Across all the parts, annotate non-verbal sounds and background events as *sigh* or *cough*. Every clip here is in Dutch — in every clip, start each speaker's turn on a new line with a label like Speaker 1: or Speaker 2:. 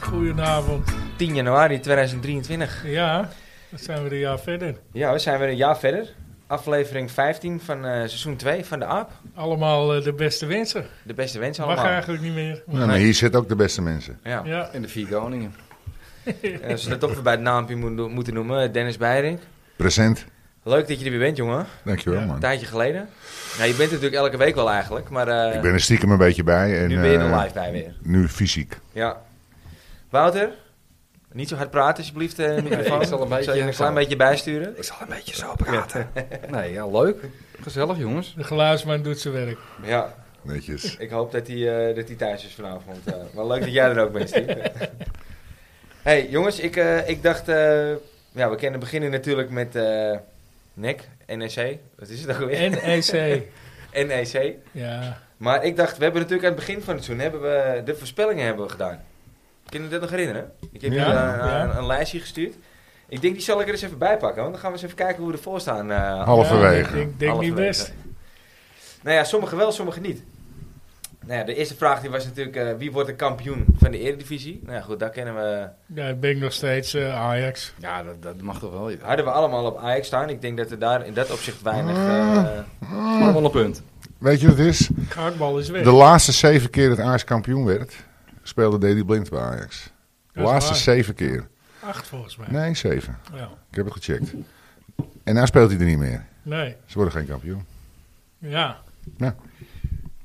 Speaker 1: Goedenavond.
Speaker 2: 10 januari 2023.
Speaker 1: Ja, dan zijn we een jaar verder.
Speaker 2: Ja, we zijn weer een jaar verder. Aflevering 15 van eh, seizoen 2 van de AAP.
Speaker 1: Allemaal eh, de beste wensen.
Speaker 2: De beste wensen
Speaker 1: Mag
Speaker 2: allemaal.
Speaker 1: eigenlijk niet meer.
Speaker 3: Nou, maar hier zitten ook de beste mensen.
Speaker 2: Ja.
Speaker 1: Ja,
Speaker 4: En de vier koningen.
Speaker 2: Eh, als we dat toch weer bij het naampje moet- moeten noemen, Dennis Beiring.
Speaker 3: Present.
Speaker 2: Leuk dat je er weer bent, jongen.
Speaker 3: Dankjewel,
Speaker 1: Ja,
Speaker 3: man.
Speaker 2: Een tijdje geleden. Ja, je bent er natuurlijk elke week wel eigenlijk, maar eh,
Speaker 3: Ik ben er stiekem een beetje bij. En,
Speaker 2: nu ben je er
Speaker 3: eh,
Speaker 2: live bij weer.
Speaker 3: Nu fysiek.
Speaker 2: Ja. Wouter, niet zo hard praten alsjeblieft.
Speaker 4: *laughs*
Speaker 2: eh microfoon.
Speaker 4: ik zal een beetje-
Speaker 2: je een klein beetje bijsturen.
Speaker 4: Ik zal een beetje zo praten. Nee, ja, leuk. Gezellig, jongens.
Speaker 1: de geluidsman doet zijn werk.
Speaker 2: Ja,
Speaker 3: Netjes.
Speaker 2: Ik hoop dat hij eh, dat hij thuis is vanavond. eh. maar leuk dat jij er ook bent, Steve. hey, jongens, ik, eh, ik dacht... eh, ja, we kennen beginnen natuurlijk met eh NEC, NEC. Wat is het ook alweer?
Speaker 1: NEC.
Speaker 2: NEC.
Speaker 1: E Ja,
Speaker 2: Maar ik dacht, we hebben natuurlijk aan het begin van het seizoen... hebben we de voorspellingen hebben we gedaan. Kun je dat nog herinneren? Ik heb
Speaker 3: Ja,
Speaker 2: je een,
Speaker 1: ja.
Speaker 2: een- een lijstje gestuurd. Ik denk, die zal ik er eens even bij pakken. Want dan gaan we eens even kijken hoe we ervoor staan. eh,
Speaker 3: Halverwege.
Speaker 1: Ja, ik denk, denk niet
Speaker 2: Halverwege.
Speaker 1: best.
Speaker 2: Nou ja, sommige wel, sommige niet. Nou ja, de eerste vraag die was natuurlijk, eh, wie wordt de kampioen van de Eredivisie? Nou ja, goed, daar kennen we,
Speaker 1: Ja, ik ben nog steeds eh, Ajax.
Speaker 4: Ja, dat, dat mag toch wel. Je
Speaker 2: hadden we allemaal op Ajax staan. Ik denk dat er daar in dat opzicht weinig...
Speaker 1: Ah.
Speaker 2: eh,
Speaker 4: Maar wel een punt.
Speaker 3: Weet je wat het is?
Speaker 1: Gehaktbal is weg.
Speaker 3: De laatste zeven keer dat Ajax kampioen werd, speelde Dedy Blind bij Ajax. De
Speaker 1: Dat is
Speaker 3: laatste
Speaker 1: waar.
Speaker 3: zeven keer.
Speaker 1: Acht volgens mij.
Speaker 3: Nee, zeven.
Speaker 1: Ja.
Speaker 3: Ik heb het gecheckt. En nou speelt hij er niet meer.
Speaker 1: Nee.
Speaker 3: Ze worden geen kampioen.
Speaker 1: Ja.
Speaker 3: Ja.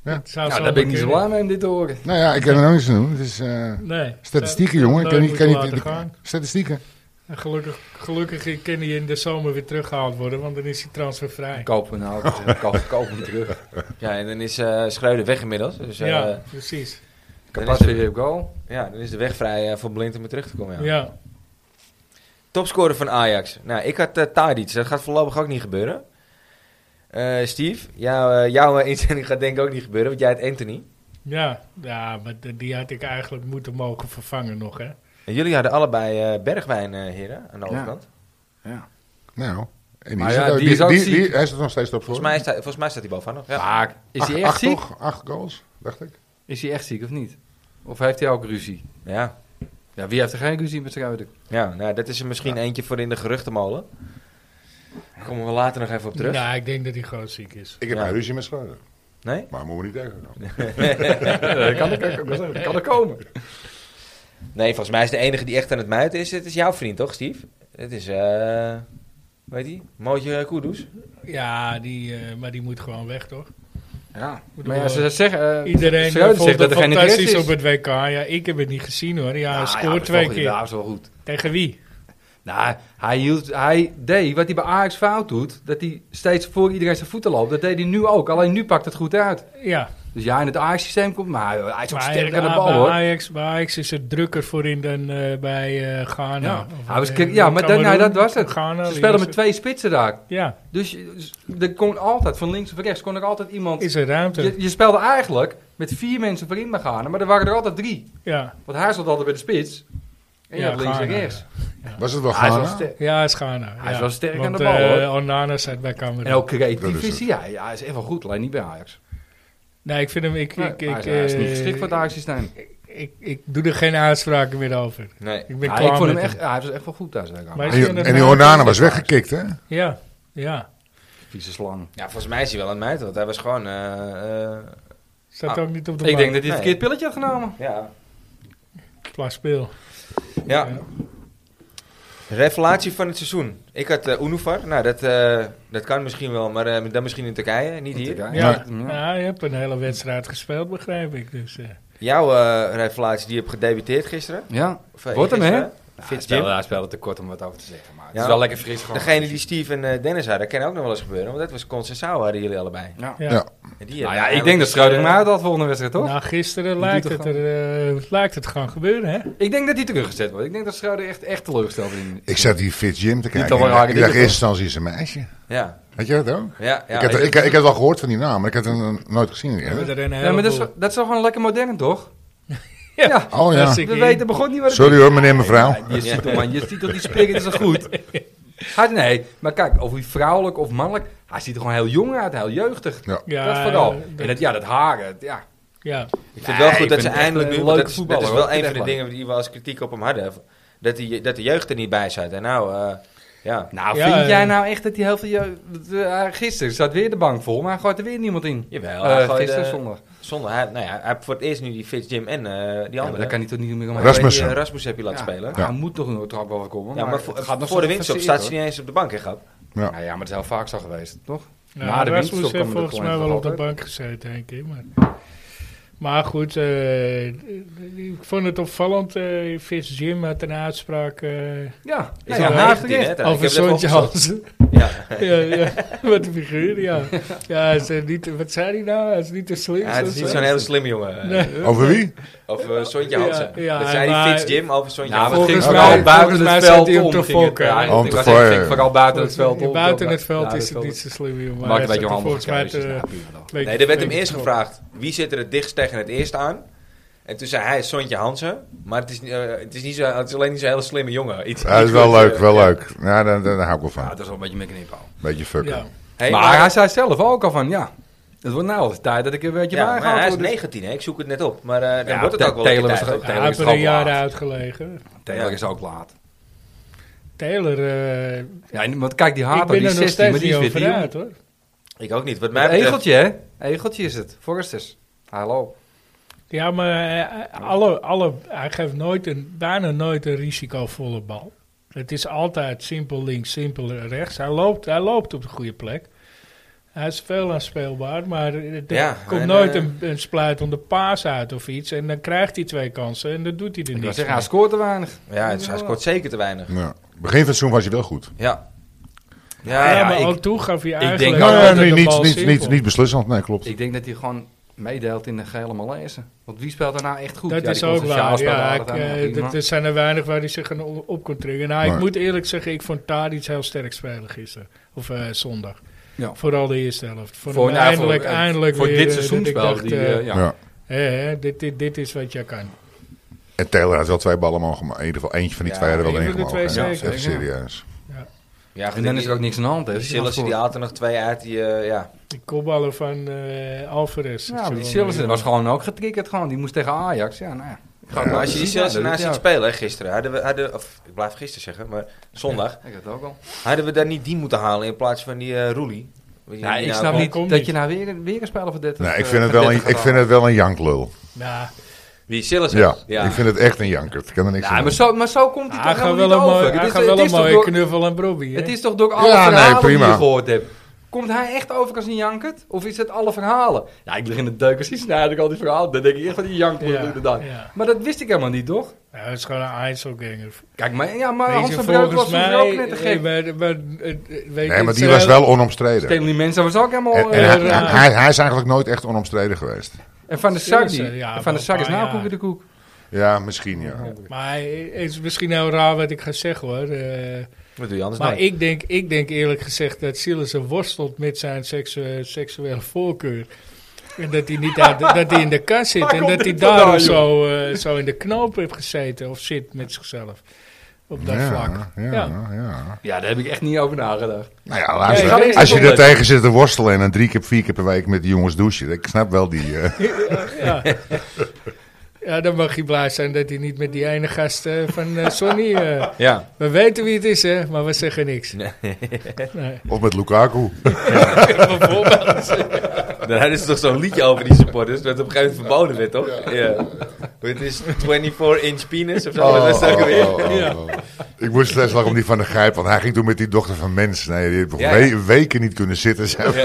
Speaker 3: Ja.
Speaker 1: Het zou
Speaker 4: Ja,
Speaker 1: zomaar
Speaker 4: daar ben ik niet zo
Speaker 1: kunnen.
Speaker 4: blij mee om dit te horen.
Speaker 3: Nou ja, ik kan er nog niets aan doen. Het is eh,
Speaker 1: Nee.
Speaker 3: statistieken,
Speaker 1: Zou-
Speaker 3: jongen. Ik
Speaker 1: zou
Speaker 3: kan
Speaker 1: ik
Speaker 3: niet, kan
Speaker 1: moeten
Speaker 3: niet,
Speaker 1: laten gaan.
Speaker 3: statistieken.
Speaker 1: En Gelukkig, gelukkig kan hij in de zomer weer teruggehaald worden, want dan is hij transfervrij.
Speaker 4: Koop hem nou. dus, Koop, koop hem terug.
Speaker 2: ja, en dan is eh Schreuder weg inmiddels. Dus eh,
Speaker 1: ja, precies.
Speaker 2: dan, is
Speaker 4: Kapas
Speaker 2: de,
Speaker 4: weer op goal.
Speaker 2: ja, dan is de weg vrij eh, voor Blind om weer terug te komen. Ja.
Speaker 1: Ja. ja.
Speaker 2: Topscorer van Ajax. Nou, ik had eh Tadic. Dat gaat voorlopig ook niet gebeuren. Eh, Steve, jou, eh, jouw eh, inzending gaat denk ik ook niet gebeuren, want jij had Anthony.
Speaker 1: Ja, maar d- die had ik eigenlijk moeten mogen vervangen nog, hè.
Speaker 2: En jullie hadden allebei eh, Bergwijn, eh, heren, aan de overkant.
Speaker 4: Ja.
Speaker 3: Nou, en die
Speaker 4: Maar
Speaker 3: is
Speaker 4: ja,
Speaker 3: het ook-
Speaker 4: die is ook ziek.
Speaker 3: hij is er nog steeds op voor.
Speaker 2: Volgens mij, staat, volgens mij staat hij bovenaan nog. Ja.
Speaker 4: Maar is
Speaker 3: Acht-
Speaker 4: hij echt
Speaker 3: acht,
Speaker 4: ziek?
Speaker 3: toch? Acht goals, dacht ik.
Speaker 4: Is hij echt ziek of niet? Of heeft hij ook ruzie?
Speaker 2: Ja.
Speaker 4: Ja, wie heeft er geen ruzie met Schreuder?
Speaker 2: ja, nou, dat is er misschien eentje voor in de geruchtenmolen. Daar komen we later nog even op terug.
Speaker 1: Nou, ik denk dat hij gewoon ziek is.
Speaker 3: Ik heb
Speaker 2: Ja.
Speaker 3: een ruzie met Schreuder.
Speaker 2: Nee?
Speaker 3: Maar moeten we niet tegenkomen.
Speaker 4: dat kan er, dat kan er komen.
Speaker 2: Nee, volgens mij is de enige die echt aan het muiten is, het is jouw vriend, toch, Steve? Het is, eh weet je, Mootje Koedoes.
Speaker 1: Ja, die, eh, maar die moet gewoon weg, toch?
Speaker 4: Ja.
Speaker 1: bedoel,
Speaker 4: Maar ja, ze zeggen... eh,
Speaker 1: Iedereen
Speaker 4: Schreuder
Speaker 1: vond
Speaker 4: zegt
Speaker 1: het
Speaker 4: dat er geen interesse
Speaker 1: fantastisch
Speaker 4: is.
Speaker 1: op het WK. Ja, ik heb het niet gezien, hoor. Ja, hij
Speaker 4: Nou,
Speaker 1: scoort
Speaker 4: maar
Speaker 1: twee
Speaker 4: volgende
Speaker 1: keer.
Speaker 4: jaar is wel goed.
Speaker 1: Tegen wie?
Speaker 4: Nou, hij, hield, hij deed wat hij bij Ajax fout doet. Dat hij steeds voor iedereen zijn voeten loopt. Dat deed hij nu ook. Alleen nu pakt het goed uit.
Speaker 1: Ja.
Speaker 4: Dus ja, in het Ajax-systeem komt. Maar hij, hij is ook
Speaker 1: Maar
Speaker 4: sterk aan de
Speaker 1: bij
Speaker 4: bal, hoor.
Speaker 1: Ajax, bij Ajax is het drukker voor in dan eh, bij eh Ghana.
Speaker 4: Ja,
Speaker 1: Of,
Speaker 4: hij was
Speaker 1: eh,
Speaker 4: kijk- ja, maar dat-
Speaker 1: Cameroen,
Speaker 4: nee, dat was het.
Speaker 1: Ghana, wie
Speaker 4: Ze spelen
Speaker 1: was
Speaker 4: met
Speaker 1: het?
Speaker 4: twee spitsen daar.
Speaker 1: Ja,
Speaker 4: Dus je- dus er kon altijd, van links of rechts, kon er altijd iemand...
Speaker 1: is er ruimte.
Speaker 4: Je, je speelde eigenlijk met vier mensen voorin bij Ghana. Maar er waren er altijd drie.
Speaker 1: Ja,
Speaker 4: Want hij stond altijd bij de spits. En je
Speaker 1: Ja,
Speaker 4: had links en
Speaker 1: Ghana,
Speaker 4: rechts.
Speaker 3: Was het wel
Speaker 4: Hij is wel
Speaker 3: Ghana?
Speaker 4: sterk.
Speaker 1: ja, is Ghana.
Speaker 4: Hij is
Speaker 1: ja.
Speaker 4: wel sterk
Speaker 1: Want,
Speaker 4: aan de bal, hoor.
Speaker 1: eh, Onana zat bij Cameroen.
Speaker 4: En ook
Speaker 3: Dat
Speaker 4: creatief
Speaker 3: is het.
Speaker 4: is hij. Ja, ja, hij is even wel goed, alleen niet bij Ajax.
Speaker 1: Nee, ik vind hem... Ik,
Speaker 4: Nee,
Speaker 1: ik,
Speaker 4: hij
Speaker 1: ik,
Speaker 4: is- hij is niet
Speaker 1: eh,
Speaker 4: geschikt voor het Ajax-systeem.
Speaker 1: ik, ik doe er geen uitspraken meer over.
Speaker 2: Nee.
Speaker 1: Ik ben
Speaker 4: Ja,
Speaker 1: klaar
Speaker 4: ik vond
Speaker 1: met
Speaker 4: hem echt, ja, hij was echt wel goed thuis. Daar,
Speaker 1: Maar-
Speaker 3: En die- en die Onana was weggekikt, hè?
Speaker 1: Ja, ja.
Speaker 4: Vieze slang.
Speaker 2: Ja, volgens mij is hij wel aan het muiten, want hij was gewoon, eh, eh,
Speaker 1: Staat
Speaker 2: Ah,
Speaker 1: ook niet op de
Speaker 4: Ik
Speaker 1: bank.
Speaker 4: denk dat
Speaker 2: Nee.
Speaker 4: hij het verkeerd pilletje had genomen.
Speaker 2: ja.
Speaker 1: Klaar speel.
Speaker 2: ja. Revelatie van het seizoen. Ik had eh Unuvar. Nou, dat, eh, dat kan misschien wel, maar eh, dan misschien in Turkije, niet hier.
Speaker 4: Ja,
Speaker 1: Ja.
Speaker 4: ja.
Speaker 1: Ja, je hebt een hele wedstrijd gespeeld, begrijp ik. Dus, eh,
Speaker 2: Jouw eh revelatie, die je hebt gedebuteerd gisteren.
Speaker 4: Ja.
Speaker 2: Of, eh,
Speaker 4: Wordt hem, hè?
Speaker 2: gisteren.
Speaker 4: Hij,
Speaker 2: Fitz Jim.
Speaker 4: speelde, hij speelde te kort om wat over te zeggen. Maar het
Speaker 2: Ja.
Speaker 4: is wel lekker fris gewoon.
Speaker 2: Degene die Steve en eh, Dennis hadden, kan ook nog wel eens gebeuren. Want dat was Concessao hadden jullie allebei.
Speaker 4: Ja.
Speaker 1: ja.
Speaker 3: Ja.
Speaker 2: En die
Speaker 4: Nou
Speaker 2: hebben
Speaker 4: ja, ik denk dat Schreuder
Speaker 2: eigenlijk,
Speaker 4: hem
Speaker 2: eh,
Speaker 4: uit had volgende wedstrijd, toch?
Speaker 1: Nou, gisteren
Speaker 4: Die
Speaker 1: lijkt
Speaker 4: doet
Speaker 1: het,
Speaker 4: er
Speaker 1: er, eh, lijkt het gaan gebeuren, hè?
Speaker 4: Ik denk dat hij teruggezet wordt. Ik denk dat Schreuder echt, echt teleurgesteld is. in-
Speaker 3: Ik zat hier Fit Jim te kijken.
Speaker 4: al wel
Speaker 3: Ik
Speaker 4: raken
Speaker 3: dacht in eerste
Speaker 4: dingen,
Speaker 3: instantie is een meisje.
Speaker 2: Ja,
Speaker 3: Had je dat ook?
Speaker 2: ja, ja.
Speaker 3: ik, had,
Speaker 2: En
Speaker 3: ik, ik had wel gehoord van die naam, maar ik had hem nooit gezien.
Speaker 1: We hebben
Speaker 3: eerder.
Speaker 1: er een
Speaker 4: Ja, maar dat is,
Speaker 1: heleboel.
Speaker 4: dat is wel gewoon lekker modern, *laughs* toch?
Speaker 1: Ja.
Speaker 3: Oh ja.
Speaker 1: Dat is-
Speaker 4: We weten begon niet wat het
Speaker 3: Sorry hoor, meneer en mevrouw.
Speaker 4: Ja, je ziet toch, man. Je ziet toch, die spirit is dat goed. *laughs* Hij, nee, maar kijk, of hij vrouwelijk of mannelijk, hij ziet er gewoon heel jong uit, heel jeugdig.
Speaker 3: Ja.
Speaker 1: Ja,
Speaker 4: dat vooral.
Speaker 1: eh,
Speaker 4: en dat, ja, dat haar, het- ja.
Speaker 1: Ja,
Speaker 2: Ik vind het wel
Speaker 4: Nee,
Speaker 2: goed
Speaker 4: ik
Speaker 2: dat ze
Speaker 4: vind het echt
Speaker 2: eindelijk
Speaker 4: een
Speaker 2: nu...
Speaker 4: leuke
Speaker 2: Dat is, dat is
Speaker 4: voetballer,
Speaker 2: wel
Speaker 4: hoor.
Speaker 2: een van de
Speaker 4: Echt,
Speaker 2: dingen die we als kritiek op hem hadden. Dat, die, dat de jeugd er niet bij zat. En nou, eh, ja.
Speaker 4: Nou,
Speaker 1: Ja,
Speaker 4: vind
Speaker 1: eh.
Speaker 4: jij nou echt dat die helft... van je- dat, eh, Gisteren zat weer de bank vol, maar hij gooit er weer niemand in.
Speaker 2: Jawel,
Speaker 4: Eh,
Speaker 2: hij gooide-
Speaker 4: gisteren, zondag.
Speaker 2: Zonder, hij, nou ja, hij heeft voor het eerst nu die Fitzjim en eh, die
Speaker 4: Ja, maar
Speaker 2: andere.
Speaker 4: daar kan hij toch niet meer omheen.
Speaker 2: Hij heeft
Speaker 3: Rasmussen.
Speaker 2: die, eh, Rasmus heb je laten
Speaker 4: Ja,
Speaker 2: spelen.
Speaker 4: maar Hij moet toch een trap wel komen.
Speaker 2: Ja, maar
Speaker 4: het
Speaker 2: voor,
Speaker 4: gaat nog
Speaker 2: voor de
Speaker 4: steeds
Speaker 2: winst op
Speaker 4: gefaseerd,
Speaker 2: staat ze niet eens op de bank, hè, grap.
Speaker 4: hoor. Nou ja, maar dat is heel vaak zo geweest, toch?
Speaker 1: nou,
Speaker 4: Na de
Speaker 1: Rasmus
Speaker 4: winststop
Speaker 1: heeft
Speaker 4: kwam er
Speaker 1: volgens
Speaker 4: toch
Speaker 1: mij wel
Speaker 4: een
Speaker 1: op de
Speaker 4: verhaal
Speaker 1: bank gezeten, denk ik. Maar, maar goed, eh, ik vond het opvallend. eh Fitz Jim had een aanspraak eh
Speaker 4: Ja,
Speaker 2: Is
Speaker 4: ja,
Speaker 2: al 19,
Speaker 4: ja,
Speaker 2: hè?
Speaker 4: terecht.
Speaker 2: Ik heb
Speaker 1: over
Speaker 2: het
Speaker 1: Sontje
Speaker 2: even opgezocht.
Speaker 1: Hansen.
Speaker 2: Ja.
Speaker 1: *laughs* ja, ja, wat een figuur, ja. ja hij is, eh, niet, wat zei hij nou? Hij is niet de slimste.
Speaker 2: Ja, het is
Speaker 1: of
Speaker 2: niet
Speaker 1: zo.
Speaker 2: zo'n hele slim jongen.
Speaker 1: Nee.
Speaker 3: Over wie?
Speaker 2: Of eh, Sontje
Speaker 1: Ja,
Speaker 2: Hansen.
Speaker 1: ja,
Speaker 2: dat zei
Speaker 1: maar-
Speaker 2: die Fitz Jim over Sontje
Speaker 4: Ja, maar
Speaker 2: Hansen.
Speaker 4: het ging
Speaker 3: Volgens
Speaker 4: vooral
Speaker 3: mij-
Speaker 4: buiten
Speaker 1: volgens
Speaker 4: het
Speaker 1: mij zat
Speaker 4: veld
Speaker 1: hij
Speaker 4: om.
Speaker 1: om te
Speaker 4: ging het,
Speaker 1: fokken.
Speaker 4: ja,
Speaker 1: Om
Speaker 4: het
Speaker 3: te
Speaker 4: was echt-
Speaker 3: fokken.
Speaker 4: ging vooral buiten het veld om.
Speaker 1: Buiten het
Speaker 4: Ja,
Speaker 1: veld
Speaker 4: dat
Speaker 1: is het
Speaker 4: wel-
Speaker 1: niet zo slim, joh. Maar
Speaker 4: Maakt een
Speaker 1: hij zat
Speaker 4: beetje
Speaker 1: er
Speaker 4: onhandige
Speaker 1: volgens mij eh,
Speaker 4: keuzes.
Speaker 1: te-
Speaker 4: Ja, prima dan.
Speaker 1: weet-
Speaker 2: Nee, er werd hem
Speaker 1: weet-
Speaker 2: eerst gevraagd wie zit er het dichtst tegen het eerst aan. En toen zei hij Sontje Hansen. Maar het is, eh, het is, niet zo, het is alleen niet zo'n hele slimme jongen. Iets,
Speaker 3: Ja, dat is
Speaker 2: niet
Speaker 3: wel
Speaker 2: goed,
Speaker 3: leuk,
Speaker 2: eh,
Speaker 3: wel
Speaker 2: ja.
Speaker 3: leuk. Ja, daar, daar, daar hou ik wel
Speaker 4: Ja,
Speaker 3: van.
Speaker 4: dat is wel een beetje met knipoog.
Speaker 3: Beetje
Speaker 1: Ja.
Speaker 3: fucken.
Speaker 2: Hey,
Speaker 4: maar, hij zei zelf ook al van, ja, het wordt nou al de tijd dat ik een beetje
Speaker 2: ja, maar
Speaker 4: bijgehaald
Speaker 2: hij is
Speaker 4: word.
Speaker 2: 19, hè? ik zoek het net op. Maar eh, dan
Speaker 4: Ja,
Speaker 2: wordt het
Speaker 4: Te-
Speaker 2: ook wel een
Speaker 4: Taylor
Speaker 2: tijd,
Speaker 4: was er ook-
Speaker 2: hoor.
Speaker 1: Hij
Speaker 4: Taylor
Speaker 1: heeft
Speaker 4: is
Speaker 1: er een
Speaker 4: gewoon
Speaker 1: jaar
Speaker 4: laat.
Speaker 1: uitgelegen.
Speaker 4: Taylor
Speaker 2: Ja.
Speaker 4: is ook laat.
Speaker 1: Taylor, eh,
Speaker 4: Ja, en- want kijk, die
Speaker 1: ik
Speaker 4: Hato,
Speaker 1: ben
Speaker 4: die
Speaker 1: er
Speaker 4: is
Speaker 1: nog
Speaker 4: 16,
Speaker 1: steeds
Speaker 4: maar die
Speaker 1: niet
Speaker 4: is weer
Speaker 1: over
Speaker 4: die
Speaker 1: uit, hoor.
Speaker 2: Ik ook niet. Wat mij
Speaker 4: Het
Speaker 2: betreft,
Speaker 4: egeltje, hè? Egeltje is het. Forresters. Hallo.
Speaker 1: Ja, maar eh, alle, alle, hij geeft nooit een, bijna nooit een risicovolle bal. Het is altijd simpel links, simpel rechts. Hij loopt, hij loopt op de goede plek. Hij is veel aanspeelbaar, maar er
Speaker 2: Ja,
Speaker 1: komt
Speaker 2: en,
Speaker 1: nooit
Speaker 2: eh,
Speaker 1: een, een spluitende paas uit of iets. En dan krijgt hij twee kansen en dan doet hij er
Speaker 4: Ik
Speaker 1: niks
Speaker 4: wil zeggen,
Speaker 1: mee.
Speaker 4: hij scoort te weinig.
Speaker 2: Ja, het hij scoort zeker te weinig.
Speaker 3: Ja. Begin van het seizoen was je wel goed.
Speaker 2: Ja.
Speaker 1: Ja,
Speaker 2: Ja,
Speaker 1: maar
Speaker 2: ik-
Speaker 1: ook toen gaf hij eigenlijk
Speaker 4: denk
Speaker 3: Nou,
Speaker 4: ook
Speaker 3: ja,
Speaker 1: altijd
Speaker 3: nee,
Speaker 1: de
Speaker 3: niet,
Speaker 1: bal
Speaker 3: niet,
Speaker 1: simpel.
Speaker 3: niet, niet beslissend, nee, klopt.
Speaker 4: Ik denk dat hij gewoon meedeelt in de gele malaise. Want wie speelt er nou echt goed?
Speaker 1: Dat
Speaker 4: Ja,
Speaker 1: is
Speaker 4: die
Speaker 1: ook
Speaker 4: Constantiaal
Speaker 1: waar.
Speaker 4: speelt
Speaker 1: Ja,
Speaker 4: aardig
Speaker 1: ik,
Speaker 4: aan, maar
Speaker 1: eh,
Speaker 4: prima.
Speaker 1: dat- er zijn er weinig waar hij zich aan o- op kon trekken. Nou, ik
Speaker 3: Nee.
Speaker 1: moet eerlijk zeggen, ik vond Tadic heel sterk spelen gisteren. Of eh, zondag.
Speaker 4: Ja.
Speaker 1: Vooral de eerste helft. Voor,
Speaker 4: Voor-
Speaker 1: hem
Speaker 4: ja, voor-
Speaker 1: eindelijk,
Speaker 4: eh,
Speaker 1: eindelijk
Speaker 4: Voor
Speaker 1: weer,
Speaker 4: dit
Speaker 1: eh,
Speaker 4: seizoen
Speaker 1: dat ik
Speaker 4: speelde
Speaker 1: dacht,
Speaker 4: die,
Speaker 1: eh,
Speaker 4: eh, ja.
Speaker 3: Ja.
Speaker 1: hè, hè, dit, dit, dit is wat jij kan.
Speaker 3: En Taylor had wel twee ballen mogen, maar in ieder geval eentje van die
Speaker 2: Ja,
Speaker 3: twee hadden wel
Speaker 1: een van de
Speaker 3: ingemogen.
Speaker 1: twee
Speaker 3: Ja,
Speaker 1: zeker,
Speaker 3: Even
Speaker 4: ja.
Speaker 3: serieus.
Speaker 2: ja,
Speaker 4: En dan is er ook niks aan de hand, hè?
Speaker 2: Die
Speaker 4: als je gaat
Speaker 2: Silas die
Speaker 4: scoren.
Speaker 2: haalt er nog twee uit. Die, eh, ja.
Speaker 1: Die kopballen van eh Alvarez. eh,
Speaker 4: Ja, maar Nou, die Silas was gewoon ook getriggerd. Gewoon. Die moest tegen Ajax. Ja, nou ja.
Speaker 3: Ja,
Speaker 4: Gaat
Speaker 2: Maar
Speaker 4: wel
Speaker 2: als je die
Speaker 4: precies,
Speaker 2: zelfs
Speaker 4: ja, dat
Speaker 2: ernaast
Speaker 4: doet
Speaker 2: ziet
Speaker 4: hij
Speaker 2: spelen, hè, gisteren. Hadden we, hadden, of, ik blijf gisteren zeggen, maar zondag.
Speaker 4: ook. Ik had het ook al.
Speaker 2: Hadden we daar niet die moeten halen in plaats van die eh Roelie? Weet je
Speaker 4: Ja,
Speaker 2: wie
Speaker 4: ik
Speaker 2: nou
Speaker 4: snap
Speaker 2: kwam?
Speaker 4: niet
Speaker 1: komt
Speaker 4: dat
Speaker 1: niet.
Speaker 4: je nou weer, weer een speler voor 30
Speaker 3: Nee, ik
Speaker 4: eh,
Speaker 3: vind het
Speaker 4: voor
Speaker 3: wel een,
Speaker 4: 30
Speaker 3: ik
Speaker 4: gaat
Speaker 3: vind
Speaker 4: halen.
Speaker 3: het wel een janklul.
Speaker 1: Nou,
Speaker 2: Wie Silas
Speaker 3: Ja,
Speaker 2: is?
Speaker 3: ik vind het echt een jankert. Ik kan er niks
Speaker 4: Nee,
Speaker 3: aan
Speaker 4: maar
Speaker 3: doen.
Speaker 4: zo, maar zo komt hij
Speaker 1: hij
Speaker 4: toch
Speaker 1: gaat wel
Speaker 4: helemaal niet
Speaker 1: een
Speaker 4: over.
Speaker 1: mooie,
Speaker 4: Dit
Speaker 1: hij
Speaker 4: is-
Speaker 1: gaat wel
Speaker 4: dit
Speaker 1: een
Speaker 4: is toch
Speaker 1: mooie
Speaker 4: door-
Speaker 1: knuffel aan Brobby. hè?
Speaker 4: Het is toch door alle
Speaker 3: Ja, nee,
Speaker 4: verhalen die
Speaker 3: prima.
Speaker 4: je gehoord hebt. Komt hij echt over als een jankert? Of is het alle verhalen? Ja, ik begin het deuk als hij snijdt ik al die verhalen. Dan denk ik echt van die jankert
Speaker 1: Ja,
Speaker 4: inderdaad.
Speaker 1: ja.
Speaker 4: Maar dat wist ik helemaal niet, toch?
Speaker 1: Ja, het is gewoon een IJsselganger.
Speaker 4: Kijk, maar, ja, maar
Speaker 1: Weet
Speaker 4: Ah, Hans
Speaker 1: je,
Speaker 4: van Breuk was
Speaker 1: volgens
Speaker 4: toen
Speaker 1: mij...
Speaker 4: ook net te gek.
Speaker 1: eh, maar- maar, eh, eh, weet je,
Speaker 3: Nee, maar
Speaker 1: het
Speaker 3: die
Speaker 1: is,
Speaker 3: was
Speaker 1: eh,
Speaker 3: wel onomstreden. En,
Speaker 4: Stanley Mensen was ook helemaal...
Speaker 3: en
Speaker 4: eh,
Speaker 3: hij,
Speaker 1: ja.
Speaker 4: raar.
Speaker 3: hij, hij is eigenlijk nooit echt onomstreden geweest.
Speaker 4: en Van der Sar die-
Speaker 1: Ja,
Speaker 4: en
Speaker 1: wel
Speaker 4: Van der Sar
Speaker 1: een
Speaker 4: is
Speaker 1: paar
Speaker 4: nou
Speaker 1: jaar.
Speaker 4: koek in de koek.
Speaker 3: Ja, misschien ja.
Speaker 1: Maar het is misschien heel raar wat ik ga zeggen hoor. Eh,
Speaker 2: Wat doe je anders
Speaker 4: nou?
Speaker 2: dan?
Speaker 1: maar ik denk, ik denk eerlijk gezegd dat Silissen worstelt met zijn seksu- seksuele voorkeur. En dat hij, niet uit de- dat hij in de kast zit.
Speaker 4: *laughs* Waar
Speaker 1: En
Speaker 4: komt
Speaker 1: dat hij
Speaker 4: dit vandaan,
Speaker 1: daarom
Speaker 4: joh?
Speaker 1: zo, eh, zo in de knoop heeft gezeten. Of zit met zichzelf. Op dat
Speaker 3: ja,
Speaker 1: vlak.
Speaker 3: Ja,
Speaker 1: Ja.
Speaker 3: ja. ja.
Speaker 4: Ja, daar heb ik echt niet over nagedacht.
Speaker 3: Nou ja,
Speaker 1: Ja,
Speaker 3: luister.
Speaker 1: ik ga eerst
Speaker 3: als je
Speaker 4: even
Speaker 3: er
Speaker 4: opletten.
Speaker 3: tegen zit te worstelen en dan drie keer, vier keer per week met de jongens douchen. Ik snap wel die... eh,
Speaker 1: Ja. ja, dan mag hij blij zijn dat hij niet met die ene gast eh, van eh, Sonny. eh,
Speaker 2: Ja.
Speaker 1: we weten wie het is, hè, maar we zeggen niks. Nee.
Speaker 3: of met
Speaker 2: *laughs*
Speaker 3: Lukaku.
Speaker 1: Bijvoorbeeld.
Speaker 2: Daar hadden ze toch zo'n liedje over die supporters, dat op een gegeven moment verboden werd, toch? Ja. Het is 24-inch penis of zo,
Speaker 3: Oh,
Speaker 2: dat is ook
Speaker 3: oh,
Speaker 2: weer.
Speaker 3: oh, oh, oh. Ik moest steeds lachen om die van de Grijp, want hij ging toen met die dochter van mens. Nee, die heeft nog
Speaker 2: Ja,
Speaker 3: we-
Speaker 2: ja.
Speaker 3: weken niet kunnen zitten. zeg.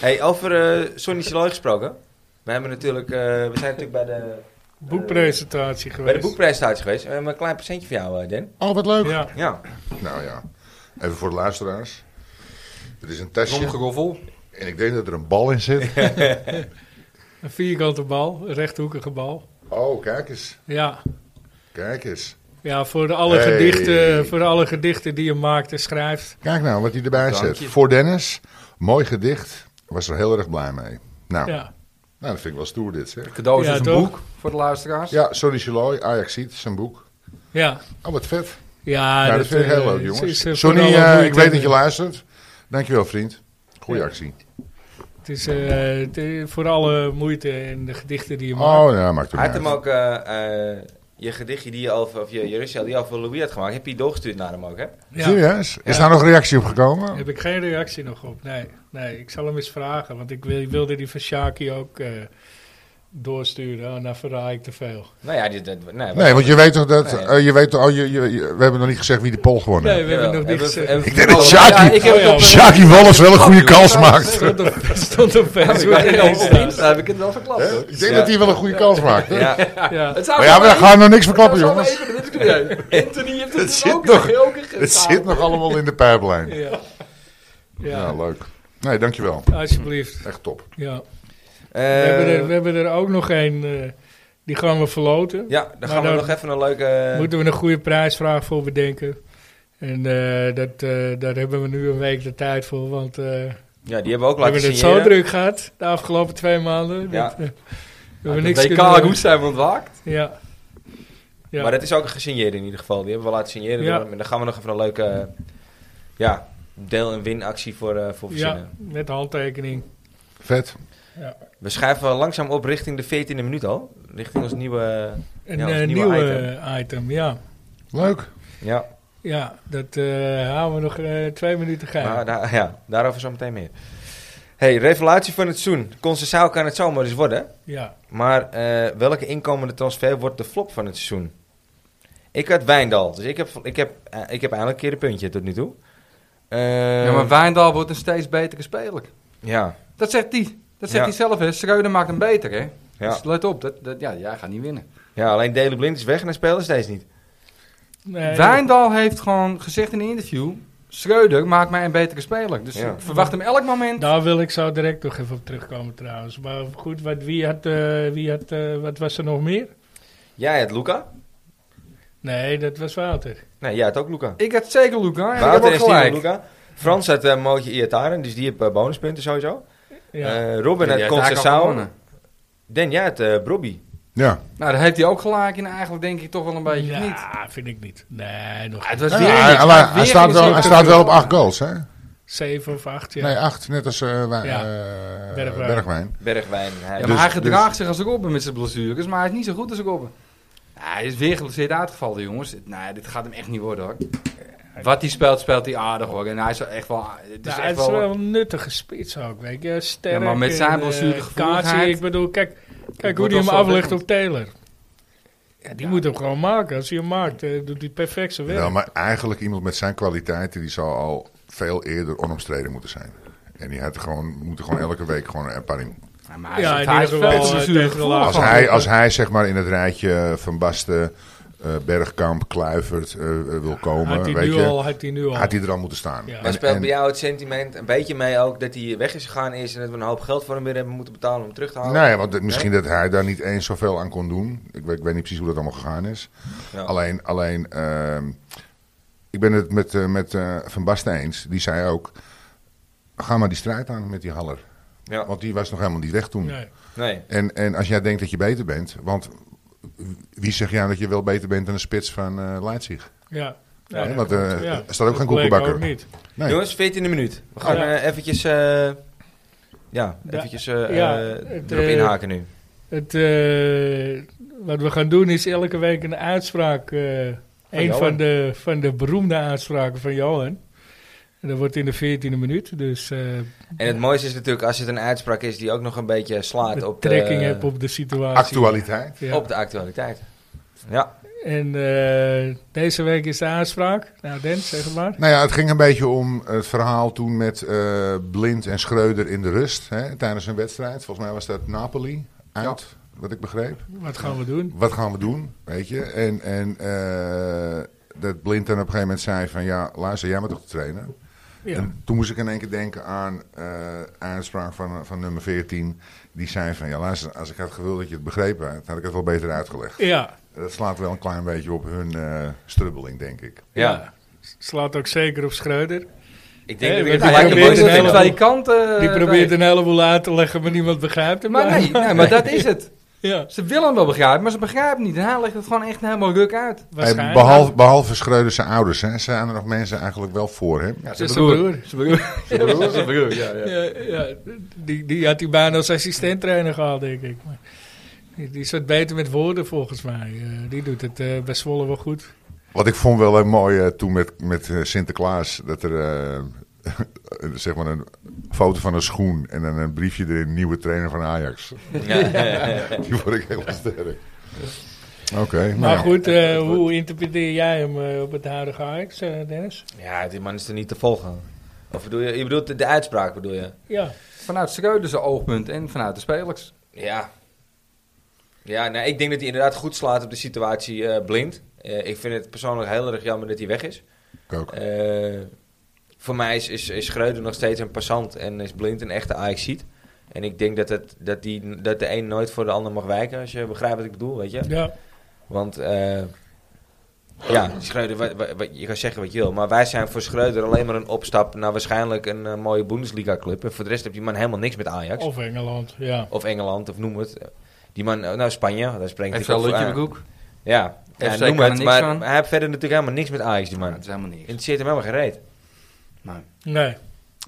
Speaker 2: Hey, over eh Sonny Siloy gesproken. We, hebben natuurlijk, eh, we zijn natuurlijk bij de,
Speaker 1: Boekpresentatie
Speaker 2: bij de
Speaker 1: geweest.
Speaker 2: boekpresentatie geweest. We hebben een klein presentje voor jou, eh, Den.
Speaker 3: Oh, wat leuk.
Speaker 1: Ja.
Speaker 2: Ja.
Speaker 3: Nou ja, even voor de luisteraars. Er is een tasje
Speaker 4: Romgeroffel.
Speaker 3: en ik denk dat er een bal in zit.
Speaker 1: Een vierkante bal, een rechthoekige bal.
Speaker 3: Oh, kijk eens.
Speaker 1: Ja,
Speaker 3: Kijk eens.
Speaker 1: ja voor, de alle
Speaker 3: Hey.
Speaker 1: gedichten, voor alle gedichten die je maakt en schrijft.
Speaker 3: Kijk nou wat hij erbij
Speaker 4: Dank
Speaker 3: zet.
Speaker 4: je.
Speaker 3: Voor Dennis, mooi gedicht. Was er heel erg blij mee. Nou,
Speaker 1: Ja.
Speaker 3: nou dat vind ik wel stoer dit zeg.
Speaker 4: Cadeau is
Speaker 1: Ja,
Speaker 4: dus een
Speaker 1: toch?
Speaker 4: boek voor de luisteraars.
Speaker 3: Ja, sorry Chiloy, Ajax ziet zijn boek.
Speaker 1: Ja.
Speaker 3: Oh, wat vet.
Speaker 1: Ja,
Speaker 3: Ja, dat vind ik
Speaker 1: eh,
Speaker 3: heel leuk,
Speaker 1: is-
Speaker 3: jongens.
Speaker 1: is, eh,
Speaker 3: Sonny,
Speaker 1: vooral
Speaker 3: eh,
Speaker 1: een
Speaker 3: ik weet dat
Speaker 1: moeite.
Speaker 3: je luistert. Dankjewel, vriend. Goeie
Speaker 1: Ja.
Speaker 3: actie.
Speaker 1: Het is eh, het is voor alle moeite en de gedichten die je maakt.
Speaker 3: Oh ja, maakt het
Speaker 2: Hij had
Speaker 3: niet
Speaker 2: hem
Speaker 3: uit.
Speaker 2: ook, eh, eh, je gedichtje die je al, of je, je rustje die je al voor Louis had gemaakt, heb je doorgestuurd naar hem ook, hè?
Speaker 1: Ja.
Speaker 3: Serieus? Is
Speaker 2: Ja.
Speaker 3: daar nog reactie op gekomen?
Speaker 1: Heb ik geen reactie nog op. Nee, nee ik zal hem eens vragen. Want ik wil- wilde die van Shaki ook eh, doorsturen. Oh, nou verraai ik te veel.
Speaker 2: Nou ja, dit, dit- nee,
Speaker 3: Nee, want je weet toch dat...
Speaker 2: Nee.
Speaker 3: eh, je weet, toch- oh, je, je- je- we hebben nog niet gezegd wie de pol gewonnen
Speaker 1: Nee,
Speaker 3: heeft.
Speaker 1: we hebben nog eh, niet gezegd.
Speaker 3: Ik denk dat Sjaki-
Speaker 4: Oh, ik heb het op- Oh,
Speaker 3: Sjaki Wallace wel een goede kans maakt.
Speaker 1: Stond op,
Speaker 4: *laughs*
Speaker 1: stond op
Speaker 4: Ja, maar ik weet niet of-
Speaker 1: Facebook.
Speaker 4: op Insta heb ik het wel verklapt. hoor.
Speaker 3: Ik denk
Speaker 2: Ja.
Speaker 3: dat hij wel een goede kans maakt. hè?
Speaker 2: Ja,
Speaker 1: Ja.
Speaker 4: Het zou
Speaker 3: Maar ja, we
Speaker 4: wel even-
Speaker 3: gaan nog niks verklappen,
Speaker 4: het zou wel
Speaker 3: jongens.
Speaker 4: even- dit is curieus. Anthony heeft
Speaker 3: Het
Speaker 4: het
Speaker 3: zit
Speaker 4: natuurlijk ook
Speaker 3: nog-
Speaker 4: heel keer
Speaker 3: Het
Speaker 4: gedaan.
Speaker 3: zit nog allemaal in de pijplijn.
Speaker 1: Ja.
Speaker 3: Ja,
Speaker 1: ja.
Speaker 3: leuk. Nee, dankjewel.
Speaker 1: Alsjeblieft.
Speaker 3: Echt top.
Speaker 1: Ja. We,
Speaker 2: Eh,
Speaker 1: hebben er, we hebben er ook nog één. eh, die gaan we verloten.
Speaker 2: ja, dan gaan we
Speaker 1: dan-
Speaker 2: nog even een leuke...
Speaker 1: Moeten we een goede prijsvraag voor bedenken. En eh, dat, eh, daar hebben we nu een week de tijd voor. Want eh,
Speaker 2: Ja, die hebben we ook
Speaker 1: we
Speaker 2: laten
Speaker 1: hebben het
Speaker 2: signeren.
Speaker 1: zo druk gehad de afgelopen twee maanden.
Speaker 2: Ja.
Speaker 1: Dat, eh, we
Speaker 4: Ja,
Speaker 1: hebben
Speaker 4: de
Speaker 1: niks
Speaker 4: WK
Speaker 1: kunnen
Speaker 4: goed zijn we ontwaakt.
Speaker 1: Ja. Ja.
Speaker 2: Maar dat is ook gesigneerd in ieder geval. Die hebben we laten signeren.
Speaker 1: Ja.
Speaker 2: door hem. En dan gaan we nog even een leuke eh, ja, deel- en winactie voor, eh voor verzinnen.
Speaker 1: ja, met handtekening.
Speaker 3: Vet.
Speaker 2: We schuiven langzaam op richting de 14e minuut al. Richting ons nieuwe...
Speaker 1: Een
Speaker 2: Ja, ons
Speaker 1: eh,
Speaker 2: nieuwe
Speaker 1: nieuw eh, item. ja.
Speaker 3: Leuk.
Speaker 2: Ja,
Speaker 1: Ja, dat eh, houden we nog eh, twee minuten gaan.
Speaker 2: maar daar- ja daarover zo meteen meer. hey, revelatie van het seizoen. Concessaal kan het zomaar eens worden.
Speaker 1: ja.
Speaker 2: Maar eh, welke inkomende transfer wordt de flop van het seizoen? Ik had Wijndal. Dus ik heb, ik heb, eh, ik heb eindelijk een keer een puntje tot nu toe. Eh,
Speaker 4: Ja, maar Wijndal wordt een steeds betere speler.
Speaker 2: Ja,
Speaker 4: Dat zegt hij. Dat zegt
Speaker 2: Ja.
Speaker 4: hij zelf, hè. Schreuder maakt hem beter, hè.
Speaker 2: Ja.
Speaker 4: Dus let op, dat, dat, ja, jij gaat niet winnen.
Speaker 2: ja, alleen Dele Blind is weg en hij speelt steeds niet.
Speaker 1: Nee,
Speaker 4: Wijndal heeft gewoon gezegd in een interview... Schreuder maakt mij een betere speler. Dus
Speaker 2: Ja.
Speaker 4: ik verwacht hem elk moment.
Speaker 1: Daar wil ik zo direct nog even op terugkomen trouwens. Maar goed, wat, wie had, eh, wie had, eh, wat was er nog meer?
Speaker 2: Jij had Luca.
Speaker 1: Nee, dat was Wouter.
Speaker 2: Nee, jij had ook Luca.
Speaker 4: Ik had zeker Luca. en Ik heb
Speaker 2: Wouter
Speaker 4: ook
Speaker 2: en Steven
Speaker 4: gelijk.
Speaker 2: Luca. Frans had eh Mootje Iataren, dus die heeft eh, bonuspunten sowieso.
Speaker 1: Ja.
Speaker 2: Eh, Robin had
Speaker 4: Ja, die had eigenlijk al
Speaker 2: Concessao.
Speaker 4: gewonnen.
Speaker 2: Dan, jij had eh Brobby.
Speaker 3: Ja.
Speaker 4: Nou, daar heeft hij ook gelijk in eigenlijk, denk ik, toch wel een beetje of niet.
Speaker 1: ja, vind ik niet. Nee, nog
Speaker 4: Ah, Het was
Speaker 3: Ja,
Speaker 4: weer
Speaker 3: hij,
Speaker 4: niks.
Speaker 3: hij-
Speaker 4: Hij
Speaker 3: hij
Speaker 4: weer
Speaker 3: staat
Speaker 4: in
Speaker 3: wel,
Speaker 4: zijn
Speaker 3: hij
Speaker 4: te-
Speaker 3: staat wel op acht goals, hè?
Speaker 1: zeven of acht Nou, jaar.
Speaker 3: Nee, acht, net als eh, wij-
Speaker 1: Ja.
Speaker 3: eh,
Speaker 1: Bergwijn.
Speaker 3: Bergwijn.
Speaker 2: Bergwijn. Hij,
Speaker 4: Ja,
Speaker 3: Dus-
Speaker 4: maar hij gedraagt zich als Robben met zijn blessures, maar hij is niet zo goed als Robben. Ja, hij is weer geblesseerd uitgevallen, jongens. Nee, dit gaat hem echt niet worden, hoor. Wat hij speelt, speelt hij aardig, hoor. En hij is wel echt wel... Het is
Speaker 1: Nou,
Speaker 4: echt
Speaker 1: het is wel
Speaker 4: wel...
Speaker 1: een nuttige spits ook, weet je. Sterk.
Speaker 4: Ja, maar met
Speaker 1: en,
Speaker 4: zijn
Speaker 1: eh,
Speaker 4: blessuregevoeligheid-
Speaker 1: Kaatsie, Ik bedoel, kijk, kijk
Speaker 4: wordt
Speaker 1: hoe die
Speaker 4: wel
Speaker 1: hem
Speaker 4: zo
Speaker 1: aflegt op
Speaker 4: ontwikkeld.
Speaker 1: Taylor. Ja, die
Speaker 4: Ja.
Speaker 1: moet hem gewoon maken. Als hij hem maakt, eh, doet hij perfect zijn werk.
Speaker 3: Wel, maar eigenlijk iemand met zijn kwaliteiten, die zou al veel eerder onomstreden moeten zijn. En die had gewoon, moeten gewoon elke week gewoon een paar in.
Speaker 4: Ja, maar hij
Speaker 1: Ja,
Speaker 4: is,
Speaker 1: in
Speaker 4: hij is
Speaker 1: ieder geval,
Speaker 4: wel
Speaker 1: eh,
Speaker 4: blessuregevoelig.
Speaker 1: tegen de
Speaker 3: Als
Speaker 1: laag.
Speaker 3: hij, als hij zeg maar in het rijtje van Basten, eh, Bergkamp, Kluivert eh, eh, wil
Speaker 1: had
Speaker 3: komen,
Speaker 1: hij
Speaker 3: weet
Speaker 1: nu
Speaker 3: je,
Speaker 1: al, had hij nu al.
Speaker 3: had hij er al moeten staan.
Speaker 1: Ja.
Speaker 2: maar
Speaker 1: En-
Speaker 2: speelt bij jou het sentiment een beetje mee ook dat hij weg is gegaan is en dat we een hoop geld voor hem weer hebben moeten betalen om hem terug te halen?
Speaker 3: Nou ja, want het- misschien dat hij daar niet eens zoveel aan kon doen. Ik weet, ik weet niet precies hoe dat allemaal gegaan is.
Speaker 2: Ja.
Speaker 3: Alleen, alleen ehm, ik ben het met, eh, met eh, Van Basten eens. Die zei ook, ga maar die strijd aan met die Haller.
Speaker 2: Ja.
Speaker 3: Want die was nog helemaal niet weg toen.
Speaker 1: Nee.
Speaker 2: Nee.
Speaker 3: En, en als jij denkt dat je beter bent, want wie zegt jou dat je wel beter bent dan de spits van eh Leipzig?
Speaker 1: Ja.
Speaker 3: Ja,
Speaker 1: ja,
Speaker 3: want
Speaker 1: dat
Speaker 3: eh,
Speaker 1: klopt, ja.
Speaker 3: er staat ook geen
Speaker 1: Dat bleek
Speaker 3: koekenbakker.
Speaker 1: ook niet.
Speaker 3: Nee.
Speaker 2: Jongens, 14e minuut. We gaan
Speaker 1: Ja.
Speaker 2: eh, eventjes, eh, ja,
Speaker 1: Da-
Speaker 2: eventjes eh,
Speaker 1: ja,
Speaker 2: eh,
Speaker 1: het,
Speaker 2: erop
Speaker 1: eh,
Speaker 2: inhaken nu.
Speaker 1: Het, eh, wat we gaan doen is elke week een uitspraak. eh een
Speaker 2: Johan.
Speaker 1: van de, van de beroemde uitspraken van Johan. En dat wordt in de 14e minuut. Dus eh
Speaker 2: En het mooiste is natuurlijk als het een uitspraak is die ook nog een beetje slaat op
Speaker 1: betrekking
Speaker 2: de,
Speaker 1: hebt op de situatie.
Speaker 3: Actualiteit.
Speaker 1: Ja.
Speaker 2: op de actualiteit. Ja,
Speaker 1: En eh, deze week is de aanspraak. Nou, Dens, zeg het maar.
Speaker 3: Nou ja, het ging een beetje om het verhaal toen met eh, Blind en Schreuder in de rust hè, tijdens een wedstrijd. Volgens mij was dat Napoli uit, wat ik begreep.
Speaker 1: Wat gaan we doen?
Speaker 3: wat gaan we doen, weet je? En, en eh, dat Blind dan op een gegeven moment zei van... ja, luister, jij bent toch de trainer?
Speaker 1: Ja.
Speaker 3: En toen moest ik in één keer denken aan eh uitspraak van, van nummer 14... die zei van, ja luister, als ik had gewild dat je het begrepen had... had ik het wel beter uitgelegd.
Speaker 1: Ja.
Speaker 3: Dat slaat wel een klein beetje op hun eh, strubbeling, denk ik.
Speaker 2: ja.
Speaker 1: ja. Slaat ook zeker op Schreuder.
Speaker 2: ik denk
Speaker 1: Hey,
Speaker 2: dat
Speaker 1: we
Speaker 2: ik
Speaker 1: hebben
Speaker 2: het
Speaker 4: Nou ja,
Speaker 1: Die probeert een hele-
Speaker 4: ik probeert het twee kanten.
Speaker 1: Die
Speaker 4: eh,
Speaker 1: probeert een heleboel aan te leggen, maar niemand begrijpt
Speaker 4: nee.
Speaker 1: hem.
Speaker 4: Maar nee, nee, maar dat is het.
Speaker 1: *laughs* Ja,
Speaker 4: Ze willen hem wel begrijpen, maar ze begrijpen het niet. En hij legt het gewoon echt helemaal ruk uit.
Speaker 3: Hey,
Speaker 1: waarschijnlijk.
Speaker 3: behalve, behalve Schreuder zijn ouders, hè, zijn er nog mensen eigenlijk wel voor hem.
Speaker 4: Ja,
Speaker 1: Dat is zijn broer.
Speaker 4: Zijn broer. Zijn broer, ja, ja.
Speaker 1: Ja, ja, die, die had die baan als assistenttrainer gehad, denk ik. Maar die, die is wat beter met woorden, volgens mij. Eh, die doet het eh bij Zwolle wel goed.
Speaker 3: Wat ik vond wel heel mooi eh, toen met, met eh, Sinterklaas, dat er eh, *laughs* zeg maar een foto van een schoen en dan een briefje erin, nieuwe trainer van Ajax. Die vond ik heel sterk. Oké, nou,
Speaker 1: Maar
Speaker 3: ja.
Speaker 1: goed, eh,
Speaker 3: wordt-
Speaker 1: hoe interpreteer jij hem eh, op het huidige Ajax, eh, Dennis?
Speaker 2: Ja, die man is er niet te volgen. Of bedoel je, je bedoelt de, de uitspraak bedoel je?
Speaker 1: Ja,
Speaker 4: Vanuit Schreuder zijn oogpunt en vanuit de spelers.
Speaker 2: Ja. Ja, nou, ik denk dat hij inderdaad goed slaat op de situatie eh, blind. Eh, ik vind het persoonlijk heel erg jammer dat hij weg is.
Speaker 3: ik ook.
Speaker 2: Eh, voor mij is, is, is Schreuder nog steeds een passant en is blind een echte Ajaxiet. En ik denk dat, het, dat, die, dat de een nooit voor de ander mag wijken, als je begrijpt wat ik bedoel, weet je.
Speaker 1: ja.
Speaker 2: Want eh, ja, Schreuder, wa- wa- wa- je kan zeggen wat je wil. Maar wij zijn voor Schreuder alleen maar een opstap naar waarschijnlijk een eh, mooie Bundesliga-club. En voor de rest heeft die man helemaal niks met Ajax. Of,
Speaker 1: of Engeland, ja.
Speaker 2: Engeland, of noem het. Die man, eh, nou Spanje, daar spreekt hij
Speaker 4: Heeft wel
Speaker 2: voor
Speaker 4: Lutje
Speaker 2: aan.
Speaker 4: Broek.
Speaker 2: Ja, ja
Speaker 4: FC
Speaker 2: noem
Speaker 4: kan er
Speaker 2: het.
Speaker 4: niks
Speaker 2: Maar
Speaker 4: van.
Speaker 2: hij heeft verder natuurlijk helemaal niks met Ajax, die man.
Speaker 4: Dat is helemaal niks.
Speaker 2: Interesseert hem helemaal gereed.
Speaker 4: Maar
Speaker 1: Nee,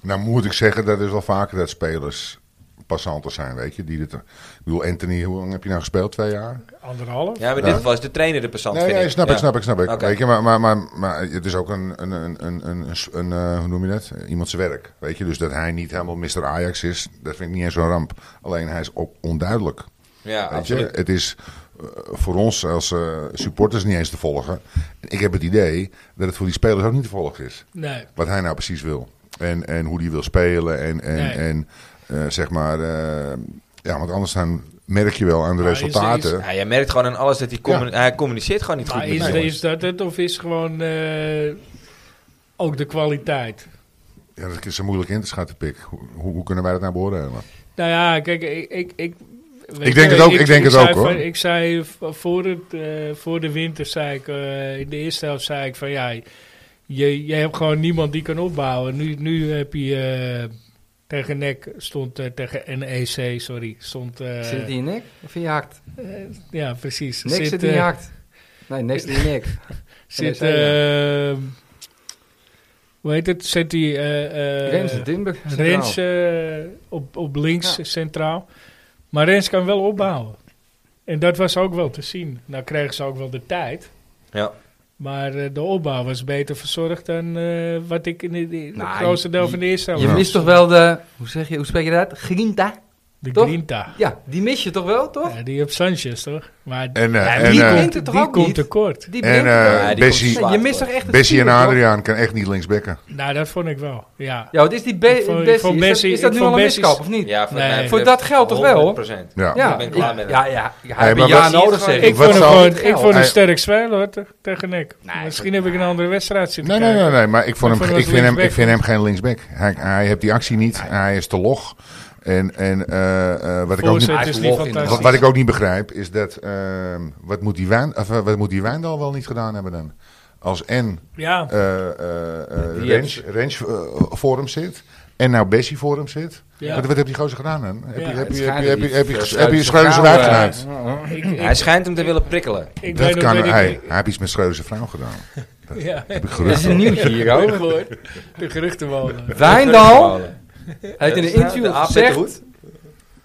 Speaker 3: Nou moet ik zeggen, dat is wel vaker dat spelers passanten zijn, weet je. Die dit, ik bedoel, Anthony, hoe lang heb je nou gespeeld? Twee jaar?
Speaker 1: anderhalf.
Speaker 2: Ja, maar
Speaker 3: Ja.
Speaker 2: dit was de trainer de passant,
Speaker 3: Nee,
Speaker 2: vind
Speaker 3: nee,
Speaker 2: ik.
Speaker 3: snap
Speaker 2: ja.
Speaker 3: ik, snap ik, snap ik.
Speaker 2: Oké.
Speaker 3: Weet je, maar, maar, maar, maar het is ook een, een, een, een, een, een, een, eh, hoe noem je dat? Iemands werk, weet je. Dus dat hij niet helemaal Mr. Ajax is, dat vind ik niet eens zo'n ramp. Alleen hij is ook onduidelijk,
Speaker 2: Ja,
Speaker 3: weet je.
Speaker 2: absoluut.
Speaker 3: Het is eh, voor ons als eh, supporters niet eens te volgen. En ik heb het idee dat het voor die spelers ook niet te volgen is.
Speaker 1: Nee,
Speaker 3: Wat hij nou precies wil. En, en hoe die wil spelen en, en,
Speaker 1: Nee.
Speaker 3: en eh, zeg maar, eh, ja, want anders dan merk je wel aan de
Speaker 1: Maar is- is-
Speaker 3: resultaten.
Speaker 2: Ja, je merkt gewoon aan alles dat hij, commu- hij communiceert gewoon niet
Speaker 1: maar
Speaker 2: goed
Speaker 1: is,
Speaker 2: met
Speaker 1: is dat het of is gewoon eh, ook de kwaliteit?
Speaker 3: Ja, dat is zo moeilijk in te schatten, Pik. Hoe, hoe hoe kunnen wij dat nou beoordelen?
Speaker 1: Nou ja, kijk, ik... ik, ik weet
Speaker 3: Ik denk
Speaker 1: je,
Speaker 3: het ook, ik denk het
Speaker 1: zei
Speaker 3: ook, hoor.
Speaker 1: van- Ik zei v- voor, het, eh, voor de winter, zei ik, eh, in de eerste helft zei ik van ja, je, je hebt gewoon niemand die kan opbouwen. Nu, nu heb je eh, tegen NEC stond, eh, tegen NEC, sorry, stond... eh,
Speaker 4: zit het in je nek of in je hakt?
Speaker 1: eh, ja, precies.
Speaker 4: Nek zit, in
Speaker 1: eh,
Speaker 4: je hakt. Nee, nek zit in je nek.
Speaker 1: Zit,
Speaker 4: NEC,
Speaker 1: eh, hoe heet het, zet die... eh, eh,
Speaker 4: Rens en Timber. centraal.
Speaker 1: Rens eh, op, op links
Speaker 4: Ja.
Speaker 1: centraal. Maar Rens kan wel opbouwen. En dat was ook wel te zien. Nou kregen ze ook wel de tijd.
Speaker 2: Ja.
Speaker 1: Maar eh, de opbouw was beter verzorgd dan eh, wat ik in de, de- de
Speaker 4: Nou,
Speaker 1: grootste deel
Speaker 4: je-
Speaker 1: van de eerste helft
Speaker 4: Je
Speaker 1: had.
Speaker 4: mist toch wel de, hoe zeg je, hoe spreek je dat? Grinta?
Speaker 1: De
Speaker 4: toch?
Speaker 1: Grinta.
Speaker 4: Ja, die mis je toch wel, toch?
Speaker 1: Ja, die op Sanchez, toch? Maar
Speaker 3: En, eh,
Speaker 1: ja,
Speaker 3: en,
Speaker 1: die
Speaker 3: eh,
Speaker 1: komt,
Speaker 4: Brengt het toch
Speaker 1: die
Speaker 4: ook
Speaker 1: komt
Speaker 4: niet?
Speaker 1: tekort.
Speaker 4: Die
Speaker 3: En
Speaker 4: brengt het wel.
Speaker 2: Ja,
Speaker 3: eh
Speaker 2: die
Speaker 3: Bessie,
Speaker 2: komt
Speaker 4: Ja, je mist toch echt een
Speaker 3: Bessie en
Speaker 4: speler, toch?
Speaker 3: Adriaan kan echt niet linksbekken.
Speaker 1: Nou, dat vond ik wel. Ja,
Speaker 4: Ja, wat is die Be-
Speaker 1: Ik vond- ik
Speaker 4: Bessie?
Speaker 1: vond
Speaker 4: Is dat-
Speaker 1: Bessie-
Speaker 4: Is dat
Speaker 1: ik
Speaker 4: nu
Speaker 1: vond
Speaker 4: al een
Speaker 1: Bessie-
Speaker 4: miskap of niet?
Speaker 2: Ja, voor,
Speaker 1: Nee.
Speaker 2: mij
Speaker 4: Voor
Speaker 2: betreft
Speaker 4: dat geld toch wel, hoor?
Speaker 2: 100%.
Speaker 3: Ja.
Speaker 4: Ja,
Speaker 2: ik Oh, ben klaar met
Speaker 4: ja, ja, ja,
Speaker 3: Hey,
Speaker 4: hij heeft
Speaker 3: maar
Speaker 4: een
Speaker 3: wat-
Speaker 4: jaar nodig, zeg
Speaker 1: ik
Speaker 3: Wat
Speaker 1: vond, hem
Speaker 3: zou-
Speaker 1: gewoon, ik vond hem
Speaker 3: Hij-
Speaker 1: sterk spelen hoor, te- tegen Nick.
Speaker 4: Nee,
Speaker 1: Misschien heb ik een andere wedstrijd zitten
Speaker 3: Nee, nee,
Speaker 1: kijken.
Speaker 3: nee, nee, maar ik, vond
Speaker 1: Ik
Speaker 3: hem,
Speaker 1: vond
Speaker 3: ik,
Speaker 1: hem
Speaker 3: vind hem,
Speaker 1: linksback.
Speaker 3: ik vind hem geen linksback. Hij, hij heeft die actie niet, hij is te log. En, en eh, eh, wat, ik ook niet,
Speaker 1: Voorzet
Speaker 4: Hij
Speaker 1: is
Speaker 4: is
Speaker 1: niet
Speaker 4: log in de-
Speaker 1: fantastisch.
Speaker 3: wat, wat ik ook niet begrijp is dat... ehm, wat, moet die Wijn, of, eh, wat moet die Wijndal wel niet gedaan hebben dan? Als en
Speaker 1: Ja,
Speaker 3: eh eh eh,
Speaker 2: Die
Speaker 3: Rens, Rens eh, voor hem zit. En nou Bessie voor hem zit.
Speaker 1: Ja.
Speaker 3: Wat, wat heb die gozer gedaan dan? Heb je-
Speaker 1: Ja,
Speaker 3: heb
Speaker 4: het
Speaker 3: je- heb je-
Speaker 4: schijnt
Speaker 3: heb je-
Speaker 4: dat
Speaker 3: heb
Speaker 4: die
Speaker 3: je-
Speaker 4: veel
Speaker 3: heb je Schreuder zijn
Speaker 4: vrouwen-
Speaker 3: wijf genaaid?
Speaker 1: ik,
Speaker 2: Hij
Speaker 1: ik,
Speaker 2: schijnt hem te willen prikkelen.
Speaker 1: ik
Speaker 3: Dat
Speaker 1: weet nog
Speaker 3: kan,
Speaker 1: dat
Speaker 3: hij,
Speaker 1: ik...
Speaker 3: hij heeft iets met Schreuder zijn vrouw gedaan.
Speaker 1: Ja. *laughs*
Speaker 3: Heb ik
Speaker 4: Dat is
Speaker 3: gerucht.
Speaker 4: een nieuwtje hier,
Speaker 1: Heb je
Speaker 4: hoor.
Speaker 1: gehoord? De geruchtenmolen.
Speaker 4: Wijndal heeft in
Speaker 2: Dat is nou
Speaker 4: een
Speaker 2: de
Speaker 4: interview
Speaker 2: aap met de
Speaker 4: gezegd...
Speaker 2: hoed.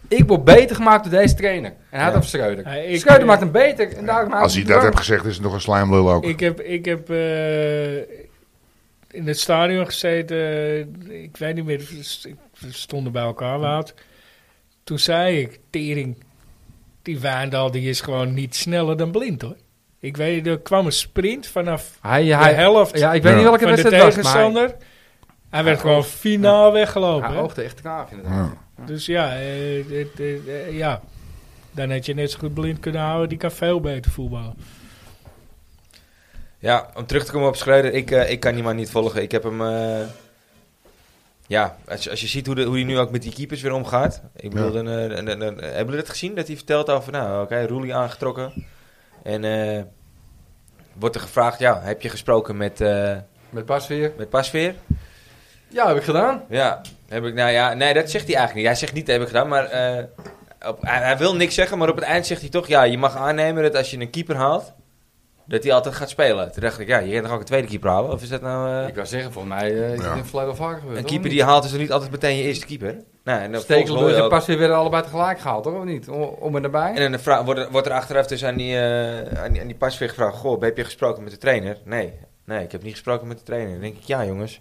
Speaker 4: Ik word beter gemaakt door deze trainer. En hij had over Schreuder.
Speaker 1: Ja, ik-
Speaker 4: Schreuder maakt hem beter. En daarom maakt
Speaker 3: Als hij
Speaker 4: hij
Speaker 3: dat
Speaker 4: hem
Speaker 3: heeft gezegd, is het nog een slijmlul ook.
Speaker 1: Ik heb, ik heb eh, in het stadion gezeten. eh, Ik weet niet meer. We stonden bij elkaar laat. Toen zei ik, Tering, die Waandal die is gewoon niet sneller dan blind hoor. Ik weet, er kwam een sprint vanaf
Speaker 4: Hij,
Speaker 1: de
Speaker 4: hij,
Speaker 1: helft
Speaker 4: ja, ik weet niet
Speaker 3: Ja.
Speaker 4: welke
Speaker 1: van de
Speaker 4: wedstrijd het was, maar hij-
Speaker 1: tegenstander. Hij werd
Speaker 4: Hij
Speaker 1: gewoon finaal weggelopen.
Speaker 4: hij
Speaker 1: hè.
Speaker 4: oogde echt gaaf inderdaad.
Speaker 3: Ja.
Speaker 1: Dus ja, eh, dit, eh, eh, ja, dan had je net zo goed blind kunnen houden. Die kan veel beter voetballen.
Speaker 2: Ja, om terug te komen op Schreuder. Ik, eh, ik kan die man niet volgen. Ik heb hem... eh, ja, als, je- als je ziet hoe, de, hoe hij nu ook met die keepers weer omgaat. Ik bedoel,
Speaker 3: Ja.
Speaker 2: dan, eh, dan- dan- dan- hebben jullie dat gezien? Dat hij vertelt over, nou, oké, Roelie aangetrokken. En eh, wordt er gevraagd, ja, heb je gesproken met, eh
Speaker 4: Met Bas weer.
Speaker 2: met Pasveer?
Speaker 4: Ja, heb ik gedaan.
Speaker 2: Ja, heb ik, nou ja, nee, dat zegt hij eigenlijk niet. Hij zegt niet, heb ik gedaan, maar eh, op, hij, hij wil niks zeggen, maar op het eind zegt hij toch... Ja, je mag aannemen dat als je een keeper haalt, dat hij altijd gaat spelen. Toen dacht ik, ja, je kan toch ook een tweede keeper halen? Of is dat nou... eh,
Speaker 4: Ik wou zeggen, volgens mij eh, is
Speaker 3: Ja.
Speaker 4: het in het verleden wel vaker gebeurd.
Speaker 2: een
Speaker 4: hoor,
Speaker 2: keeper
Speaker 4: of
Speaker 2: die haalt dus niet altijd meteen je eerste keeper. Nee, en
Speaker 4: niet?
Speaker 2: dan
Speaker 4: Stekelenburg
Speaker 2: volgens
Speaker 4: en
Speaker 2: Looy ook.
Speaker 4: Pasveer werden allebei tegelijk gehaald, toch? Of niet? Om, om en nabij?
Speaker 2: En dan vra- wordt, er- wordt er achteraf dus aan die, eh aan die, aan die pasveer gevraagd... Goh, heb je gesproken met de trainer? Nee, nee, ik heb niet gesproken met de trainer. Dan denk ik, ja jongens...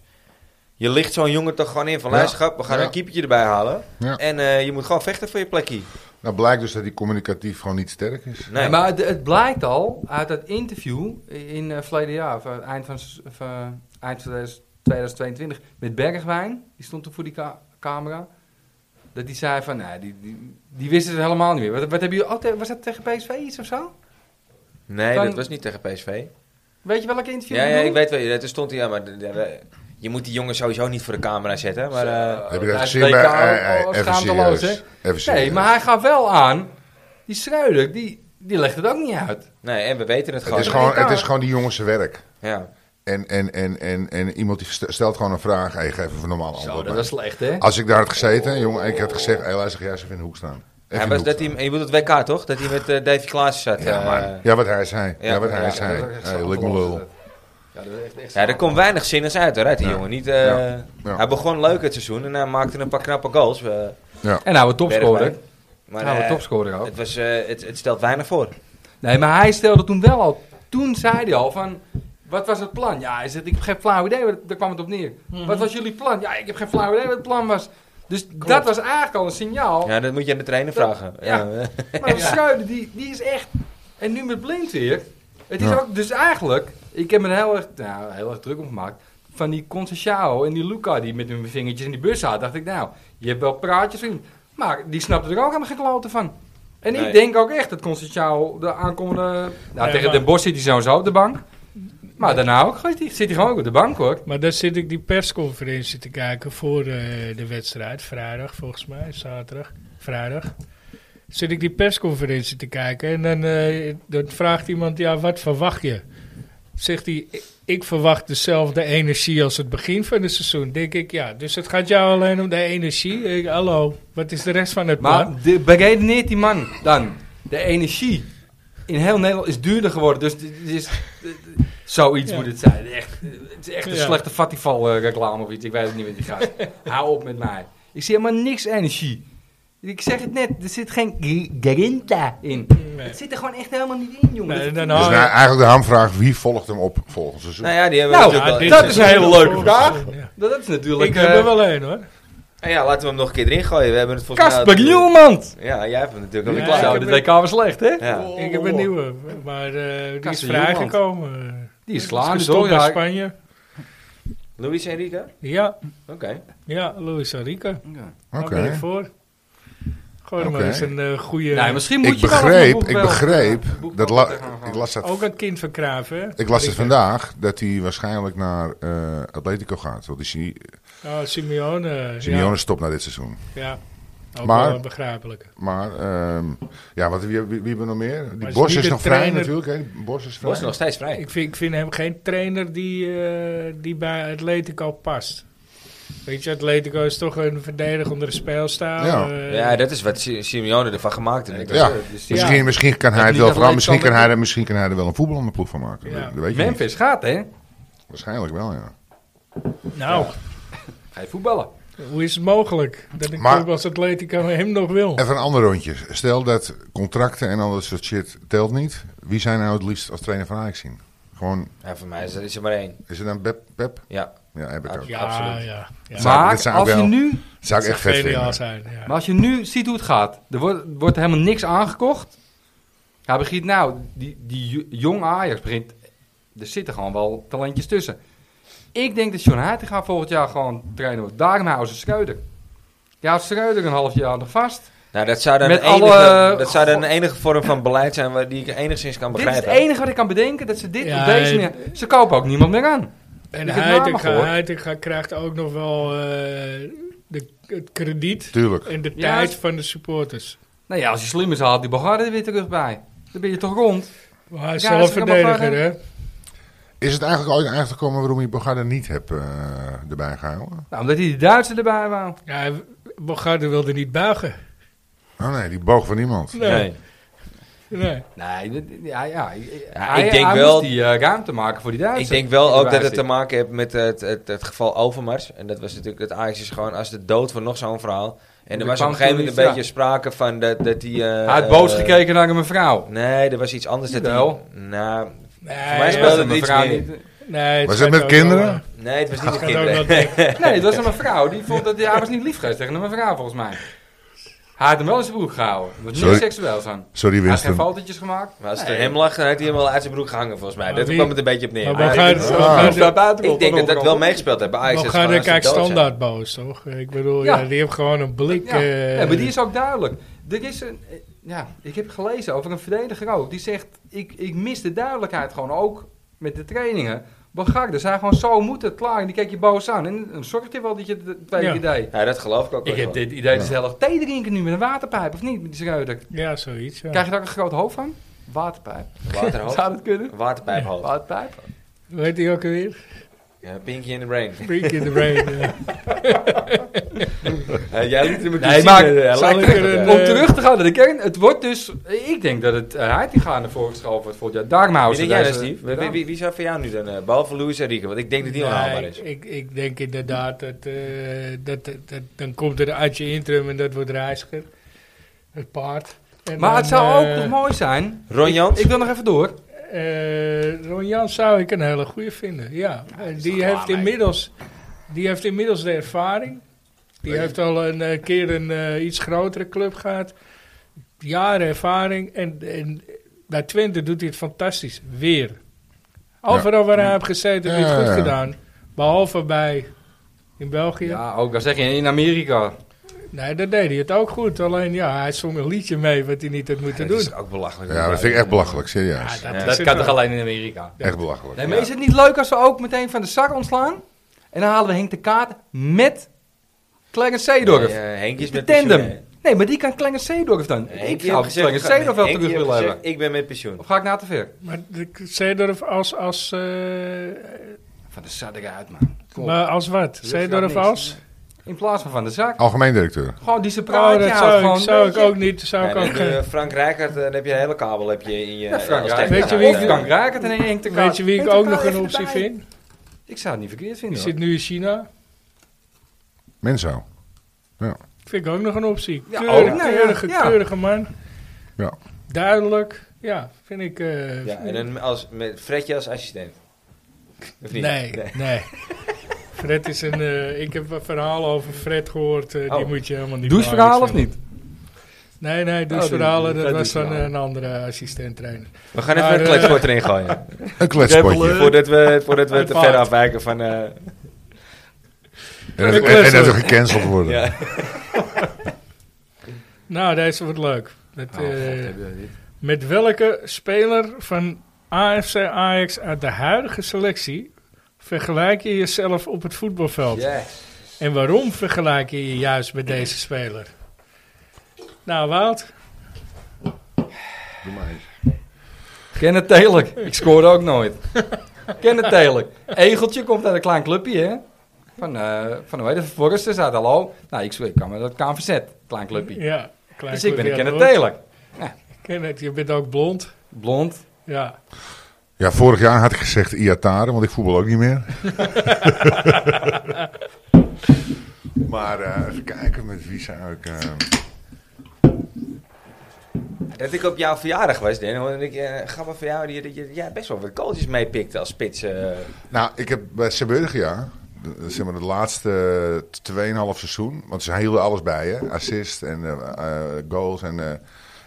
Speaker 2: Je ligt zo'n jongen toch gewoon in van
Speaker 3: Ja.
Speaker 2: luisterschap, we gaan
Speaker 3: Ja.
Speaker 2: een keepertje erbij halen.
Speaker 3: Ja.
Speaker 2: En eh, je moet gewoon vechten voor je plekje.
Speaker 3: Nou, blijkt dus dat hij communicatief gewoon niet sterk is.
Speaker 2: Nee.
Speaker 4: Ja, maar het, het blijkt al uit dat interview in eh verleden jaar, of, eh, eind van, s- of, eh, eind van 2022, met Bergwijn, die stond toen voor die ka- camera, dat die zei van, nee, die, die, die wisten het helemaal niet meer. Wat, wat hebben jullie, oh, te- was dat tegen PSV iets of zo?
Speaker 2: Nee,
Speaker 4: Kan-
Speaker 2: dat was niet tegen PSV.
Speaker 4: Weet je welk interview
Speaker 2: Ja,
Speaker 4: ik
Speaker 2: ja,
Speaker 4: bedoel?
Speaker 2: ik weet wel. ja, Toen stond hij, ja, maar de- de- de- je moet die jongen sowieso niet voor de camera zetten. Maar, eh,
Speaker 4: Zo,
Speaker 3: Heb je dat
Speaker 4: bij
Speaker 3: gezien?
Speaker 4: het
Speaker 3: bij-
Speaker 4: WK
Speaker 3: eh, eh,
Speaker 4: al
Speaker 3: even
Speaker 4: schaamteloos,
Speaker 3: serieus.
Speaker 4: hè?
Speaker 3: Even serieus.
Speaker 4: Nee, maar hij gaf wel aan, die Schreuder, die, die legt het ook niet uit.
Speaker 2: nee, en we weten het
Speaker 3: het,
Speaker 2: gewoon.
Speaker 3: is gewoon,
Speaker 4: WK.
Speaker 3: het is gewoon die jongens zijn werk.
Speaker 2: Ja.
Speaker 3: En, en, en, en, en iemand die st- stelt gewoon een vraag. Hey, geef even een normaal
Speaker 4: Zo,
Speaker 3: antwoord.
Speaker 4: dat
Speaker 3: bij.
Speaker 4: was slecht, hè?
Speaker 3: Als ik daar had gezeten, jongen, en ik had gezegd... Hé, luister, ga jij eens even in de hoek staan. Even
Speaker 2: Hij
Speaker 3: in de
Speaker 2: was
Speaker 3: hoek
Speaker 2: dat hij,
Speaker 3: staan.
Speaker 2: je bedoelt het WK toch? Dat hij met eh Davy Klaas zat.
Speaker 3: Ja,
Speaker 2: eh,
Speaker 3: maar- ja, wat hij zei. Ja,
Speaker 2: ja,
Speaker 3: wat hij
Speaker 2: ja,
Speaker 4: Ja,
Speaker 3: zei.
Speaker 4: dat was echt
Speaker 3: Hey, lik me
Speaker 4: schaamteloos,
Speaker 3: lul. Dus
Speaker 4: dat. Ja, dat was echt, echt
Speaker 2: ja, er komt weinig zinnigs uit hoor, uit die
Speaker 3: Ja.
Speaker 2: jongen. Niet, eh,
Speaker 3: Ja. Ja.
Speaker 2: Hij begon leuk het seizoen en hij maakte een paar knappe goals. eh,
Speaker 4: En nou, we topscorer.
Speaker 2: Bergwijn. maar
Speaker 4: Nou, we
Speaker 2: eh,
Speaker 4: topscorer ook.
Speaker 2: het, was, eh, het, het stelt weinig voor.
Speaker 4: Nee, maar hij stelde toen wel al. Toen zei hij al van. Wat was het plan? Ja, hij zegt, ik heb geen flauw idee. wat- Daar kwam het op neer. Wat was jullie plan? Ja, ik heb geen flauw idee wat het plan was. Dus dat was eigenlijk al een signaal.
Speaker 2: Ja, dat moet je aan de trainer
Speaker 4: Dat-
Speaker 2: vragen.
Speaker 4: ja.
Speaker 2: Ja.
Speaker 4: Maar de Schreuder, die, die is echt... En nu met Blind weer. Het is
Speaker 3: Ja.
Speaker 4: ook... Dus eigenlijk... Ik heb me er heel erg, nou, heel erg druk om gemaakt. Van die Concessiao en die Luca die met hun vingertjes in die bus zaten. Dacht ik, nou, je hebt wel praatjes vriend. Maar die snapte er ook helemaal geen kloten van. En
Speaker 2: Nee.
Speaker 4: ik denk ook echt dat Concessiao de aankomende... Nou, tegen
Speaker 1: maar-
Speaker 4: Den Bosch zit hij sowieso op de bank. Maar daarna ook zit hij, zit hij gewoon ook op de bank, hoor.
Speaker 1: Maar daar zit ik die persconferentie te kijken voor eh, de wedstrijd. Vrijdag volgens mij, zaterdag. Vrijdag. Zit ik die persconferentie te kijken en dan, eh, dan vraagt iemand, ja, wat verwacht je? Zegt hij, "Ik- ik verwacht dezelfde energie als het begin van het seizoen. Denk ik, ja, dus het gaat jou alleen om de energie. Ik, hallo, wat is de rest van het plan?
Speaker 4: Maar de, beredeneert die man dan. De energie in heel Nederland is duurder geworden. Dus dit is, dit- zoiets
Speaker 1: Ja.
Speaker 4: moet het zijn. Echt, het is echt een
Speaker 1: Ja.
Speaker 4: slechte Fatival eh, reclame of iets. Ik weet het niet met die gast.
Speaker 1: *laughs*
Speaker 4: Hou op met mij. Ik zie helemaal niks energie. Ik zeg het net, er zit geen gr- grinta in.
Speaker 1: Nee.
Speaker 4: Het zit er gewoon echt helemaal niet in, jongen.
Speaker 1: Nee,
Speaker 4: Dat-
Speaker 1: dan
Speaker 3: Dus
Speaker 1: Oh,
Speaker 3: nou,
Speaker 1: ja.
Speaker 3: eigenlijk de hamvraag, wie volgt hem op volgend
Speaker 2: *laughs*
Speaker 3: seizoen?
Speaker 2: Nou ja, die hebben
Speaker 4: Nou,
Speaker 2: we natuurlijk
Speaker 4: ja,
Speaker 2: wel-
Speaker 4: dit- dat is een hele leuke
Speaker 1: Ja.
Speaker 4: vraag.
Speaker 1: Ja.
Speaker 4: dat, is natuurlijk...
Speaker 1: Ik heb er
Speaker 4: eh,
Speaker 1: wel één hoor.
Speaker 2: Nou ja, laten we hem nog een keer erin gooien. We hebben het volgens mij...
Speaker 4: Kasper Nieuwman!
Speaker 2: Ja, jij hebt hem natuurlijk
Speaker 1: Ja,
Speaker 2: al
Speaker 1: ik
Speaker 2: klaar.
Speaker 4: Zo,
Speaker 1: heb
Speaker 4: de
Speaker 1: het-
Speaker 4: WK was slecht, hè?
Speaker 2: Ja.
Speaker 1: Ik heb een nieuwe, maar eh, die is
Speaker 4: Oh. Kasten
Speaker 1: vrijgekomen.
Speaker 4: Die is
Speaker 1: Is
Speaker 4: klaar. Dus
Speaker 1: gestopt
Speaker 4: toch,
Speaker 1: bij
Speaker 4: ja,
Speaker 1: Spanje.
Speaker 2: Luis Enrique?
Speaker 1: Ja,
Speaker 2: Oké.
Speaker 1: Ja, Luis Enrique.
Speaker 4: Ja.
Speaker 1: Daar
Speaker 3: Oké.
Speaker 1: ben ik voor. Gooi er
Speaker 3: Oké.
Speaker 1: maar eens een eh, goede...
Speaker 4: Nee, misschien moet
Speaker 3: Ik
Speaker 4: je wel
Speaker 3: begreep,
Speaker 4: even een
Speaker 3: ik
Speaker 4: boekbel-
Speaker 3: begreep,
Speaker 4: een boekbel
Speaker 3: dat la-
Speaker 4: tegenaan gaan.
Speaker 3: ik las dat
Speaker 1: Ook een kind van Cruijff, hè?
Speaker 3: Ik las het
Speaker 1: Enrique.
Speaker 3: vandaag dat hij waarschijnlijk naar eh, Atletico gaat. Want die Simi-
Speaker 1: Oh, Simeone. eh,
Speaker 3: Simeone stopt na dit seizoen.
Speaker 1: Ja, ja. ook
Speaker 3: Maar-
Speaker 1: wel een begrijpelijke.
Speaker 3: Maar ehm, ja, wat, wie, wie, wie hebben we nog meer? Die
Speaker 1: is
Speaker 3: Bos
Speaker 1: niet
Speaker 3: is
Speaker 1: de
Speaker 3: nog vrij
Speaker 1: trainer-
Speaker 3: natuurlijk. Hè? Bos is vrij.
Speaker 2: Was nog steeds vrij.
Speaker 1: Ik vind, ik vind hem geen trainer die, eh, die bij Atletico past. Weet je, Atletico is toch een verdedigende speelstijl.
Speaker 3: Ja.
Speaker 1: eh,
Speaker 2: Ja, dat is wat Si- Simeone ervan gemaakt
Speaker 4: Nee,
Speaker 2: heeft.
Speaker 4: dat is,
Speaker 3: Ja.
Speaker 4: eh, dus die-
Speaker 3: Misschien, misschien kan hij
Speaker 4: niet
Speaker 3: het wel
Speaker 4: dat
Speaker 3: vooral.
Speaker 4: Leek
Speaker 3: Misschien
Speaker 4: kan
Speaker 3: kan,
Speaker 4: met-
Speaker 3: hij er, misschien kan hij er wel een voetballende ploeg van maken.
Speaker 1: Ja.
Speaker 3: Dat weet je niet.
Speaker 4: Memphis gaat, hè?
Speaker 3: Waarschijnlijk wel, ja.
Speaker 1: Nou,
Speaker 4: Ga je voetballen.
Speaker 1: hoe is het mogelijk dat een
Speaker 3: Maar-
Speaker 1: club als Atletico hem nog wil?
Speaker 3: Even een ander rondje. Stel dat contracten en al dat soort shit telt niet. Wie zijn nou het liefst als trainer van Ajax zien? Gewoon,
Speaker 2: Ja, voor mij is er, is er maar één.
Speaker 3: is het dan Pep? Pep?
Speaker 2: Ja.
Speaker 3: Ja, heb ik ook.
Speaker 1: Ja,
Speaker 2: absoluut.
Speaker 1: ja. ja.
Speaker 3: Zou-
Speaker 4: maar
Speaker 3: dit zou ik
Speaker 4: als, je
Speaker 3: wel-
Speaker 4: nu,
Speaker 3: Zou ik
Speaker 1: Het
Speaker 3: echt vet
Speaker 1: zou geniaal
Speaker 3: vinden.
Speaker 1: zijn, ja.
Speaker 4: maar als je nu ziet hoe het gaat. Er wordt, wordt helemaal niks aangekocht. Hij begint nou, die, die jo- jong Ajax begint... Er zitten gewoon wel talentjes tussen. Ik denk dat John Heitinga volgend jaar gewoon trainen wordt. Daarom houden ze Schreuder. Ja, houdt Schreuder een half jaar nog vast.
Speaker 2: Nou, dat zou dan,
Speaker 4: Met
Speaker 2: de enige,
Speaker 4: alle-
Speaker 2: dat zou dan de enige vorm van beleid zijn waar, die ik enigszins kan
Speaker 4: Dit is het
Speaker 2: begrijpen.
Speaker 4: enige wat ik kan bedenken. Dat ze dit
Speaker 1: Ja,
Speaker 4: op deze
Speaker 1: eh,
Speaker 4: manier... Ze kopen ook niemand meer aan.
Speaker 1: En
Speaker 4: Ik heb namen
Speaker 1: Heitinga,
Speaker 4: gehoord.
Speaker 1: Heitinga krijgt ook nog wel eh, de, het krediet
Speaker 3: Tuurlijk.
Speaker 1: en de
Speaker 4: Ja.
Speaker 1: tijd van de supporters.
Speaker 4: Nou ja, als je slim is, haalt die Bogarde er weer terug bij. Dan ben je toch rond.
Speaker 1: Maar hij is
Speaker 4: Ja,
Speaker 1: zelf
Speaker 4: dat kan ik me
Speaker 1: verdediger, hè?
Speaker 3: Is het eigenlijk ooit aangekomen waarom je Bogarde niet hebt eh, erbij gehouden?
Speaker 4: Nou, omdat hij die Duitser erbij wou.
Speaker 1: Ja, Bogarde wilde niet buigen.
Speaker 3: Oh nee, die boog van niemand.
Speaker 1: Nee.
Speaker 2: Nee.
Speaker 1: Nee.
Speaker 4: Nee, dit- dit- ja, ja. ik
Speaker 2: Ja, ik denk wel-
Speaker 4: die eh, ruimte maken voor die
Speaker 2: Ik
Speaker 4: Duitsers.
Speaker 2: denk wel ook dat het
Speaker 4: Situatie.
Speaker 2: te maken heeft met het, het, het geval Overmars. En dat was natuurlijk, het Ajax is gewoon als de dood van nog zo'n verhaal. En er
Speaker 4: Er
Speaker 2: was op
Speaker 4: kwam
Speaker 2: een gegeven moment een
Speaker 4: toen iets,
Speaker 2: beetje sprake van dat, dat die... eh,
Speaker 4: Hij had boos
Speaker 2: eh,
Speaker 4: gekeken naar een mevrouw.
Speaker 2: Nee, er was iets anders. Dat die,
Speaker 4: Jawel.
Speaker 2: nou,
Speaker 1: Nee,
Speaker 2: voor mij
Speaker 4: Dat
Speaker 2: speelde
Speaker 4: een
Speaker 2: het iets
Speaker 4: mevrouw
Speaker 2: meer.
Speaker 4: niet-
Speaker 1: nee,
Speaker 3: Was
Speaker 1: gaat
Speaker 3: het met
Speaker 1: ook
Speaker 3: kinderen?
Speaker 1: wel, eh,
Speaker 2: Nee, het was niet de
Speaker 1: het gaat ook wel
Speaker 4: *laughs*
Speaker 2: kinderen.
Speaker 1: dik.
Speaker 4: Nee, het was een mevrouw. Die vond dat hij hij was niet lief geweest tegen een mevrouw, volgens mij. Hij had hem wel in zijn broek gehouden. Er was
Speaker 3: Sorry.
Speaker 4: niks seksueels aan.
Speaker 3: Sorry
Speaker 4: Hij had geen
Speaker 3: Winston.
Speaker 4: fotootjes gemaakt.
Speaker 2: Maar als het
Speaker 4: Nee.
Speaker 2: aan hem lag, dan had hij hem wel uit zijn broek gehangen, volgens mij.
Speaker 1: Maar
Speaker 2: Dat
Speaker 1: wie-
Speaker 2: kwam het een beetje op neer.
Speaker 1: Maar
Speaker 2: Maar
Speaker 1: we gaan,
Speaker 2: ik-
Speaker 1: we
Speaker 3: Ah.
Speaker 1: gaan-
Speaker 4: Als daar buiten
Speaker 2: ik
Speaker 4: komt,
Speaker 2: denk
Speaker 4: dan
Speaker 2: dat dat wel
Speaker 4: overal.
Speaker 2: meegespeeld heeft. bij Ajax
Speaker 1: we
Speaker 2: is
Speaker 1: gaan
Speaker 2: gewoon als
Speaker 1: de
Speaker 2: de
Speaker 1: kijk
Speaker 2: dood zijn.
Speaker 1: standaard boos, toch? Ik bedoel,
Speaker 4: Ja.
Speaker 1: ja. die heeft gewoon een blik.
Speaker 4: Ja.
Speaker 1: eh,
Speaker 4: ja, maar die is ook duidelijk. Er is een, eh, ja, ik heb gelezen over een verdediger ook. Die zegt, ik, ik mis de duidelijkheid gewoon ook met de trainingen. Bagarde zei gewoon, zo moet het, klaar. En die keek je boos aan. En dan zorgt hij wel dat je het twee
Speaker 1: Ja.
Speaker 4: keer deed.
Speaker 2: Ja, Nou, dat geloof ik ook
Speaker 4: Ik
Speaker 2: wel.
Speaker 4: heb dit idee dat ze heel erg thee drinken nu met een waterpijp, of niet? Met die Schreuder.
Speaker 1: ja, zoiets. Ja.
Speaker 4: Krijg je daar ook een groot hoofd van? Waterpijp.
Speaker 2: Waterhoofd.
Speaker 4: Zou dat kunnen?
Speaker 2: Waterpijphoofd.
Speaker 4: Waterpijp?
Speaker 1: Weet hij ook alweer?
Speaker 2: Ja, Pinky in the Brain.
Speaker 1: Freak in the
Speaker 4: *laughs*
Speaker 1: brain. ja.
Speaker 2: Eh, jij liet hem een keer
Speaker 4: Nee,
Speaker 2: zien,
Speaker 4: maar-
Speaker 2: eh, hij
Speaker 1: Zal
Speaker 2: lijkt
Speaker 1: ik
Speaker 2: erop,
Speaker 1: er
Speaker 2: ja.
Speaker 1: een,
Speaker 4: Om
Speaker 1: eh,
Speaker 4: terug te gaan naar de kern. Het wordt dus... Ik denk dat het uh, Heitinga naar voren geschoven wordt volgend jaar. Daarom
Speaker 2: Wie
Speaker 4: houden ze
Speaker 2: denk jij dan,
Speaker 4: deze-
Speaker 2: Steve? Wie- Wie, wie, wie zou voor jou nu dan, eh, behalve Luis Enrique, want ik denk dat die onhaalbaar
Speaker 1: Nee,
Speaker 2: is.
Speaker 1: ik, ik denk inderdaad dat, eh, dat, dat, dat- dan komt er uit je interim en dat wordt reiziger. Het paard. En
Speaker 4: Maar
Speaker 1: dan,
Speaker 4: het zou ook
Speaker 1: eh,
Speaker 4: nog mooi zijn.
Speaker 2: Ron Jans?
Speaker 4: Ik wil nog even door.
Speaker 1: eh, Ron Jans zou ik een hele goede vinden. Ja, Eh,
Speaker 4: die is
Speaker 1: die,
Speaker 4: toch
Speaker 1: heeft
Speaker 4: klaar mee?
Speaker 1: inmiddels, die heeft inmiddels de ervaring. Die
Speaker 2: Weet je-
Speaker 1: heeft al een eh, keer een eh, iets grotere club gehad. Jaren ervaring. En, en bij Twente doet hij het fantastisch. Weer. Overal waar hij heeft gezeten, heeft hij het
Speaker 3: Ja,
Speaker 1: goed
Speaker 3: ja.
Speaker 1: gedaan. Behalve bij in België.
Speaker 4: Ja, ook al zeg je in Amerika.
Speaker 1: Nee, dat deed hij het ook goed. Alleen ja, hij zong een liedje mee wat hij niet had
Speaker 2: Dat
Speaker 1: moeten doen.
Speaker 2: is ook belachelijk.
Speaker 3: Ja, dat vind ik echt belachelijk,
Speaker 1: Ja,
Speaker 3: serieus.
Speaker 1: is
Speaker 4: dat
Speaker 1: het
Speaker 4: kan
Speaker 1: wel.
Speaker 4: toch alleen in Amerika?
Speaker 3: Echt belachelijk.
Speaker 4: Nee, maar
Speaker 2: Ja.
Speaker 4: is het niet leuk als we ook meteen van de zak ontslaan? En dan halen we Henk de Kaart met Clarence Seedorf.
Speaker 2: Nee, eh, Henk is
Speaker 4: de
Speaker 2: met
Speaker 4: tandem.
Speaker 2: pensioen,
Speaker 4: Nee, maar die kan Clarence Seedorf dan.
Speaker 2: hè. Henk
Speaker 4: ik
Speaker 2: heeft
Speaker 4: zou
Speaker 2: gezegd-
Speaker 4: Clarence Seedorf wel
Speaker 2: Henk
Speaker 4: terug
Speaker 2: heeft
Speaker 4: willen
Speaker 2: gezegd,
Speaker 4: hebben.
Speaker 2: Ik ben met pensioen.
Speaker 4: Of ga ik na te ver?
Speaker 1: Maar de- Seedorf als, als, eh,
Speaker 4: Van de zak eruit, man. Kom op.
Speaker 1: maar als wat?
Speaker 4: Dus gaat
Speaker 1: Seedorf
Speaker 4: niks.
Speaker 1: als?
Speaker 4: In plaats van van de zak.
Speaker 3: Algemeen directeur.
Speaker 4: Gewoon die ze
Speaker 1: Oh,
Speaker 4: praten.
Speaker 1: dat
Speaker 4: ja,
Speaker 1: zou,
Speaker 4: gewoon,
Speaker 1: ik, zou
Speaker 4: weet
Speaker 1: ik
Speaker 4: je.
Speaker 1: ook niet. Zou
Speaker 2: Ja,
Speaker 1: ik
Speaker 2: dan
Speaker 1: ook
Speaker 2: heb je
Speaker 1: geen-
Speaker 2: Frank Rijkaard, dan heb je een hele kabel heb je in je...
Speaker 4: Ja, Frank
Speaker 2: als
Speaker 4: Rijkaard.
Speaker 2: technisch
Speaker 1: Weet je wie-
Speaker 2: aan-
Speaker 4: Of Frank Rijkaard en Henk de Kaart.
Speaker 1: Weet je wie ik
Speaker 4: Henk de
Speaker 1: ook
Speaker 4: Kaart
Speaker 1: nog een
Speaker 4: even
Speaker 1: optie
Speaker 4: erbij.
Speaker 1: vind?
Speaker 4: Ik zou het niet verkeerd
Speaker 1: Die
Speaker 4: vinden.
Speaker 1: zit nu in China.
Speaker 3: Menzo.
Speaker 1: Vind ik ook nog een optie.
Speaker 4: Ja,
Speaker 1: Keurig-
Speaker 4: ook, nou ja,
Speaker 1: keurige,
Speaker 4: ja.
Speaker 1: keurige man.
Speaker 3: Ja.
Speaker 1: Duidelijk. Ja, vind ik... eh,
Speaker 2: Ja, en dan als, met Fredje als assistent. Of niet?
Speaker 1: Nee, nee.
Speaker 4: *laughs*
Speaker 1: Fred is een. eh, ik heb een verhaal over Fred gehoord. eh, Die
Speaker 2: Oh.
Speaker 1: moet je helemaal niet.
Speaker 4: Doe verhaal of
Speaker 1: belangrijk
Speaker 4: niet?
Speaker 1: vinden. Nee, nee,
Speaker 4: Oh, die-
Speaker 1: doucheverhalen.
Speaker 4: die
Speaker 1: dat
Speaker 4: Fred
Speaker 1: was van
Speaker 4: doucheverhalen.
Speaker 1: een andere assistent trainer.
Speaker 2: We gaan even
Speaker 1: Maar,
Speaker 2: een
Speaker 1: eh,
Speaker 2: kletsport erin gooien.
Speaker 3: Een kletspotje.
Speaker 2: Voordat we, voordat we te
Speaker 1: Uitvaart.
Speaker 2: ver afwijken van... eh,
Speaker 3: En dat- en- en dat er gecanceld worden.
Speaker 2: ja.
Speaker 1: Nou, deze wordt leuk. Met,
Speaker 4: Oh, God,
Speaker 1: eh,
Speaker 4: heb je dit.
Speaker 1: met welke speler van AFC Ajax uit de huidige selectie vergelijk je jezelf op het voetbalveld?
Speaker 2: Yes.
Speaker 1: En waarom vergelijk je je juist met deze speler? Nou, Wout,
Speaker 3: Doe maar eens.
Speaker 4: Kenneth Telek. Ik scoorde ook nooit. Kenneth Telek. Egeltje komt uit een klein clubje, hè? Van, eh van hoe heet het? Van Forresters uit Hallo. Nou, ik, ik kan me dat KVZ. Klein clubje.
Speaker 1: ja, klein
Speaker 4: dus ik ben een
Speaker 1: clubje aan
Speaker 4: Kenneth
Speaker 1: het woord.
Speaker 4: Telek.
Speaker 1: Kenneth, je bent ook blond.
Speaker 4: Blond.
Speaker 1: Ja.
Speaker 3: Ja, vorig jaar had ik gezegd Iatare, want ik voetbal ook niet meer. maar eh, even kijken met wie zou ik... eh,
Speaker 2: Dat ik op jouw verjaardag was, Den. En ik eh, grappig van jou die- dat je ja, best wel wat kooltjes meepikte als spits. eh.
Speaker 3: Nou, ik heb bij Seburgia, de- zeg maar het laatste eh, 2,5 seizoen, want ze hielden alles bij je, assist en eh, eh, goals. En, eh,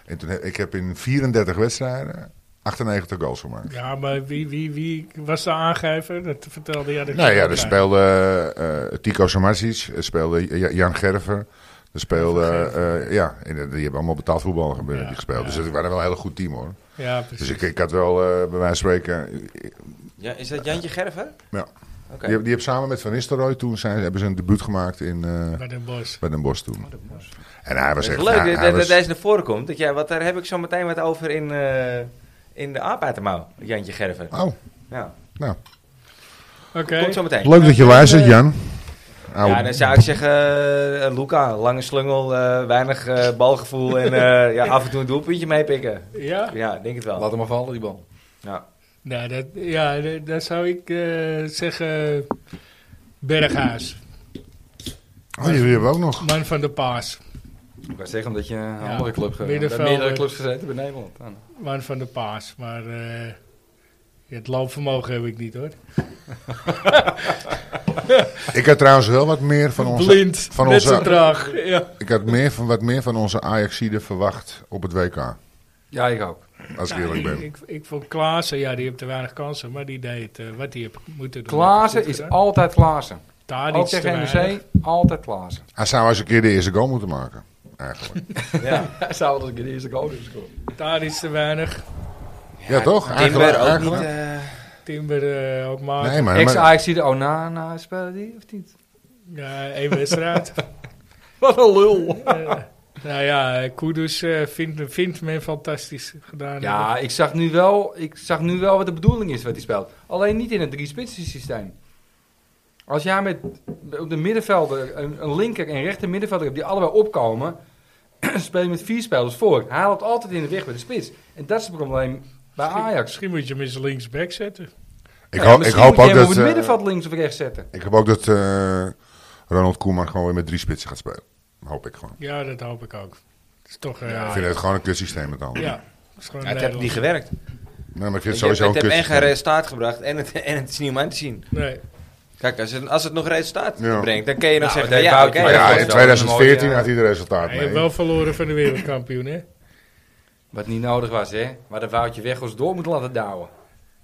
Speaker 3: en toen, heb- ik heb in 34 wedstrijden 98 goals gemaakt.
Speaker 1: Ja, maar wie, wie, wie was de aangever? Dat vertelde jij. dat
Speaker 3: Nou
Speaker 1: je
Speaker 3: ja,
Speaker 1: ook
Speaker 3: er
Speaker 1: zei.
Speaker 3: speelde eh, Tico Samasic, er speelde J- Jan Gerver. Er speelde, eh, ja, en die hebben allemaal betaald voetballen hebben
Speaker 1: Ja,
Speaker 3: die gespeeld.
Speaker 1: ja.
Speaker 3: Dus het waren wel een heel goed team hoor.
Speaker 1: Ja,
Speaker 3: Dus
Speaker 1: precies.
Speaker 3: ik, ik had wel, eh, bij wijze van spreken,
Speaker 2: ja, is dat Jantje Gerven?
Speaker 3: ja.
Speaker 2: Oké.
Speaker 3: Die, heb- die heb samen met Van Nistelrooy toen zijn, hebben ze een debuut gemaakt in, eh,
Speaker 1: Bij Den Bosch.
Speaker 3: Bij Den Bosch toen. En hij was
Speaker 2: Het
Speaker 3: echt...
Speaker 2: is leuk
Speaker 3: hij-
Speaker 2: dat, dat,
Speaker 3: hij
Speaker 2: dat
Speaker 3: was-
Speaker 2: deze naar voren komt. Dat jij, want daar heb ik zo meteen wat over in, eh, in de aap uit de mouw, Jantje Gerven.
Speaker 3: Oh,
Speaker 2: Ja,
Speaker 3: nou.
Speaker 1: Oké.
Speaker 2: komt zo meteen.
Speaker 3: Leuk dat je luistert, Jan. Oude-
Speaker 2: Ja, dan zou ik zeggen, eh, Luca, lange slungel, eh, weinig eh, balgevoel en eh, ja, af en toe een doelpuntje meepikken.
Speaker 1: Ja,
Speaker 2: Ja, denk het wel.
Speaker 4: Laat hem maar vallen, die bal.
Speaker 2: Ja.
Speaker 1: nou, dat, ja dat, dat zou ik eh, zeggen. Berghuis,
Speaker 3: Oh, jullie hebben ook
Speaker 2: *laughs*
Speaker 3: nog.
Speaker 1: man van de paas.
Speaker 4: Ik wou zeggen, omdat je een
Speaker 1: Ja,
Speaker 4: andere club... ge-
Speaker 1: middenvelder.
Speaker 4: bij meerdere clubs gezeten bij Nederland. Ja.
Speaker 1: Man van de paas, maar eh, het loopvermogen heb ik niet hoor.
Speaker 3: Ik had trouwens wel wat meer van onze...
Speaker 1: Blind,
Speaker 3: van
Speaker 1: net
Speaker 3: onze-
Speaker 1: zo traag. Ja.
Speaker 3: Ik had meer van, wat meer van onze Ajaxiden verwacht op het WK.
Speaker 4: Ja, ik ook.
Speaker 3: Als ik
Speaker 1: Nou,
Speaker 3: eerlijk
Speaker 1: ik,
Speaker 3: ben.
Speaker 1: ik, ik vond Klaassen, ja, die heeft te weinig kansen, maar die deed eh, wat hij heeft moeten doen.
Speaker 4: Klaassen
Speaker 1: Goed
Speaker 4: is
Speaker 1: gedaan.
Speaker 4: altijd Klaassen.
Speaker 1: Tadic
Speaker 4: Ook
Speaker 1: te
Speaker 4: tegen
Speaker 1: weinig.
Speaker 4: NEC, altijd Klaassen.
Speaker 3: Hij zou eens een keer de eerste goal moeten maken. Eigenlijk.
Speaker 2: Ja.
Speaker 4: Hij zou dat ik de eerste goal hebben gescoord.
Speaker 1: Tadic te weinig.
Speaker 3: Ja, toch? Eigenlijk-
Speaker 2: Timber ook niet.
Speaker 3: eigenlijk-
Speaker 2: eh,
Speaker 1: Timber eh, ook maar.
Speaker 3: Nee, maar... maar-
Speaker 4: Ex-Ajax zie de Onana spelen die, of niet?
Speaker 1: Ja, één
Speaker 4: *laughs*
Speaker 1: wedstrijd.
Speaker 4: Wat een lul.
Speaker 1: Eh, nou ja, eh, Kudus eh, vindt, vindt men fantastisch gedaan.
Speaker 4: Ja, ik zag, nu wel, ik zag nu wel wat de bedoeling is wat hij speelt. Alleen niet in het drie-spitsen systeem. Als jij met op de middenvelder een, een linker en rechter middenvelder hebt die allebei opkomen, *clears throat* speel je met vier spelers voor. Hij haalt altijd in de weg bij de spits. En dat is het probleem bij Ajax.
Speaker 1: Misschien moet je hem eens linksback zetten.
Speaker 3: Ik,
Speaker 4: Ja,
Speaker 3: hoop- ik
Speaker 4: misschien
Speaker 3: hoop
Speaker 4: moet je
Speaker 3: ook
Speaker 4: hem
Speaker 3: dat...
Speaker 4: op
Speaker 3: eh,
Speaker 4: het middenveld links of rechts zetten.
Speaker 3: ik hoop ook dat eh, Ronald Koeman gewoon weer met drie spitsen gaat spelen. Hoop ik gewoon.
Speaker 1: Ja, dat hoop ik ook. Het is toch... eh,
Speaker 3: Ik
Speaker 1: ja,
Speaker 3: vind het gewoon een kutsysteem met al.
Speaker 1: ja, het is gewoon
Speaker 2: het heeft
Speaker 1: Nederland.
Speaker 2: niet gewerkt.
Speaker 3: Nee, maar ik vind het
Speaker 2: Het,
Speaker 3: sowieso een
Speaker 2: heeft en geen
Speaker 3: kutsysteem.
Speaker 2: resultaat gebracht en het, en het is niet om aan te zien.
Speaker 1: Nee.
Speaker 2: Kijk, als het, als het nog resultaat
Speaker 3: Ja.
Speaker 2: brengt, dan kun je nog
Speaker 4: Nou,
Speaker 2: zeggen,
Speaker 4: dat
Speaker 2: ja,
Speaker 4: bouwt
Speaker 2: oké.
Speaker 4: je
Speaker 3: Maar
Speaker 4: Ja,
Speaker 3: ja,
Speaker 4: dat
Speaker 3: in
Speaker 4: is wel een
Speaker 3: 2014
Speaker 4: mooie-
Speaker 3: had hij de resultaat
Speaker 1: Hij heeft
Speaker 3: mee.
Speaker 1: wel verloren van de wereldkampioen, hè?
Speaker 4: Wat niet nodig was, hè? Maar dat Woutje Weghorst door moet laten douwen.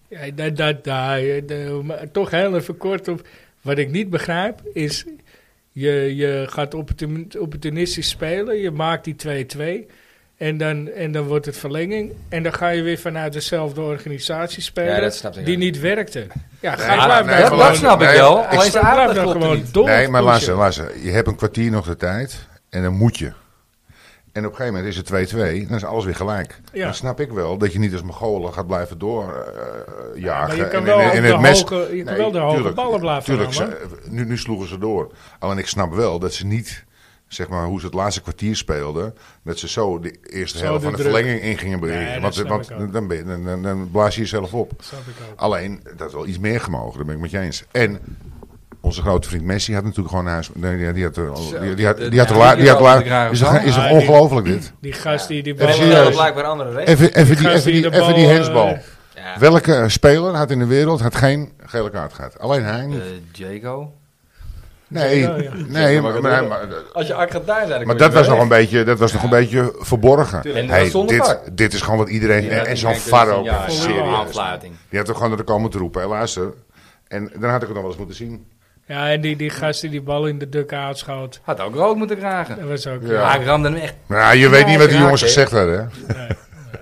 Speaker 1: Ja, dat, dat, daar, eh, de- maar toch heel even kort op. Wat ik niet begrijp is, je, je gaat opportun- opportunistisch spelen, je maakt die 2-2 en dan, en dan wordt het verlenging. En dan ga je weer vanuit dezelfde organisatie spelen
Speaker 2: Ja, dat snap ik
Speaker 1: die
Speaker 2: ook.
Speaker 1: niet werkte. Ja, ga
Speaker 3: Ja,
Speaker 1: blijf
Speaker 3: nee,
Speaker 1: nou
Speaker 4: dat,
Speaker 1: gewoon,
Speaker 4: dat snap ik
Speaker 3: nee,
Speaker 4: wel.
Speaker 3: ik
Speaker 4: Alleen zijn
Speaker 1: blijf
Speaker 4: aandacht
Speaker 1: nou
Speaker 4: klopt er
Speaker 1: gewoon
Speaker 4: niet.
Speaker 1: door.
Speaker 3: Nee, maar
Speaker 1: pushen.
Speaker 3: luister, luister. Je hebt een kwartier nog de tijd en dan moet je. En op een gegeven moment is het 2-2, dan is alles weer gelijk.
Speaker 1: Ja.
Speaker 3: Dan snap ik wel dat je niet als Mongolen gaat blijven doorjagen.
Speaker 1: Maar je kan
Speaker 3: en-
Speaker 1: wel
Speaker 3: en- en
Speaker 1: op
Speaker 3: het
Speaker 1: de
Speaker 3: mes-
Speaker 1: hoge- je kan
Speaker 3: Nee,
Speaker 1: wel de hoge
Speaker 3: tuurlijk,
Speaker 1: ballen blijven
Speaker 3: tuurlijk,
Speaker 1: rammen.
Speaker 3: ze- nu, nu sloegen ze door. Alleen ik snap wel dat ze niet, zeg maar, hoe ze het laatste kwartier speelden... dat ze zo de eerste
Speaker 1: Zo
Speaker 3: helft
Speaker 1: de
Speaker 3: van de
Speaker 1: druk.
Speaker 3: verlenging in gingen brengen.
Speaker 1: Nee, dat
Speaker 3: want
Speaker 1: snap
Speaker 3: want
Speaker 1: ik ook.
Speaker 3: dan, ben je- dan, dan, dan blaas je jezelf op.
Speaker 1: Snap ik ook.
Speaker 3: Alleen, dat had wel iets meer gemogen, daar ben ik met je eens. En onze grote vriend Messi had natuurlijk gewoon een huis. Nee, die- die had er al-
Speaker 4: Zo,
Speaker 3: die- die had-
Speaker 4: de-
Speaker 3: die had er
Speaker 4: ja,
Speaker 3: la-
Speaker 4: die
Speaker 3: die had
Speaker 4: had
Speaker 3: la-
Speaker 4: de kraag
Speaker 3: Is toch-
Speaker 4: van.
Speaker 3: is toch
Speaker 1: Ah, die-
Speaker 3: ongelooflijk dit?
Speaker 1: Die gast die die
Speaker 3: Even
Speaker 1: ballen...
Speaker 2: Maar
Speaker 3: serieus.
Speaker 2: dat blijkbaar andere regels.
Speaker 3: Even, even, die,
Speaker 1: gast
Speaker 3: even,
Speaker 1: die
Speaker 3: die,
Speaker 1: de
Speaker 3: even die
Speaker 1: bal,
Speaker 3: hensbal.
Speaker 1: eh,
Speaker 2: Ja.
Speaker 3: Welke speler had in de wereld had geen gele kaart gehad? Alleen hij niet.
Speaker 4: Eh, Jago.
Speaker 3: Nee,
Speaker 1: ja, ja.
Speaker 3: nee, maar, maar, maar-
Speaker 4: Als je Ak gaat daar zijn, dan
Speaker 3: maar
Speaker 4: kom je
Speaker 3: dat was
Speaker 4: wel
Speaker 3: nog een beetje, dat was nog een beetje verborgen.
Speaker 4: Tuurlijk. En
Speaker 3: Hey,
Speaker 4: dat zonder
Speaker 3: dit,
Speaker 4: VAR.
Speaker 3: dit is gewoon wat iedereen...
Speaker 4: Ja,
Speaker 3: en- en
Speaker 4: die
Speaker 3: zo'n
Speaker 4: kijkt dus
Speaker 3: VAR
Speaker 4: een
Speaker 3: ook.
Speaker 4: jaar.
Speaker 1: Volle
Speaker 3: Serieus.
Speaker 4: aflating.
Speaker 3: Die had ook gewoon er komen te roepen. Hé, luister. En dan had ik het nog wel eens moeten zien.
Speaker 1: Ja, en die, die gast die die bal in de duk aanschoot.
Speaker 4: Had ook rood moeten krijgen.
Speaker 1: Dat was ook...
Speaker 3: Ja.
Speaker 4: Ja, ik ramde hem echt.
Speaker 3: Nou, je weet
Speaker 4: Nee,
Speaker 3: niet wat die
Speaker 4: raak,
Speaker 3: jongens
Speaker 4: hè?
Speaker 3: gezegd hadden, hè?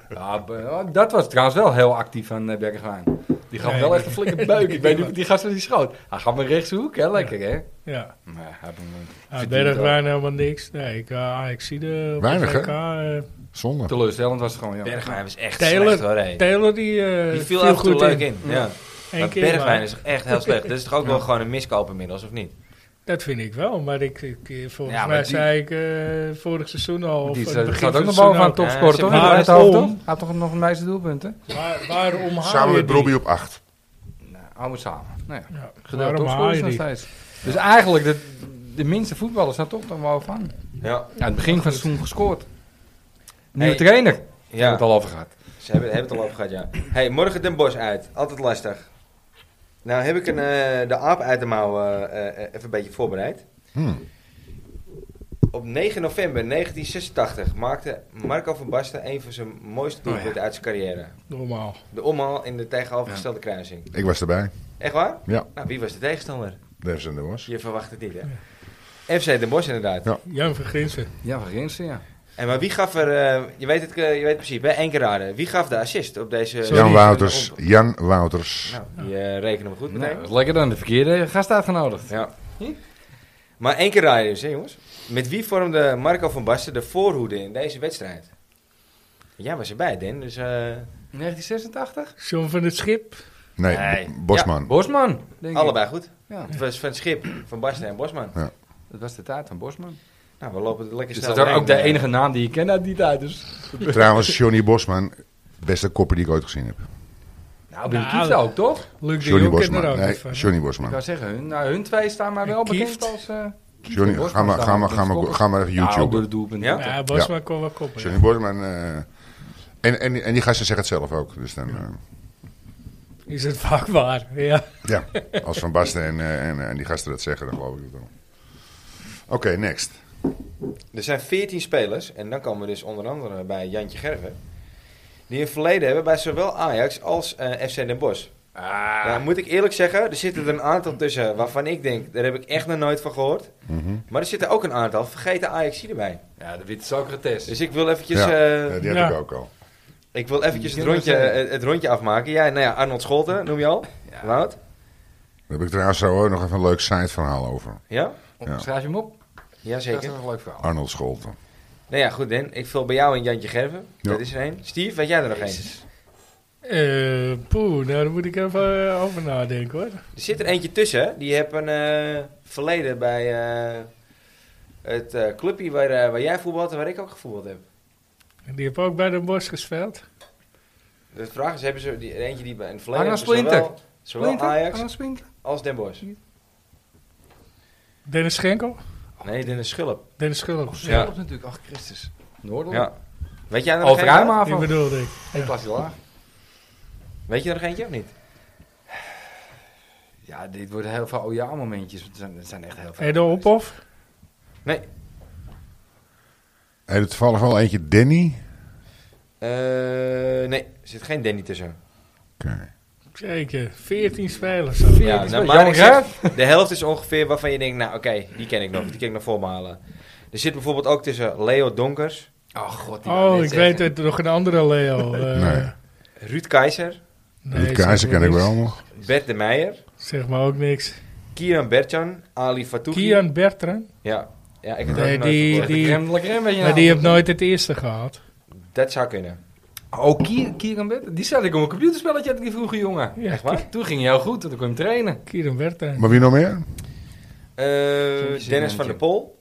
Speaker 4: Ja, b- oh, dat was trouwens wel heel actief van eh, Bergwijn. Die gaf
Speaker 1: Nee.
Speaker 4: wel echt een flinke beuk.
Speaker 1: *laughs*
Speaker 4: Ik weet niet of die gast was die schoot. Hij gaf me rechtshoek, hè? Lekker, hè?
Speaker 1: ja.
Speaker 4: Nee, hij heeft hem niet.
Speaker 1: Ja,
Speaker 4: Verdient
Speaker 1: Bergwijn helemaal niks. Nee, ik, eh, ik zie de... op
Speaker 3: Weinig,
Speaker 1: het WK,
Speaker 3: hè?
Speaker 1: eh,
Speaker 3: Zonde.
Speaker 4: Teleurstellend was het gewoon, ja.
Speaker 2: Bergwijn was echt
Speaker 1: Taylor-
Speaker 2: slecht hoor, hé.
Speaker 1: Taylor die, eh
Speaker 2: Die viel af en toe leuk in. Ja.
Speaker 1: Eén
Speaker 2: Maar
Speaker 1: keer,
Speaker 2: Bergwijn
Speaker 1: maar-
Speaker 2: is echt heel slecht. Dat is toch ook wel gewoon een miskoop inmiddels, of niet?
Speaker 1: Dat vind ik wel, maar ik, ik, eh, volgens
Speaker 2: Ja, maar
Speaker 1: mij
Speaker 2: die-
Speaker 1: zei ik eh, vorig seizoen al... of
Speaker 4: Die
Speaker 1: het
Speaker 4: staat-
Speaker 1: begin
Speaker 4: staat ook
Speaker 1: van
Speaker 4: nog
Speaker 1: het
Speaker 4: boven aan
Speaker 1: seizoen
Speaker 4: topscorer,
Speaker 2: Ja,
Speaker 4: toch?
Speaker 1: ze-
Speaker 4: In het
Speaker 1: maar
Speaker 4: Uithoofd,
Speaker 1: om-
Speaker 4: toch? Hij heeft toch nog een meeste doelpunten?
Speaker 1: al. Waar- waarom haal
Speaker 3: Samen
Speaker 1: je
Speaker 3: met
Speaker 1: die?
Speaker 3: Robbie op 8.
Speaker 4: Nou, allemaal samen. Nou ja,
Speaker 1: Ja,
Speaker 4: gedeeld
Speaker 1: waarom haal
Speaker 4: topscorer
Speaker 1: je
Speaker 4: nog
Speaker 1: die?
Speaker 4: steeds. Dus eigenlijk, de, de minste voetballers staan toch nog wel van.
Speaker 2: Ja.
Speaker 4: Ja, aan het begin van het seizoen gescoord. Nieuwe
Speaker 2: Hey.
Speaker 4: trainer. Daar hebben we
Speaker 2: ja.
Speaker 4: het al over gehad.
Speaker 2: Ze hebben, hebben het al over gehad, ja. Hey, morgen Den Bosch uit. Altijd lastig. Nou heb ik een, eh, de aap uit de mouw eh, eh, even een beetje voorbereid.
Speaker 3: Hmm.
Speaker 2: Op 9 november 1986 maakte Marco van Basten een van zijn mooiste doelpunten
Speaker 1: Oh
Speaker 2: uit zijn carrière.
Speaker 1: Normaal.
Speaker 2: De omhaal in de tegenovergestelde kruising.
Speaker 3: Ik was erbij.
Speaker 2: Echt waar?
Speaker 3: Ja.
Speaker 2: Nou, wie was de tegenstander?
Speaker 3: Devs en de was.
Speaker 2: Je verwacht het niet, hè? FC Den Bosch inderdaad.
Speaker 3: Ja.
Speaker 1: Jan van Grinsen.
Speaker 4: Ja, van Rinsen, ja.
Speaker 2: En maar wie gaf er, eh, je weet het, eh, je weet het principe, hè? Eén keer raden. Wie gaf de assist op deze...
Speaker 1: Sorry.
Speaker 3: Jan Wouters. Jan Wouters.
Speaker 2: Nou, die eh, rekenen we goed
Speaker 4: Nou,
Speaker 2: meteen.
Speaker 4: dat is lekker dan. De verkeerde gast uitgenodigd.
Speaker 2: Ja. Maar één keer raden dus, hè jongens. Met wie vormde Marco van Basten de voorhoede in deze wedstrijd? Jij was erbij, Den, dus... eh,
Speaker 4: 1986?
Speaker 1: John van het Schip.
Speaker 3: Nee,
Speaker 2: Nee.
Speaker 3: Bosman.
Speaker 4: Bosman, denk ik.
Speaker 2: Allebei goed.
Speaker 4: Ja,
Speaker 2: Het was van het schip van Basten en Bosman.
Speaker 4: dat was de tijd van Bosman.
Speaker 2: Nou, we lopen er lekker
Speaker 4: Dus
Speaker 2: snel eh,
Speaker 4: dat is ook
Speaker 2: doorheen.
Speaker 4: de enige naam die ik ken uit die tijd. Dus.
Speaker 3: Trouwens, Johnny Bosman, beste kopper die ik ooit gezien heb.
Speaker 4: Nou,
Speaker 1: Nou,
Speaker 4: Bill Kieft ook, toch?
Speaker 1: Luc de
Speaker 3: Johnny
Speaker 1: Jong kent er
Speaker 3: Bosman.
Speaker 1: ook
Speaker 3: Nee,
Speaker 1: niet van.
Speaker 3: Johnny
Speaker 4: Ik
Speaker 3: Bosman.
Speaker 4: wou zeggen, hun, nou, hun twee staan mij wel
Speaker 1: En Kieft?
Speaker 4: bekend als... eh, Kieft
Speaker 3: Johnny,
Speaker 4: en
Speaker 3: ga
Speaker 4: Bosman
Speaker 3: maar,
Speaker 4: staan
Speaker 3: ga maar,
Speaker 4: bekend
Speaker 3: ga
Speaker 4: als
Speaker 3: maar,
Speaker 4: koppers.
Speaker 3: ga maar even
Speaker 4: Ja, ook door
Speaker 3: YouTube.
Speaker 4: de doelpunt.
Speaker 2: Ja?
Speaker 4: Ja?
Speaker 1: Ja, Bosman kon wel koppen.
Speaker 3: Johnny
Speaker 1: ja.
Speaker 3: Bosman. eh, en, en, en die gasten zeggen het zelf ook. Dus dan, eh,
Speaker 1: Is het vaak waar? Ja.
Speaker 3: ja, als Van Basten en, eh, en, eh, en die gasten dat zeggen, dan geloof ik het wel. Oké, next.
Speaker 2: Er zijn 14 spelers, en dan komen we dus onder andere bij Jantje Gerven. Die een verleden hebben bij zowel Ajax als eh, FC Den Bosch.
Speaker 4: Ah.
Speaker 2: Nou, moet ik eerlijk zeggen, er zitten er een aantal tussen waarvan ik denk, daar heb ik echt nog nooit van gehoord.
Speaker 3: Mhm.
Speaker 2: Maar er zitten ook een aantal vergeten Ajax erbij.
Speaker 4: ja, de witte Socrates.
Speaker 2: Dus ik wil eventjes,
Speaker 3: Ja.
Speaker 2: eh,
Speaker 3: Ja, die heb
Speaker 1: Ja.
Speaker 3: ik ook al.
Speaker 2: ik wil eventjes
Speaker 4: Die
Speaker 2: het,
Speaker 4: kunnen we
Speaker 2: rondje, eh,
Speaker 4: zeggen.
Speaker 2: het, het rondje afmaken. Ja, nou ja, Arnold Scholten noem je al.
Speaker 4: Ja.
Speaker 2: Wout?
Speaker 3: Daar heb ik trouwens zo ook nog even een leuk site-verhaal over.
Speaker 2: Ja?
Speaker 3: Ja.
Speaker 4: Schrijf je hem op? Dat is
Speaker 2: Jazeker.
Speaker 4: nog een leuk verhaal.
Speaker 3: Arnold Scholten.
Speaker 2: Nou ja, goed Dan. Ik vul bij jou in Jantje Gerven.
Speaker 3: Ja.
Speaker 2: Dat is er één. Steve, weet jij er nog één?
Speaker 4: Jezus.
Speaker 1: Eh, poeh, daar moet ik even eh, over nadenken hoor.
Speaker 2: Er zit er eentje tussen. Die heeft een eh, verleden bij eh, het eh, clubje waar, eh, waar jij voetbalt en waar ik ook gevoetbald heb.
Speaker 1: Die heb ook bij Den Bosch gespeeld.
Speaker 2: De vraag is, hebben ze die, er eentje die bij een verleden
Speaker 4: Arno
Speaker 2: hebben ze
Speaker 4: Splinter.
Speaker 2: zowel, zowel
Speaker 4: Splinter?
Speaker 2: Ajax
Speaker 4: Arnold Splinter?
Speaker 2: als Den Bosch?
Speaker 1: Dennis Schenkel?
Speaker 2: Nee, Dennis Schulp.
Speaker 1: Dennis Schulp.
Speaker 2: Ja.
Speaker 4: Zelfs natuurlijk. Ach, Christus. Noordel.
Speaker 2: Ja. Weet jij er nog
Speaker 4: Oh. Over
Speaker 2: eentje?
Speaker 1: Die
Speaker 4: Ruimhaven.
Speaker 1: bedoelde ik.
Speaker 4: Ik was die laag.
Speaker 2: Weet je er nog eentje of niet?
Speaker 4: Ja, dit worden heel veel oh ja momentjes. Het zijn, het zijn echt heel veel.
Speaker 1: Edo Ophoff?
Speaker 2: Nee.
Speaker 3: Hij heeft toevallig wel eentje Danny.
Speaker 2: Eh, nee, er zit geen Danny tussen.
Speaker 3: Oké.
Speaker 1: Zeker, 14 spelers. zo.
Speaker 4: Ja,
Speaker 2: nou,
Speaker 4: nou,
Speaker 2: maar
Speaker 4: maar
Speaker 2: ik De helft is ongeveer waarvan je denkt, nou oké, die ken ik nog, die ken ik nog voor me halen. Er zit bijvoorbeeld ook tussen Leo Donkers,
Speaker 4: Oh god. die wou
Speaker 1: Oh,
Speaker 4: net
Speaker 1: ik
Speaker 4: zeggen.
Speaker 1: weet het. Nog een andere
Speaker 3: *laughs*
Speaker 1: Leo. eh,
Speaker 3: Nee.
Speaker 2: Ruud Keizer,
Speaker 3: Ruud
Speaker 1: zeg
Speaker 3: Keizer
Speaker 1: maar
Speaker 3: ken ik
Speaker 1: niks.
Speaker 3: wel nog.
Speaker 2: Bert de Meijer,
Speaker 1: Zeg maar ook niks.
Speaker 2: Kian Bertjan, Ali Fatouki.
Speaker 1: Kian Bertrand?
Speaker 2: Ja, ja ik heb
Speaker 1: Nee,
Speaker 2: het ook nooit
Speaker 1: die-
Speaker 2: gehoord.
Speaker 1: die-
Speaker 4: Lekrem, Lekrem, weet je
Speaker 1: Maar
Speaker 4: nou.
Speaker 1: die heeft nooit het eerste gehad.
Speaker 2: Dat zou kunnen.
Speaker 4: Oh, Ki- Kieran Bed. Die zat ik op een computerspelletje, had ik die vroeger, jongen.
Speaker 1: Ja,
Speaker 2: Echt waar?
Speaker 4: Toen ging hij heel goed, toen kon je hem trainen.
Speaker 1: Kieran Bertrand.
Speaker 3: Maar wie nog meer?
Speaker 2: Eh,
Speaker 4: Zo'n
Speaker 2: Dennis
Speaker 4: zin, eentje.
Speaker 2: van der Pol,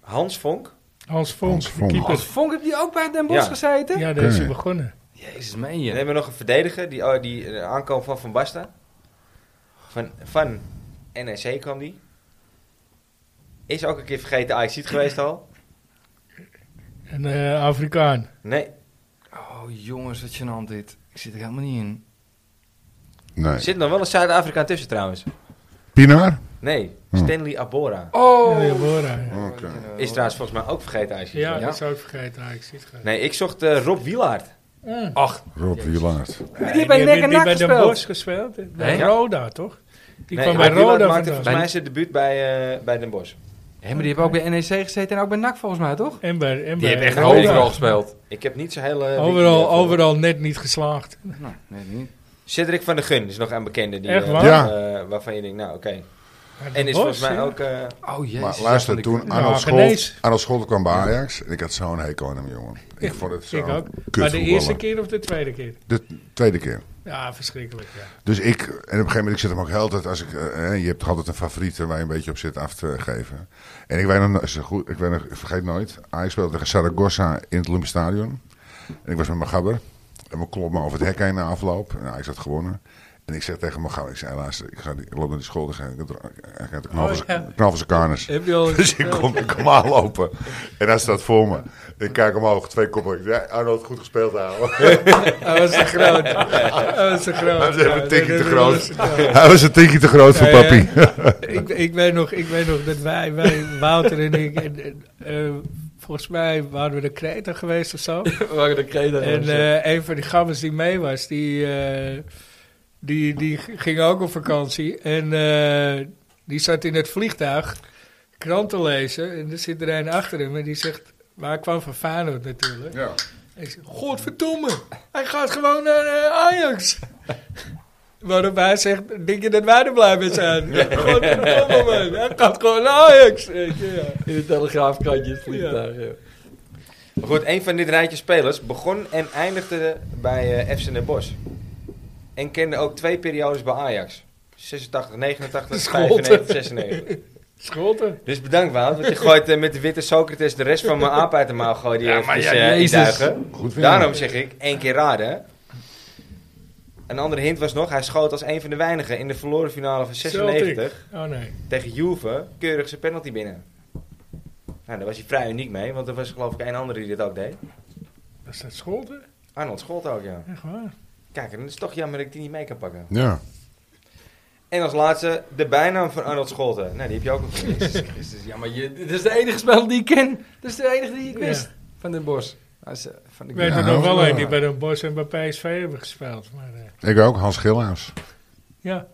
Speaker 2: Hans Vonk.
Speaker 1: Hans Vonk,
Speaker 3: Hans
Speaker 1: de
Speaker 3: Vonk.
Speaker 1: keeper.
Speaker 4: Als Vonk heb die ook bij Den Bosch
Speaker 2: Ja.
Speaker 4: gezeten?
Speaker 1: Ja, daar is hij
Speaker 3: Oké.
Speaker 1: begonnen.
Speaker 4: Jezus, meen
Speaker 2: En
Speaker 4: je?
Speaker 2: dan hebben we nog een verdediger, die, oh, die eh, aankoop van Van Basten. Van, van NEC kwam die. Is ook een keer vergeten Ajax geweest al.
Speaker 1: Een eh, Afrikaan.
Speaker 2: Nee,
Speaker 4: Oh, jongens, wat gênant dit. Ik zit er helemaal niet in.
Speaker 2: er
Speaker 3: Nee.
Speaker 2: zit nog wel een Zuid-Afrikaan tussen trouwens.
Speaker 3: Pinaar?
Speaker 2: Nee,
Speaker 3: Hm.
Speaker 2: Stanley Abora.
Speaker 4: Oh!
Speaker 1: Ja, Deborah, ja.
Speaker 3: Oké.
Speaker 2: Is trouwens volgens mij ook vergeten Ajax.
Speaker 1: Oh. Ja,
Speaker 4: Ja.
Speaker 1: dat zou ik vergeten. Ah, ik zie het graag.
Speaker 2: Nee, ik zocht eh, Rob Wielaert.
Speaker 1: Mm.
Speaker 4: Ach,
Speaker 3: Rob Wielaert.
Speaker 4: die heeft bij Nek en
Speaker 1: die
Speaker 4: Nak
Speaker 1: bij Den
Speaker 4: gespeeld.
Speaker 1: Bosch gespeeld.
Speaker 4: Nee.
Speaker 1: Bij Roda, toch? Die
Speaker 2: nee,
Speaker 1: kwam bij
Speaker 2: Rob Wielaert
Speaker 1: Roda
Speaker 2: maakte
Speaker 1: vandaan.
Speaker 2: volgens mij zijn debuut bij, eh, bij Den Bosch.
Speaker 4: Hé, maar die hebben ook bij NEC gezeten en ook bij NAC volgens mij, toch?
Speaker 1: En bij, en
Speaker 4: Die
Speaker 1: bij
Speaker 4: hebben echt
Speaker 1: Roda.
Speaker 4: overal gespeeld.
Speaker 2: Ik heb niet zo heel... eh, wiki,
Speaker 1: Overal,
Speaker 2: eh, voor-
Speaker 1: overal net niet geslaagd.
Speaker 4: Nou, nee, niet.
Speaker 2: Cedric van der Gun is nog een bekende. Die,
Speaker 1: Echt
Speaker 2: eh,
Speaker 1: waar?
Speaker 3: Ja.
Speaker 2: eh, waarvan je denkt, nou oké. En is volgens mij ook... eh,
Speaker 4: *laughs* Oh, jezus.
Speaker 3: Maar
Speaker 4: ja, van
Speaker 3: luister,
Speaker 4: de-
Speaker 3: toen
Speaker 1: Nou,
Speaker 3: Arnold
Speaker 1: genees.
Speaker 3: Scholt, Arnold Scholt kwam bij Ajax. En ik had zo'n hekel aan hem, jongen. Ik vond het
Speaker 1: Ik
Speaker 3: zo
Speaker 1: ook. Maar
Speaker 3: kut
Speaker 1: de eerste keer of de tweede keer?
Speaker 3: De tweede keer.
Speaker 1: Ja, verschrikkelijk. Ja.
Speaker 3: Dus ik, en op een gegeven moment, ik zit hem ook altijd als ik, eh, eh, je hebt altijd een favoriete waar je een beetje op zit af te geven. En ik weet nog, nou, is het goed, ik weet nog, ik vergeet nooit, Ajax speelde tegen Saragossa in het Olympisch Stadion. En ik was met mijn gabber. En we klommen over het hek heen na afloop. En Ajax had gewonnen. En ik zeg tegen mijn gabber, ik zei luister, ik, ga, die- ik loop naar die school, ik ga- ik ik ga de knal van
Speaker 1: Oh, ja.
Speaker 3: zijn- knal van zijn karnes. *laughs*
Speaker 1: Heb je al
Speaker 3: Dus ik kom, ik kom aanlopen. En hij staat voor me. Ik kijk omhoog, twee koppen. Ik zei, Arnold, goed gespeeld houden.
Speaker 1: Hij was te groot. *laughs* Hij was te groot.
Speaker 3: Hij was even
Speaker 1: Ja,
Speaker 3: een tikje
Speaker 1: dat-
Speaker 3: te
Speaker 1: dat-
Speaker 3: groot.
Speaker 1: dat was- ja.
Speaker 3: *laughs* Hij was een tikje te groot voor
Speaker 1: Ja, ja.
Speaker 3: papi.
Speaker 1: *laughs* ik, ik, weet nog, ik weet nog dat wij, wij Wouter en ik, en, en, eh, volgens mij waren we de Kreta geweest of zo.
Speaker 4: We waren de kreden.
Speaker 1: En eh, een van die gabbers die mee was, die, eh, die, die ging ook op vakantie. En eh, die zat in het vliegtuig krant te lezen. En er zit er een achter hem en die zegt... Maar hij kwam van Feyenoord natuurlijk.
Speaker 3: Ja.
Speaker 1: En ik zeg, godverdomme, hij gaat gewoon naar eh, Ajax. *laughs* Waarop hij zegt, denk je dat wij er blij mee zijn? Godverdomme man, hij gaat gewoon naar Ajax. Weet je, ja.
Speaker 4: In de telegraafkrantje, het
Speaker 1: vliegtuig,
Speaker 2: maar goed, een van dit rijtje spelers begon en eindigde bij eh FC Den Bosch. En kende ook twee periodes bij Ajax. 86,
Speaker 1: *laughs*
Speaker 2: 89,
Speaker 1: Scholten.
Speaker 2: 95, 96.
Speaker 1: Scholten.
Speaker 2: Dus bedankt Wout,
Speaker 1: *laughs*
Speaker 2: want je gooit eh, met de witte Socrates de rest van mijn aap uit de mouw gooien. Die
Speaker 4: Ja,
Speaker 2: ja,
Speaker 4: maar ja,
Speaker 2: dus,
Speaker 4: Jezus.
Speaker 2: eh duigen.
Speaker 3: Goed weer.
Speaker 2: Daarom zeg ik, één keer raden. hè. Een andere hint was nog, hij schoot als een van de weinigen in de verloren finale van 96
Speaker 1: Oh nee.
Speaker 2: tegen Juve keurig zijn penalty binnen. Nou, daar was hij vrij uniek mee, want er was geloof ik één andere die dit ook deed.
Speaker 1: Was dat Scholten?
Speaker 2: Arnold Scholt ook, ja.
Speaker 1: Echt waar?
Speaker 2: Kijk, en het is toch jammer dat ik die niet mee kan pakken.
Speaker 3: Ja.
Speaker 2: En als laatste, de bijnaam van Arnold Scholten. Nou, die heb je ook nog niet. Jezus Christus,
Speaker 4: Ja, maar je, dit is de enige spel die ik ken. Dit is de enige die ik wist. Van Den Bos. Van de
Speaker 1: Ik weet
Speaker 3: Ja,
Speaker 1: er nog wel
Speaker 3: wel.
Speaker 1: een die bij de Bos en bij PSV hebben gespeeld. Maar eh,
Speaker 3: Ik ook, Hans Gillaas.
Speaker 1: ja,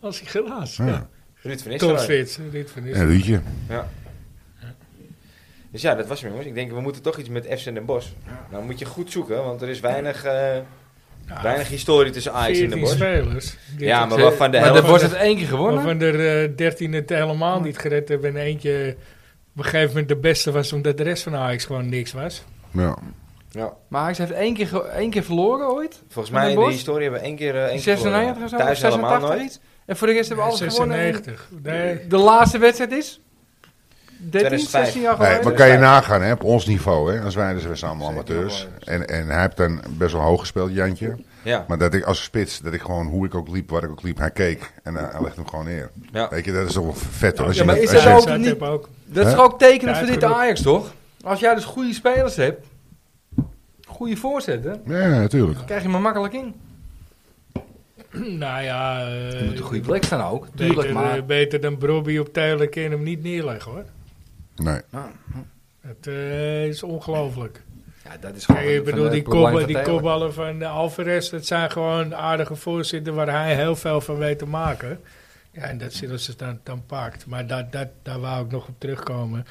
Speaker 1: als ik helaas.
Speaker 3: Ja.
Speaker 1: Ja.
Speaker 2: Ruud van
Speaker 1: Tom
Speaker 2: Nistelrooy.
Speaker 1: Spits, dit van
Speaker 3: En
Speaker 1: is.
Speaker 3: Rietje.
Speaker 2: Dus ja, dat was hem jongens. Ik denk, we moeten toch iets met FC Den Bosch. Nou moet je goed zoeken, want er is weinig, eh, weinig historie tussen Ajax en Den
Speaker 1: 14
Speaker 2: Bosch.
Speaker 1: spers.
Speaker 2: Ja, maar waarvan de
Speaker 4: Maar Den
Speaker 2: helft...
Speaker 4: Bos heeft één keer gewonnen.
Speaker 1: Waarvan er eh, 13 het helemaal niet gered hebben en eentje op een gegeven moment de beste was omdat de rest van Ajax gewoon niks was.
Speaker 4: Oh,
Speaker 3: Ja.
Speaker 2: Ja,
Speaker 4: Maar hij heeft één keer, ge- één keer verloren ooit.
Speaker 2: volgens
Speaker 4: Van Den
Speaker 2: mij in de
Speaker 4: Bosch?
Speaker 2: historie hebben we één keer... eh, één keer verloren.
Speaker 4: 96 of zo.
Speaker 2: Thuis helemaal
Speaker 4: 86
Speaker 2: nooit.
Speaker 4: iets. En voor de rest hebben we alles gewonnen.
Speaker 1: 96. Nee.
Speaker 4: En De laatste wedstrijd is? 13,
Speaker 2: 2005.
Speaker 4: 16 jaar
Speaker 3: Nee,
Speaker 4: geleden.
Speaker 3: maar kan je nagaan, hè, op ons niveau, hè, als wij dus we zijn allemaal amateurs.
Speaker 2: Zeker.
Speaker 3: En, en hij heeft dan best wel hoog gespeeld, Jantje.
Speaker 2: Ja,
Speaker 3: Maar dat ik als spits, dat ik gewoon hoe ik ook liep, waar ik ook liep, hij keek en eh, hij legde hem gewoon neer.
Speaker 2: Ja.
Speaker 3: Weet je, dat is toch wel vet hoor. Als
Speaker 4: Ja,
Speaker 3: je
Speaker 4: maar
Speaker 3: dat-
Speaker 4: is
Speaker 3: als
Speaker 4: dat
Speaker 3: je-
Speaker 4: ook
Speaker 1: Zat
Speaker 4: niet-
Speaker 1: heb ook. *clears throat*
Speaker 4: Dat is
Speaker 3: Hè?
Speaker 4: toch ook tekenend voor
Speaker 1: Ja,
Speaker 4: dit
Speaker 1: genoeg.
Speaker 4: Ajax, toch? Als jij dus goede spelers hebt, goede voorzetten,
Speaker 3: Ja, natuurlijk.
Speaker 4: krijg je me makkelijk in.
Speaker 1: nou ja, eh,
Speaker 4: Je moet een goede plek staan ook, tuurlijk,
Speaker 1: beter,
Speaker 4: maar...
Speaker 1: eh, beter dan Brobby op Tijlen kan je hem niet neerleggen hoor.
Speaker 3: Nee.
Speaker 1: Het eh, is ongelooflijk.
Speaker 4: Ja, dat is
Speaker 1: Ja,
Speaker 4: gewoon...
Speaker 1: ik
Speaker 4: van
Speaker 2: eh,
Speaker 1: bedoel,
Speaker 4: het
Speaker 1: die,
Speaker 4: probleem
Speaker 1: kop,
Speaker 4: van
Speaker 1: die
Speaker 4: Taylor.
Speaker 1: kopballen van eh, Alvarez, dat zijn gewoon aardige voorzitter waar hij heel veel van weet te maken. Ja, en dat zit als het dan, dan pakt. Maar dat, dat, daar wou ik nog op terugkomen.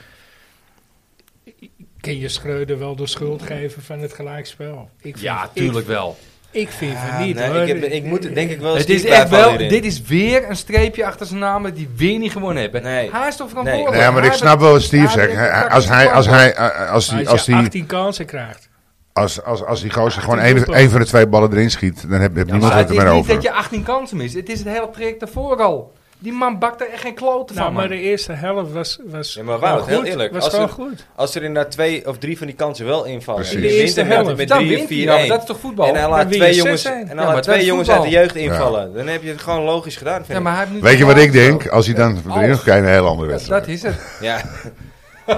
Speaker 1: Kun je Schreuder wel de schuld geven van het gelijkspel? Ik vind,
Speaker 4: Ja, tuurlijk wel.
Speaker 1: Ik, ik vind
Speaker 2: Ja,
Speaker 1: het niet,
Speaker 2: nee,
Speaker 1: hoor. Eh,
Speaker 2: ik, heb- ik moet er denk ik wel
Speaker 4: Het
Speaker 2: stief
Speaker 4: is
Speaker 2: bij
Speaker 4: echt
Speaker 2: vallen
Speaker 4: wel...
Speaker 2: hierin.
Speaker 4: Dit is weer een streepje achter zijn naam dat die weer niet gewonnen hebben.
Speaker 2: Nee.
Speaker 4: Hij is toch
Speaker 2: Nee.
Speaker 4: verantwoordelijk?
Speaker 3: Nee, maar
Speaker 4: Hij
Speaker 3: ik snap wel wat Steve
Speaker 4: hij
Speaker 3: zegt.
Speaker 4: heeft
Speaker 3: Hij-
Speaker 4: een
Speaker 3: Als hij, als
Speaker 4: tactische
Speaker 3: hij, eh, als
Speaker 1: Maar
Speaker 3: die,
Speaker 1: als
Speaker 3: als
Speaker 1: je
Speaker 3: die,
Speaker 1: 18 kansen krijgt.
Speaker 3: als, als, als die gozer gewoon
Speaker 1: 18
Speaker 3: één één van de twee ballen erin schiet, dan heb, heb
Speaker 4: Ja,
Speaker 3: niemand
Speaker 4: maar
Speaker 3: het
Speaker 4: het is
Speaker 3: er meer
Speaker 4: niet dat
Speaker 3: over.
Speaker 4: je 18 kansen mist. Het is het hele traject daarvoor al. Die man bakt er echt geen klote
Speaker 1: Nou,
Speaker 4: van, man.
Speaker 1: maar de eerste helft was, was
Speaker 2: Ja, maar Wout,
Speaker 1: gewoon
Speaker 2: heel
Speaker 1: goed.
Speaker 2: eerlijk,
Speaker 1: Was
Speaker 2: als
Speaker 1: gewoon
Speaker 2: er-
Speaker 1: goed.
Speaker 2: Als er inderdaad twee of drie van die kansen wel invallen.
Speaker 3: Precies.
Speaker 2: en je
Speaker 3: De
Speaker 1: eerste
Speaker 2: wint hem
Speaker 1: helft.
Speaker 2: met,
Speaker 4: Dan
Speaker 2: met
Speaker 4: wint hij. Ja, maar
Speaker 2: 3 4
Speaker 4: dat is toch voetbal?
Speaker 2: En hij
Speaker 1: Dan
Speaker 2: laat
Speaker 1: win je
Speaker 2: twee
Speaker 1: zes
Speaker 2: jongens,
Speaker 1: zijn.
Speaker 2: en hij
Speaker 4: Ja,
Speaker 2: laat
Speaker 4: maar
Speaker 2: twee
Speaker 4: dat is
Speaker 2: jongens uit de
Speaker 4: voetbal.
Speaker 2: jeugd invallen. Dan heb je het gewoon logisch gedaan,
Speaker 4: Ja,
Speaker 2: vind
Speaker 4: maar hij heeft nu
Speaker 3: Weet je wat
Speaker 4: toch
Speaker 3: ik denk?
Speaker 4: wel-
Speaker 3: Als hij dan
Speaker 4: Ja,
Speaker 3: weer in
Speaker 4: als-
Speaker 3: kijkt, een hele andere
Speaker 4: Dat,
Speaker 3: wedstrijd.
Speaker 4: dat
Speaker 1: *laughs*
Speaker 4: is het.
Speaker 2: ik. Ja. *laughs*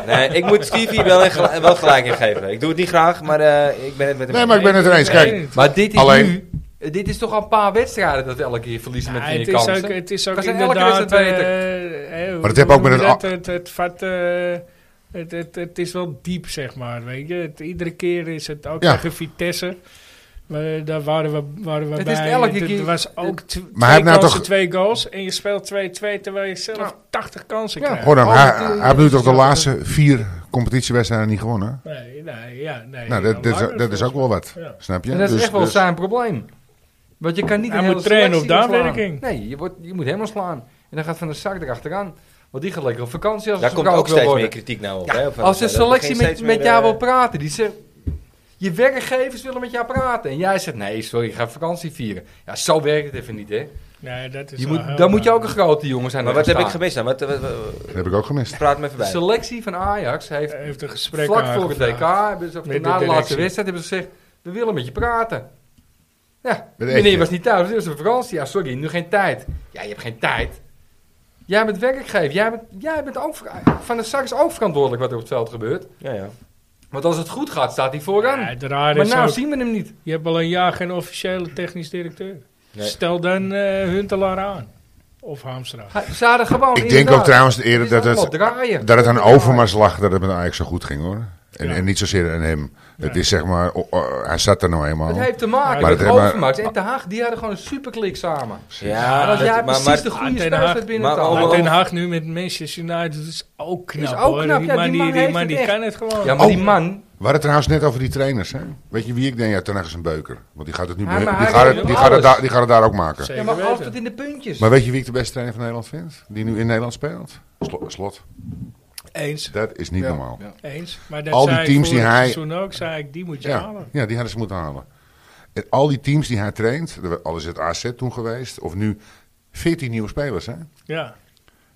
Speaker 2: Nee, ik moet Stevie wel, in gel- wel gelijk in geven. Ik doe het niet graag, maar eh, ik ben het met hem
Speaker 3: Nee, maar ik ben het er eens.
Speaker 1: Nee,
Speaker 3: Kijk,
Speaker 1: het-
Speaker 4: Maar dit is
Speaker 3: Alleen-
Speaker 4: nu... Dit is toch al een paar wedstrijden dat we elke keer verliezen
Speaker 1: Ja,
Speaker 4: met die
Speaker 1: het, is
Speaker 4: kansen.
Speaker 1: ook, het is ook
Speaker 4: Dat zijn elke
Speaker 1: inderdaad...
Speaker 4: wedstrijd
Speaker 1: eh, eh, hoe-
Speaker 3: Maar dat heb ook
Speaker 1: hoe
Speaker 3: met
Speaker 1: noem je
Speaker 3: het
Speaker 1: dat? het... Het, vat, eh, het, het, het is wel diep, zeg maar. Weet je? Het, iedere keer is het ook
Speaker 3: Ja.
Speaker 1: tegen Vitesse. We- daar waren we, waren we
Speaker 4: Het
Speaker 1: bij.
Speaker 4: is elke
Speaker 1: Het-
Speaker 4: keer-
Speaker 1: Het was ook tw-
Speaker 3: hij
Speaker 1: twee
Speaker 3: heeft nou
Speaker 1: kansen,
Speaker 3: toch-
Speaker 1: twee goals. En je speelt 2-2 terwijl je zelf
Speaker 4: Ja.
Speaker 1: 80 kansen
Speaker 4: Ja.
Speaker 1: krijgt.
Speaker 3: hoor hem, hij,
Speaker 4: Altijd, eh,
Speaker 3: hij heeft nu toch de
Speaker 4: ja,
Speaker 3: laatste vier competitiewedstrijden niet gewonnen?
Speaker 1: Nee, nee, ja, nee.
Speaker 3: Nou,
Speaker 1: al
Speaker 3: dat, dat,
Speaker 1: langer
Speaker 3: is- dat is ook wel wat.
Speaker 1: Ja.
Speaker 3: Snap je?
Speaker 4: En dat is
Speaker 3: Dus-
Speaker 4: echt wel
Speaker 3: dus-
Speaker 4: zijn probleem. Want je kan niet
Speaker 1: Hij
Speaker 4: een
Speaker 1: moet
Speaker 4: hele
Speaker 1: trainen op
Speaker 4: selectie
Speaker 1: daadwerking.
Speaker 4: verslaan. Nee, je, wordt, je moet helemaal slaan. En dan gaat Van de Sar erachteraan. Want die gaat lekker op vakantie als
Speaker 2: Daar
Speaker 4: ze
Speaker 2: komt
Speaker 4: verkouden
Speaker 2: ook steeds
Speaker 4: wil
Speaker 2: meer
Speaker 4: worden.
Speaker 2: kritiek nou op.
Speaker 4: Ja,
Speaker 2: hè, op
Speaker 4: als de
Speaker 2: Van der Sar.
Speaker 4: selectie
Speaker 2: Dat
Speaker 4: met,
Speaker 2: ging steeds
Speaker 4: met jou
Speaker 2: meer, eh,
Speaker 4: wil praten, die zegt... Je werkgevers willen met jou praten. En jij zegt, nee, sorry, ik ga vakantie vieren. Ja, zo werkt het even niet, hè.
Speaker 1: Nee, dat is
Speaker 4: Je
Speaker 1: wel
Speaker 4: moet,
Speaker 1: heel
Speaker 4: dan moet je
Speaker 1: waar.
Speaker 4: ook een grote jongen zijn.
Speaker 2: eh, Maar wat heb ik
Speaker 4: staan.
Speaker 2: gemist dan? Wat, wat- wat-
Speaker 3: Dat heb ik ook
Speaker 4: Oh,
Speaker 3: gemist.
Speaker 2: praat me even
Speaker 4: De
Speaker 2: bij.
Speaker 4: selectie van Ajax heeft
Speaker 1: Hij heeft een Eh, gesprek
Speaker 4: vlak voor het
Speaker 1: aangevraagd.
Speaker 4: DK, hebben ze, of
Speaker 1: Met de
Speaker 4: na de
Speaker 1: directie.
Speaker 4: laatste wedstrijd, hebben ze gezegd, we willen met je praten. Ja,
Speaker 3: Met
Speaker 4: meneer
Speaker 3: Etje.
Speaker 4: was niet thuis, dit was een vakantie. Ja, sorry, nu geen tijd. Ja, je hebt geen tijd. Jij bent werkgever, jij bent, jij bent ook, ver- Van de Sar is ook verantwoordelijk wat er op het veld gebeurt.
Speaker 2: Ja, ja.
Speaker 4: Want als het goed gaat, staat hij vooraan.
Speaker 1: Ja, het rare
Speaker 4: maar
Speaker 1: is
Speaker 4: nou
Speaker 1: ook-
Speaker 4: zien we hem niet.
Speaker 1: Je hebt al een jaar geen officiële technisch directeur.
Speaker 2: Nee.
Speaker 1: Stel dan eh, Huntelaar aan. Of Hamstra.
Speaker 4: Hij- Ze hadden gewoon
Speaker 3: Ik denk ook trouwens eerder dat
Speaker 4: het... is
Speaker 3: het,
Speaker 4: allemaal draaien.
Speaker 3: dat het aan
Speaker 4: Draaien.
Speaker 3: Overmars lag dat het met Ajax zo goed ging hoor. En,
Speaker 1: Ja.
Speaker 3: en niet zozeer aan hem. Het
Speaker 1: Ja.
Speaker 3: is zeg maar, oh, oh, hij zat er nou eenmaal.
Speaker 4: Het heeft te
Speaker 1: Maar
Speaker 4: maken met
Speaker 3: het heeft maar-
Speaker 4: Overmars en Te Haag. Die hadden gewoon een superklik samen.
Speaker 2: Ja,
Speaker 4: en als
Speaker 2: dat-
Speaker 4: jij
Speaker 2: maar-
Speaker 4: precies
Speaker 2: maar-
Speaker 4: de
Speaker 1: Ah,
Speaker 4: goede
Speaker 1: Ten
Speaker 4: spelers
Speaker 1: Haag-
Speaker 4: hebt
Speaker 2: maar
Speaker 4: binnen
Speaker 2: om-
Speaker 1: Maar
Speaker 2: om-
Speaker 4: taal.
Speaker 1: Den Haag nu met Manchester United is ook knap.
Speaker 4: Is ook
Speaker 1: hoor.
Speaker 4: knap, ja, die man
Speaker 1: die,
Speaker 4: heeft
Speaker 1: man
Speaker 4: het
Speaker 1: die
Speaker 4: echt.
Speaker 1: kan het gewoon.
Speaker 4: Ja, maar die
Speaker 3: Oh.
Speaker 4: man,
Speaker 3: We hadden het trouwens net over die trainers. Hè? Weet je wie ik denk? Ja, Ten Hag is een beuker. Want die gaat het nu
Speaker 4: Ja,
Speaker 3: bij-
Speaker 4: maar
Speaker 3: die
Speaker 4: hij
Speaker 3: gaat
Speaker 4: kan
Speaker 3: het,
Speaker 4: wel
Speaker 3: die gaat het,
Speaker 4: alles.
Speaker 3: daar, die gaat het daar ook maken.
Speaker 1: Zeker
Speaker 4: Ja, maar
Speaker 1: weten.
Speaker 4: altijd in de puntjes.
Speaker 3: Maar weet je wie ik de beste trainer van Nederland vind? Die nu in Nederland speelt? Slo- Slot.
Speaker 1: Eens,
Speaker 3: Dat is niet normaal.
Speaker 1: eens. Maar dat
Speaker 3: Al die
Speaker 1: zei
Speaker 3: teams
Speaker 1: ik
Speaker 3: die
Speaker 1: vorig
Speaker 3: hij-
Speaker 1: seizoen ook, zei ik, die moet je
Speaker 3: Ja,
Speaker 1: halen.
Speaker 3: ja, die hadden ze moeten halen. En al die teams die hij traint, al is het AZ toen geweest, of nu, 14 nieuwe spelers, hè?
Speaker 1: Ja.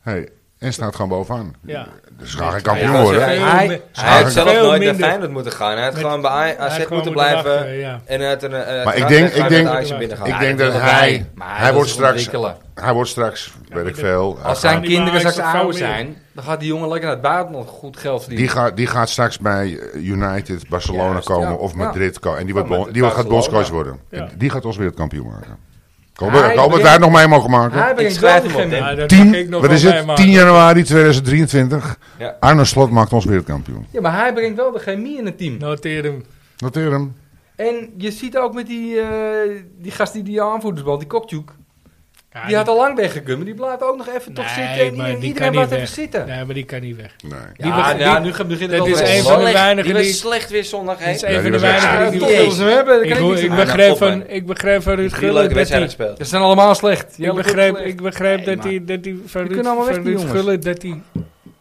Speaker 3: Hey, en staat gewoon bovenaan.
Speaker 1: Ja.
Speaker 3: Dus ga ik
Speaker 2: Ja,
Speaker 3: kampioen
Speaker 2: dat
Speaker 3: worden.
Speaker 2: is-
Speaker 1: Veel
Speaker 4: Hij-
Speaker 1: meer-
Speaker 2: Hij had zelf
Speaker 1: veel
Speaker 2: nooit naar
Speaker 1: minder-
Speaker 2: Feyenoord moeten gaan. Hij had
Speaker 1: Met-
Speaker 2: gewoon bij A-
Speaker 1: hij had
Speaker 2: AZ
Speaker 1: gewoon
Speaker 2: moeten blijven.
Speaker 1: wachten, ja.
Speaker 2: En uit een, eh,
Speaker 3: Maar ik
Speaker 2: gratis
Speaker 3: denk- ik
Speaker 2: gaat
Speaker 3: denk-
Speaker 2: naar AZ binnengaan.
Speaker 3: Ik denk
Speaker 4: dat
Speaker 3: dat hij,
Speaker 4: wil hij, maar
Speaker 3: hij
Speaker 4: dat
Speaker 3: wordt
Speaker 4: is
Speaker 3: straks,
Speaker 4: ontwikkelen.
Speaker 3: hij wordt straks, weet ik
Speaker 1: dat-
Speaker 3: veel. eh, hij
Speaker 4: Als
Speaker 3: gaat-
Speaker 4: zijn
Speaker 1: die
Speaker 4: kinderen
Speaker 1: maar
Speaker 4: straks
Speaker 1: extra
Speaker 4: ouder
Speaker 1: veel meer.
Speaker 4: zijn, dan gaat die jongen lekker naar het buitenland goed geld
Speaker 3: die,
Speaker 4: verdienen.
Speaker 3: gaat, die gaat straks bij eh, United, Barcelona
Speaker 4: Juist,
Speaker 3: komen
Speaker 4: ja.
Speaker 3: of
Speaker 4: Ja.
Speaker 3: Madrid komen. En die, wordt
Speaker 4: Ja,
Speaker 3: bon-
Speaker 4: met
Speaker 3: die gaat
Speaker 4: Barcelona.
Speaker 3: bondscoach worden.
Speaker 1: Ja.
Speaker 3: En die gaat ons weer het kampioen maken. Ik hoop,
Speaker 4: Hij
Speaker 3: ik hoop dat
Speaker 4: brengt-
Speaker 3: wij het nog mee mogen maken.
Speaker 4: Hij brengt wel
Speaker 2: schrijf hem
Speaker 4: geen
Speaker 2: op, hè.
Speaker 1: Ja, dat mag ik
Speaker 3: Tien,
Speaker 1: nog
Speaker 3: wat
Speaker 1: wel
Speaker 3: is het?
Speaker 1: meemaken.
Speaker 3: 10 januari 2023.
Speaker 2: Ja.
Speaker 3: Arne Slot maakt ons wereldkampioen.
Speaker 4: Ja, maar hij brengt wel de chemie in het team.
Speaker 1: Noteer hem.
Speaker 3: Noteer hem.
Speaker 4: En je ziet ook met die, eh, die gast die die aanvoerdersbal, die Kokjuk.
Speaker 1: Ja,
Speaker 4: die had al lang weggekund, maar die blijft ook nog even toch
Speaker 1: Nee,
Speaker 4: zitten. En
Speaker 1: maar
Speaker 4: iedereen-
Speaker 1: die
Speaker 4: iedereen
Speaker 1: kan niet
Speaker 4: blijft even
Speaker 1: weg.
Speaker 4: zitten.
Speaker 1: Nee, maar die kan niet weg.
Speaker 3: Nee.
Speaker 1: Die
Speaker 4: ja,
Speaker 1: beg-
Speaker 4: nou,
Speaker 1: die-
Speaker 4: nu ge- begint het
Speaker 1: dat
Speaker 4: ook
Speaker 1: is
Speaker 4: wel.
Speaker 1: een
Speaker 2: Slecht.
Speaker 1: van de weinigen
Speaker 2: was
Speaker 1: die-
Speaker 2: slecht weer zondag.
Speaker 1: Dat is
Speaker 2: hè?
Speaker 3: Ja,
Speaker 1: een van
Speaker 3: die
Speaker 1: de
Speaker 3: was echt
Speaker 1: weinigen die
Speaker 4: Ja, toch
Speaker 1: wel-
Speaker 4: willen ze hem hebben, dan
Speaker 1: Ik,
Speaker 4: kan
Speaker 1: hoor-
Speaker 4: ik
Speaker 1: ik
Speaker 4: niks
Speaker 2: aan.
Speaker 4: aan.
Speaker 1: begreep
Speaker 2: Kop,
Speaker 1: van,
Speaker 2: man.
Speaker 1: ik begreep van Ruud
Speaker 2: Drie
Speaker 1: Gullit dat
Speaker 2: leuke
Speaker 1: hij-
Speaker 2: wedstrijden gespeeld.
Speaker 4: Ze zijn allemaal slecht.
Speaker 1: Ik
Speaker 4: Jelle
Speaker 1: begreep,
Speaker 4: Kok-
Speaker 1: ik begreep
Speaker 4: Nee,
Speaker 1: dat hij dat hij van
Speaker 4: Die
Speaker 1: Ruud,
Speaker 4: kunnen allemaal weg,
Speaker 1: van
Speaker 4: die
Speaker 1: Ruud
Speaker 4: jongens.
Speaker 1: Gullit dat hij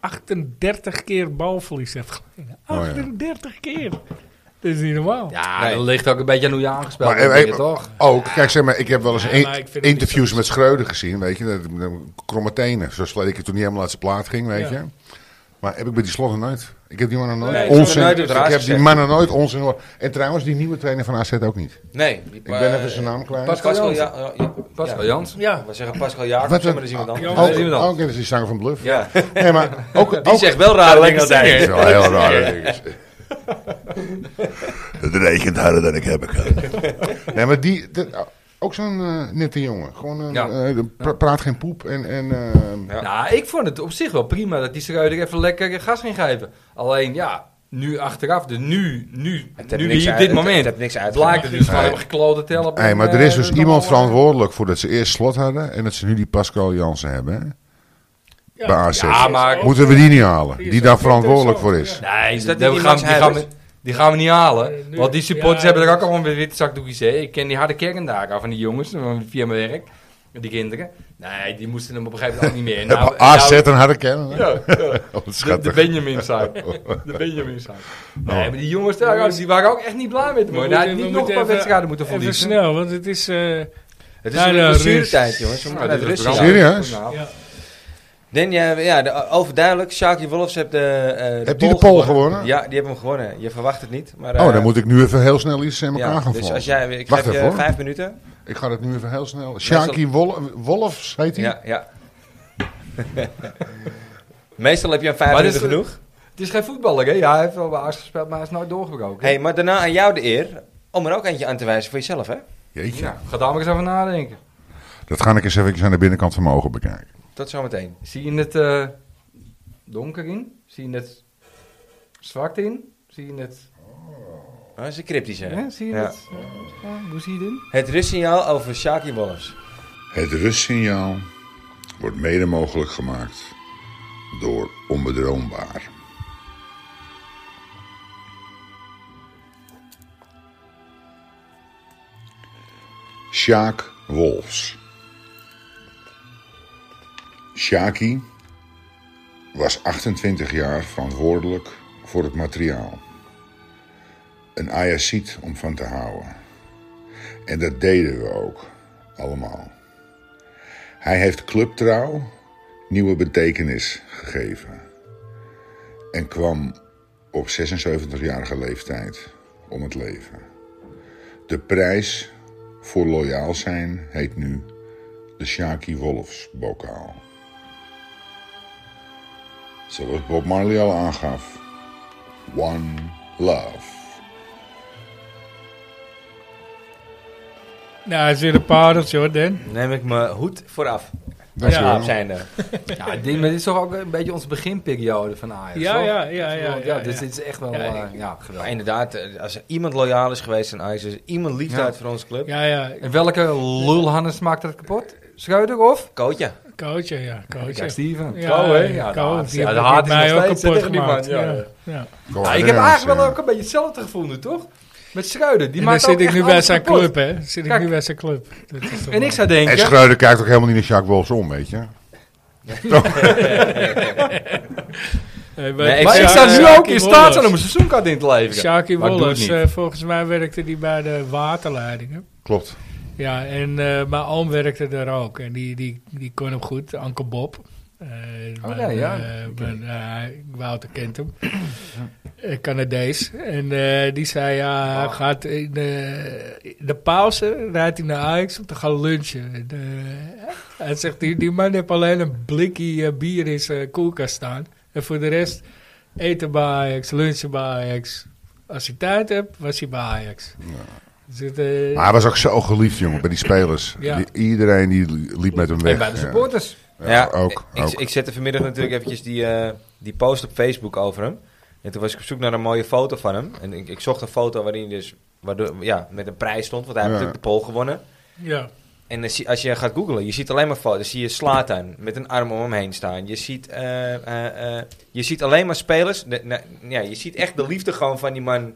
Speaker 1: 38 keer balverlies heeft geleden.
Speaker 3: Oh, ja.
Speaker 1: 38 keer. Dat is niet normaal.
Speaker 4: Ja,
Speaker 2: Nee.
Speaker 4: dat ligt ook een beetje aan hoe je aangespeeld
Speaker 3: Maar,
Speaker 4: bent,
Speaker 3: eh,
Speaker 4: denk ik,
Speaker 3: eh,
Speaker 4: toch?
Speaker 3: Ook, kijk zeg maar, ik heb wel eens
Speaker 1: Ja,
Speaker 3: in-
Speaker 1: maar ik vind het niet
Speaker 3: interviews
Speaker 1: zo-
Speaker 3: met Schreuder gezien, weet je. dat- dat- Kromme tenen, zoals verleden keer toen hij helemaal uit zijn plaat ging,
Speaker 1: Ja.
Speaker 3: weet je. Maar heb ik bij die slotten nooit. Ik heb die mannen nooit
Speaker 1: Nee, ik heb
Speaker 3: onzin.
Speaker 2: hem nooit op het
Speaker 3: ik
Speaker 2: raas
Speaker 3: heb die
Speaker 2: gezet.
Speaker 3: mannen nooit onzin. hoor. En trouwens, die nieuwe trainer van AZ ook niet.
Speaker 2: Nee. eh,
Speaker 3: Ik ben even zijn naam kwijt.
Speaker 4: Pas-
Speaker 2: Pascal
Speaker 4: Pascal
Speaker 2: Ja- ja- ja-
Speaker 4: Pascal
Speaker 2: ja.
Speaker 4: Jans.
Speaker 1: Ja,
Speaker 2: We zeggen Pascal Jacobs,
Speaker 3: Wat
Speaker 2: maar
Speaker 3: een-
Speaker 2: dat is iemand
Speaker 3: Oh,
Speaker 2: anders.
Speaker 1: Ja, dat is
Speaker 3: ook,
Speaker 4: iemand anders.
Speaker 3: ook, dat is die zanger van Bluff.
Speaker 2: Ja.
Speaker 3: Nee, maar ook,
Speaker 2: *laughs*
Speaker 3: ook,
Speaker 2: Die zegt wel raar dingen dat
Speaker 3: Dat
Speaker 2: hij.
Speaker 3: is wel heel raar. Het regent harder dan ik hebben kan. Nee, maar die, dat- ook zo'n eh, nette jongen. Gewoon, eh,
Speaker 4: Ja.
Speaker 3: eh, pra- praat geen poep en... en eh,
Speaker 2: Ja.
Speaker 4: Nou, ik vond het op zich wel prima dat die Schreuder even lekker gas ging geven. Alleen, ja, nu achteraf, dus nu, nu,
Speaker 2: Het heeft
Speaker 4: nu
Speaker 2: niks
Speaker 4: hier op
Speaker 2: uit- het-
Speaker 4: dit moment,
Speaker 2: het heeft niks uit.
Speaker 4: blijkt het dus
Speaker 3: Nee.
Speaker 4: gewoon hebben gekloten tellen. op
Speaker 3: Hey,
Speaker 4: een,
Speaker 3: maar er is
Speaker 4: eh,
Speaker 3: dus
Speaker 4: nog
Speaker 3: iemand
Speaker 4: wel,
Speaker 3: verantwoordelijk voor dat ze eerst slot hadden en dat ze nu die Pascal Jansen hebben. hè?
Speaker 1: Ja.
Speaker 3: Bij AZ.
Speaker 4: Ja, maar-
Speaker 3: Moeten we die niet halen?
Speaker 1: Die is
Speaker 3: Die daar
Speaker 1: ook
Speaker 3: verantwoordelijk voor
Speaker 1: interessant,
Speaker 3: is.
Speaker 4: eh, Nee,
Speaker 2: Is dat
Speaker 4: die,
Speaker 2: niet die
Speaker 4: gaan,
Speaker 2: Max
Speaker 4: die, gaan we,
Speaker 2: Huibers?
Speaker 4: die gaan we niet halen.
Speaker 1: Eh, nu.
Speaker 4: want die supporters
Speaker 1: Ja,
Speaker 4: hebben er
Speaker 1: dat
Speaker 4: ook allemaal met witte zakdoekjes. Hè. Ik ken die harde kern daar aan van die jongens van- via mijn werk. met Die kinderen. Nee, die moesten hem op een gegeven moment ook
Speaker 3: *laughs*
Speaker 4: niet meer. En nou-
Speaker 3: Hebben
Speaker 4: en
Speaker 3: AZ
Speaker 4: nou-
Speaker 3: en harde kennen? hè?
Speaker 4: Ja, ja.
Speaker 3: Oh, wat
Speaker 4: De, de
Speaker 3: Schattig. Oh.
Speaker 4: Benjamin side. De Benjamin side. Nee, maar die jongens daar, ook, die waren ook echt niet blij met hem. hoor.
Speaker 1: We
Speaker 4: Daar had
Speaker 1: moeten-
Speaker 4: niet
Speaker 1: we
Speaker 4: nog een paar
Speaker 1: even-
Speaker 4: wedstrijden moeten
Speaker 1: Even
Speaker 4: verliezen.
Speaker 1: snel, want het is... eh,
Speaker 2: Het is
Speaker 1: Ja,
Speaker 2: een
Speaker 1: de
Speaker 2: blessuretijd,
Speaker 1: rust.
Speaker 2: jongens. We moeten
Speaker 4: Nou,
Speaker 2: naar
Speaker 4: dit
Speaker 2: de
Speaker 4: is
Speaker 2: rust gaan.
Speaker 4: wel-
Speaker 3: Serieus?
Speaker 1: ja.
Speaker 2: Dan, ja, ja de, eh, overduidelijk. Sjaakje Wolfs heeft de, eh de
Speaker 3: Heb die de pol gewonnen?
Speaker 2: Ja, die hebben hem gewonnen. Je verwacht het niet. Maar,
Speaker 3: Oh,
Speaker 2: eh,
Speaker 3: dan moet ik nu even heel snel iets in elkaar
Speaker 2: ja,
Speaker 3: gaan
Speaker 2: Dus
Speaker 3: vallen.
Speaker 2: als jij, ik
Speaker 3: Wacht
Speaker 2: geef je
Speaker 3: even, hoor.
Speaker 2: vijf minuten.
Speaker 3: Ik ga dat nu even heel snel. Shaki Wol Wolfs heet hij?
Speaker 2: Ja, ja. *laughs* Meestal heb je een vijf
Speaker 4: Maar dit
Speaker 2: minuten
Speaker 4: is-
Speaker 2: genoeg.
Speaker 4: Het is geen voetballer, hè? Ja, hij heeft wel bij Aars gespeeld, maar hij is nooit doorgebroken.
Speaker 2: Hey, maar daarna aan jou de eer om er ook eentje aan te wijzen voor jezelf, hè?
Speaker 3: Jeetje.
Speaker 4: Ja, ga daar maar eens over nadenken.
Speaker 3: Dat ga ik eens even aan de binnenkant van mijn ogen bekijken.
Speaker 2: Tot zometeen.
Speaker 4: Zie je het eh, donker in? Zie je het zwart in? Zie je het...
Speaker 2: Dat is een cryptische. hè?
Speaker 4: Hè? Zie je
Speaker 2: Ja.
Speaker 4: het? Ja, hoe zie je het in?
Speaker 2: Het rustsignaal over Shaki Wolfs.
Speaker 3: Het rustsignaal wordt mede mogelijk gemaakt door onbedroombaar. Sjaak Wolfs. Sjaki was 28 jaar verantwoordelijk voor het materiaal. Een Ayaciet om van te houden. En dat deden we ook, allemaal. Hij heeft clubtrouw nieuwe betekenis gegeven. En kwam op 76-jarige leeftijd om het leven. De prijs voor loyaal zijn heet nu de Shaki Wolfs bokaal. Zoals Bob Marley al aangaf. One love.
Speaker 1: Nou, het is weer een pareltje hoor, Dan.
Speaker 2: Neem ik mijn hoed vooraf.
Speaker 1: Ja.
Speaker 2: Aap zijn eh, er.
Speaker 4: Ja, dit, maar dit is toch ook een beetje onze beginperiode van Ajax,
Speaker 1: Ja,
Speaker 4: toch?
Speaker 1: ja, ja,
Speaker 4: Dat is
Speaker 1: ja,
Speaker 4: wel- ja,
Speaker 1: ja,
Speaker 4: dus
Speaker 1: ja.
Speaker 4: dit is echt wel
Speaker 1: Ja,
Speaker 4: eh, ja,
Speaker 2: Maar
Speaker 4: geweldig.
Speaker 2: inderdaad, eh, als er iemand loyaal is geweest aan Ajax, is iemand liefde
Speaker 4: Ja.
Speaker 2: uit voor onze club.
Speaker 1: Ja, ja,
Speaker 4: En welke lul Hannes maakt het kapot? Schreuder of?
Speaker 2: Kootje.
Speaker 1: coach, ja, ja, coach.
Speaker 4: Ja,
Speaker 1: Ja,
Speaker 4: Steven.
Speaker 1: Ja,
Speaker 4: Klauw, hè?
Speaker 1: ja, Klauw,
Speaker 4: haat-
Speaker 1: die heb ik
Speaker 4: haat is
Speaker 1: mij
Speaker 4: nog
Speaker 1: ook
Speaker 4: steeds
Speaker 1: kapot
Speaker 4: tegen die man,
Speaker 1: gemaakt,
Speaker 4: ja.
Speaker 1: ja. ja.
Speaker 4: Ja, nou, ik heb eigenlijk wel ook een beetje hetzelfde gevoel nu, toch? Met Schreuder. Die
Speaker 1: En dan
Speaker 4: maakt
Speaker 1: zit
Speaker 4: ook
Speaker 1: ik
Speaker 4: echt
Speaker 1: nu bij
Speaker 4: alles
Speaker 1: zijn
Speaker 4: kapot.
Speaker 1: club, hè. Dan Zit ik
Speaker 4: Kijk.
Speaker 1: nu bij zijn club. Dat is toch
Speaker 4: En ik
Speaker 1: wel-
Speaker 4: zou
Speaker 3: En
Speaker 4: denken...
Speaker 3: Schreuder kijkt ook helemaal niet naar Jacques Wolfs om, weet je.
Speaker 2: Nee,
Speaker 1: Nee,
Speaker 4: Maar ik
Speaker 2: zou-
Speaker 4: zou nu
Speaker 1: Sjaki
Speaker 4: ook in
Speaker 1: Wolles.
Speaker 4: staat zijn om een seizoenkaart in te leveren.
Speaker 1: Sjaki
Speaker 4: Maar ik doe het
Speaker 1: Wollers,
Speaker 4: niet.
Speaker 1: eh, volgens mij werkte die bij de waterleidingen.
Speaker 3: Klopt.
Speaker 1: Ja, en eh, mijn oom werkte daar ook. En die, die, die kon hem goed, Anke Bob. Eh,
Speaker 4: Oh,
Speaker 1: mijn,
Speaker 4: ja, ja.
Speaker 1: eh, mijn, eh, Wouter kent hem. Eh, Canadees. En eh, die zei, ja, hij
Speaker 4: Wow.
Speaker 1: gaat in de, in de pauze, rijdt hij naar Ajax om te gaan lunchen. En, eh, hij zegt, die, die man heeft alleen een blikje eh, bier in zijn koelkast staan. En voor de rest eten bij Ajax, lunchen bij Ajax. Als ik tijd heb, was hij bij Ajax. Dus het, eh,
Speaker 3: Maar hij was ook zo geliefd, jongen, bij die spelers.
Speaker 1: Ja.
Speaker 3: Die- iedereen die li- liep met hem weg.
Speaker 4: En bij de
Speaker 3: Ja.
Speaker 4: supporters.
Speaker 3: Ja, ook.
Speaker 2: Ik,
Speaker 3: ook.
Speaker 2: ik zette vanmiddag natuurlijk eventjes die, eh, die post op Facebook over hem. En toen was ik op zoek naar een mooie foto van hem. En ik, ik zocht een foto waarin hij dus waardoor, ja, met een prijs stond. Want hij heeft
Speaker 3: Ja.
Speaker 2: natuurlijk de pol gewonnen.
Speaker 1: ja.
Speaker 2: En dan zie- als je gaat googlen, je ziet alleen maar foto's. Zie je Slatan met een arm om hem heen staan. Je ziet, eh, eh, eh, je ziet alleen maar spelers. De- nou, ja, je ziet echt de liefde gewoon van die man.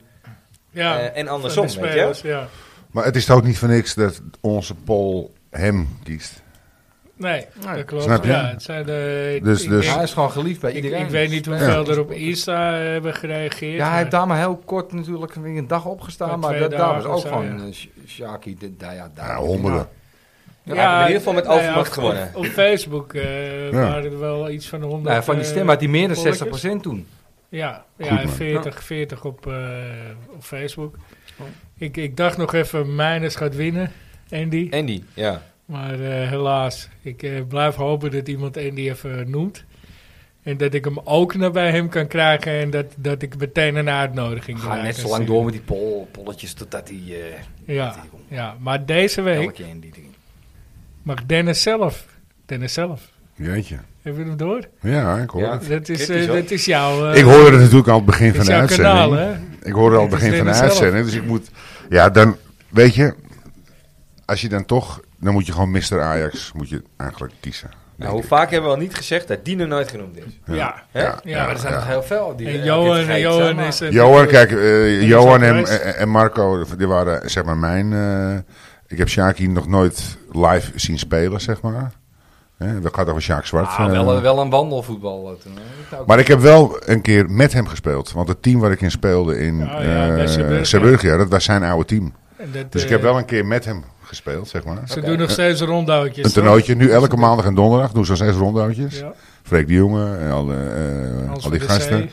Speaker 1: Ja,
Speaker 2: eh, en
Speaker 1: van de
Speaker 2: andersom, weet je.
Speaker 1: spelers, ja.
Speaker 3: Maar het is toch ook niet voor niks dat onze Paul hem kiest.
Speaker 1: Nee, dat klopt.
Speaker 3: Snap je?
Speaker 1: Ja, het zijn de, ik-
Speaker 3: Dus-
Speaker 1: ik,
Speaker 3: dus-
Speaker 1: denk-
Speaker 4: hij is gewoon geliefd bij
Speaker 1: ik-
Speaker 4: iedereen.
Speaker 1: ik weet niet hoeveel er op Insta eh, hebben gereageerd.
Speaker 4: Ja, hij
Speaker 1: maar-
Speaker 4: heeft daar maar heel kort natuurlijk weer een dag opgestaan.
Speaker 1: Maar
Speaker 4: Maar
Speaker 1: twee
Speaker 4: dat, daar was
Speaker 1: dagen
Speaker 4: ook
Speaker 1: of zo,
Speaker 4: gewoon
Speaker 1: ja.
Speaker 4: eh, Sh- Shaki. de- daar- ja, daar-
Speaker 3: Ja, honderden.
Speaker 2: Ja, hij heeft in ieder geval met
Speaker 1: nou ja,
Speaker 2: overmacht
Speaker 1: op-
Speaker 2: gewonnen.
Speaker 1: Op, op Facebook eh,
Speaker 3: Ja.
Speaker 1: waren er wel iets van de 100.
Speaker 4: Nou, van die
Speaker 1: eh,
Speaker 4: stem had hij meer dan
Speaker 1: volkers.
Speaker 4: 60% toen.
Speaker 1: Ja,
Speaker 3: Goed,
Speaker 1: ja
Speaker 3: man.
Speaker 1: 40, 40 op, eh, op Facebook. Ik, ik dacht nog even, Mijners gaat winnen, Andy.
Speaker 2: Andy, ja.
Speaker 1: Maar eh, helaas, ik eh, blijf hopen dat iemand Andy even eh, noemt. En dat ik hem ook naar bij hem kan krijgen en dat, dat ik meteen een uitnodiging
Speaker 4: Ga
Speaker 1: erbij
Speaker 4: net
Speaker 1: kan
Speaker 4: zo lang
Speaker 1: sturen.
Speaker 4: door met die pol, polletjes totdat hij... eh,
Speaker 1: Ja, ja, maar deze week
Speaker 4: elke in die ding.
Speaker 1: mag Dennis zelf. Dennis zelf.
Speaker 3: Jeetje.
Speaker 1: Hebben we hem door?
Speaker 3: Ja, ik hoor
Speaker 2: Ja.
Speaker 3: het.
Speaker 1: Dat is,
Speaker 2: Kritisch,
Speaker 1: eh,
Speaker 2: hoor.
Speaker 1: dat is jouw, eh,
Speaker 3: Ik hoorde het natuurlijk aan het begin
Speaker 1: dat
Speaker 3: van
Speaker 1: is
Speaker 3: de
Speaker 1: jouw
Speaker 3: uitzending.
Speaker 1: kanaal, hè?
Speaker 3: Ik hoorde al het
Speaker 1: Dit is
Speaker 3: begin van de
Speaker 1: Dennis zelf.
Speaker 3: uitzending, dus ik moet... Ja, dan... Weet je, als je dan toch... Dan moet je gewoon Mr. Ajax moet je eigenlijk kiezen.
Speaker 2: Nou, hoe vaak hebben we al niet gezegd dat Dino nooit genoemd is?
Speaker 1: Ja. Ja.
Speaker 2: Hè?
Speaker 4: Ja, maar er zijn
Speaker 3: ja.
Speaker 4: nog heel veel. Die,
Speaker 1: En
Speaker 4: eh, dit
Speaker 1: Johan,
Speaker 4: vergeet, zeg
Speaker 1: Johan
Speaker 4: maar.
Speaker 1: is... een-
Speaker 3: Johan, kijk, eh,
Speaker 1: is
Speaker 3: Johan
Speaker 1: ook
Speaker 3: en, eh,
Speaker 1: geweest.
Speaker 3: en- en Marco, die waren zeg maar mijn... eh, ik heb Shaki nog nooit live zien spelen, zeg maar. Eh, dat gaat over Sjaak Zwart.
Speaker 4: Ah,
Speaker 3: eh.
Speaker 4: wel, wel een wandelvoetbal. eh, Toen, hè. Dat ook-
Speaker 3: Maar ik heb wel een keer met hem gespeeld. Want het team waar ik in speelde in
Speaker 1: Oh ja,
Speaker 3: eh,
Speaker 1: bij Zeeburg,
Speaker 3: Zeeburg, ja, dat was zijn oude team.
Speaker 1: en dat,
Speaker 3: Dus ik
Speaker 1: eh,
Speaker 3: heb wel een keer met hem gespeeld, zeg maar.
Speaker 1: Ze doen nog steeds rondoutjes.
Speaker 3: Een toernooitje. Nu elke maandag en donderdag doen ze zes rondoutjes.
Speaker 1: Ja,
Speaker 3: Freek de Jonge en al, eh,
Speaker 1: Hans
Speaker 3: al
Speaker 1: van
Speaker 3: die
Speaker 1: der
Speaker 3: gasten.
Speaker 1: Zee.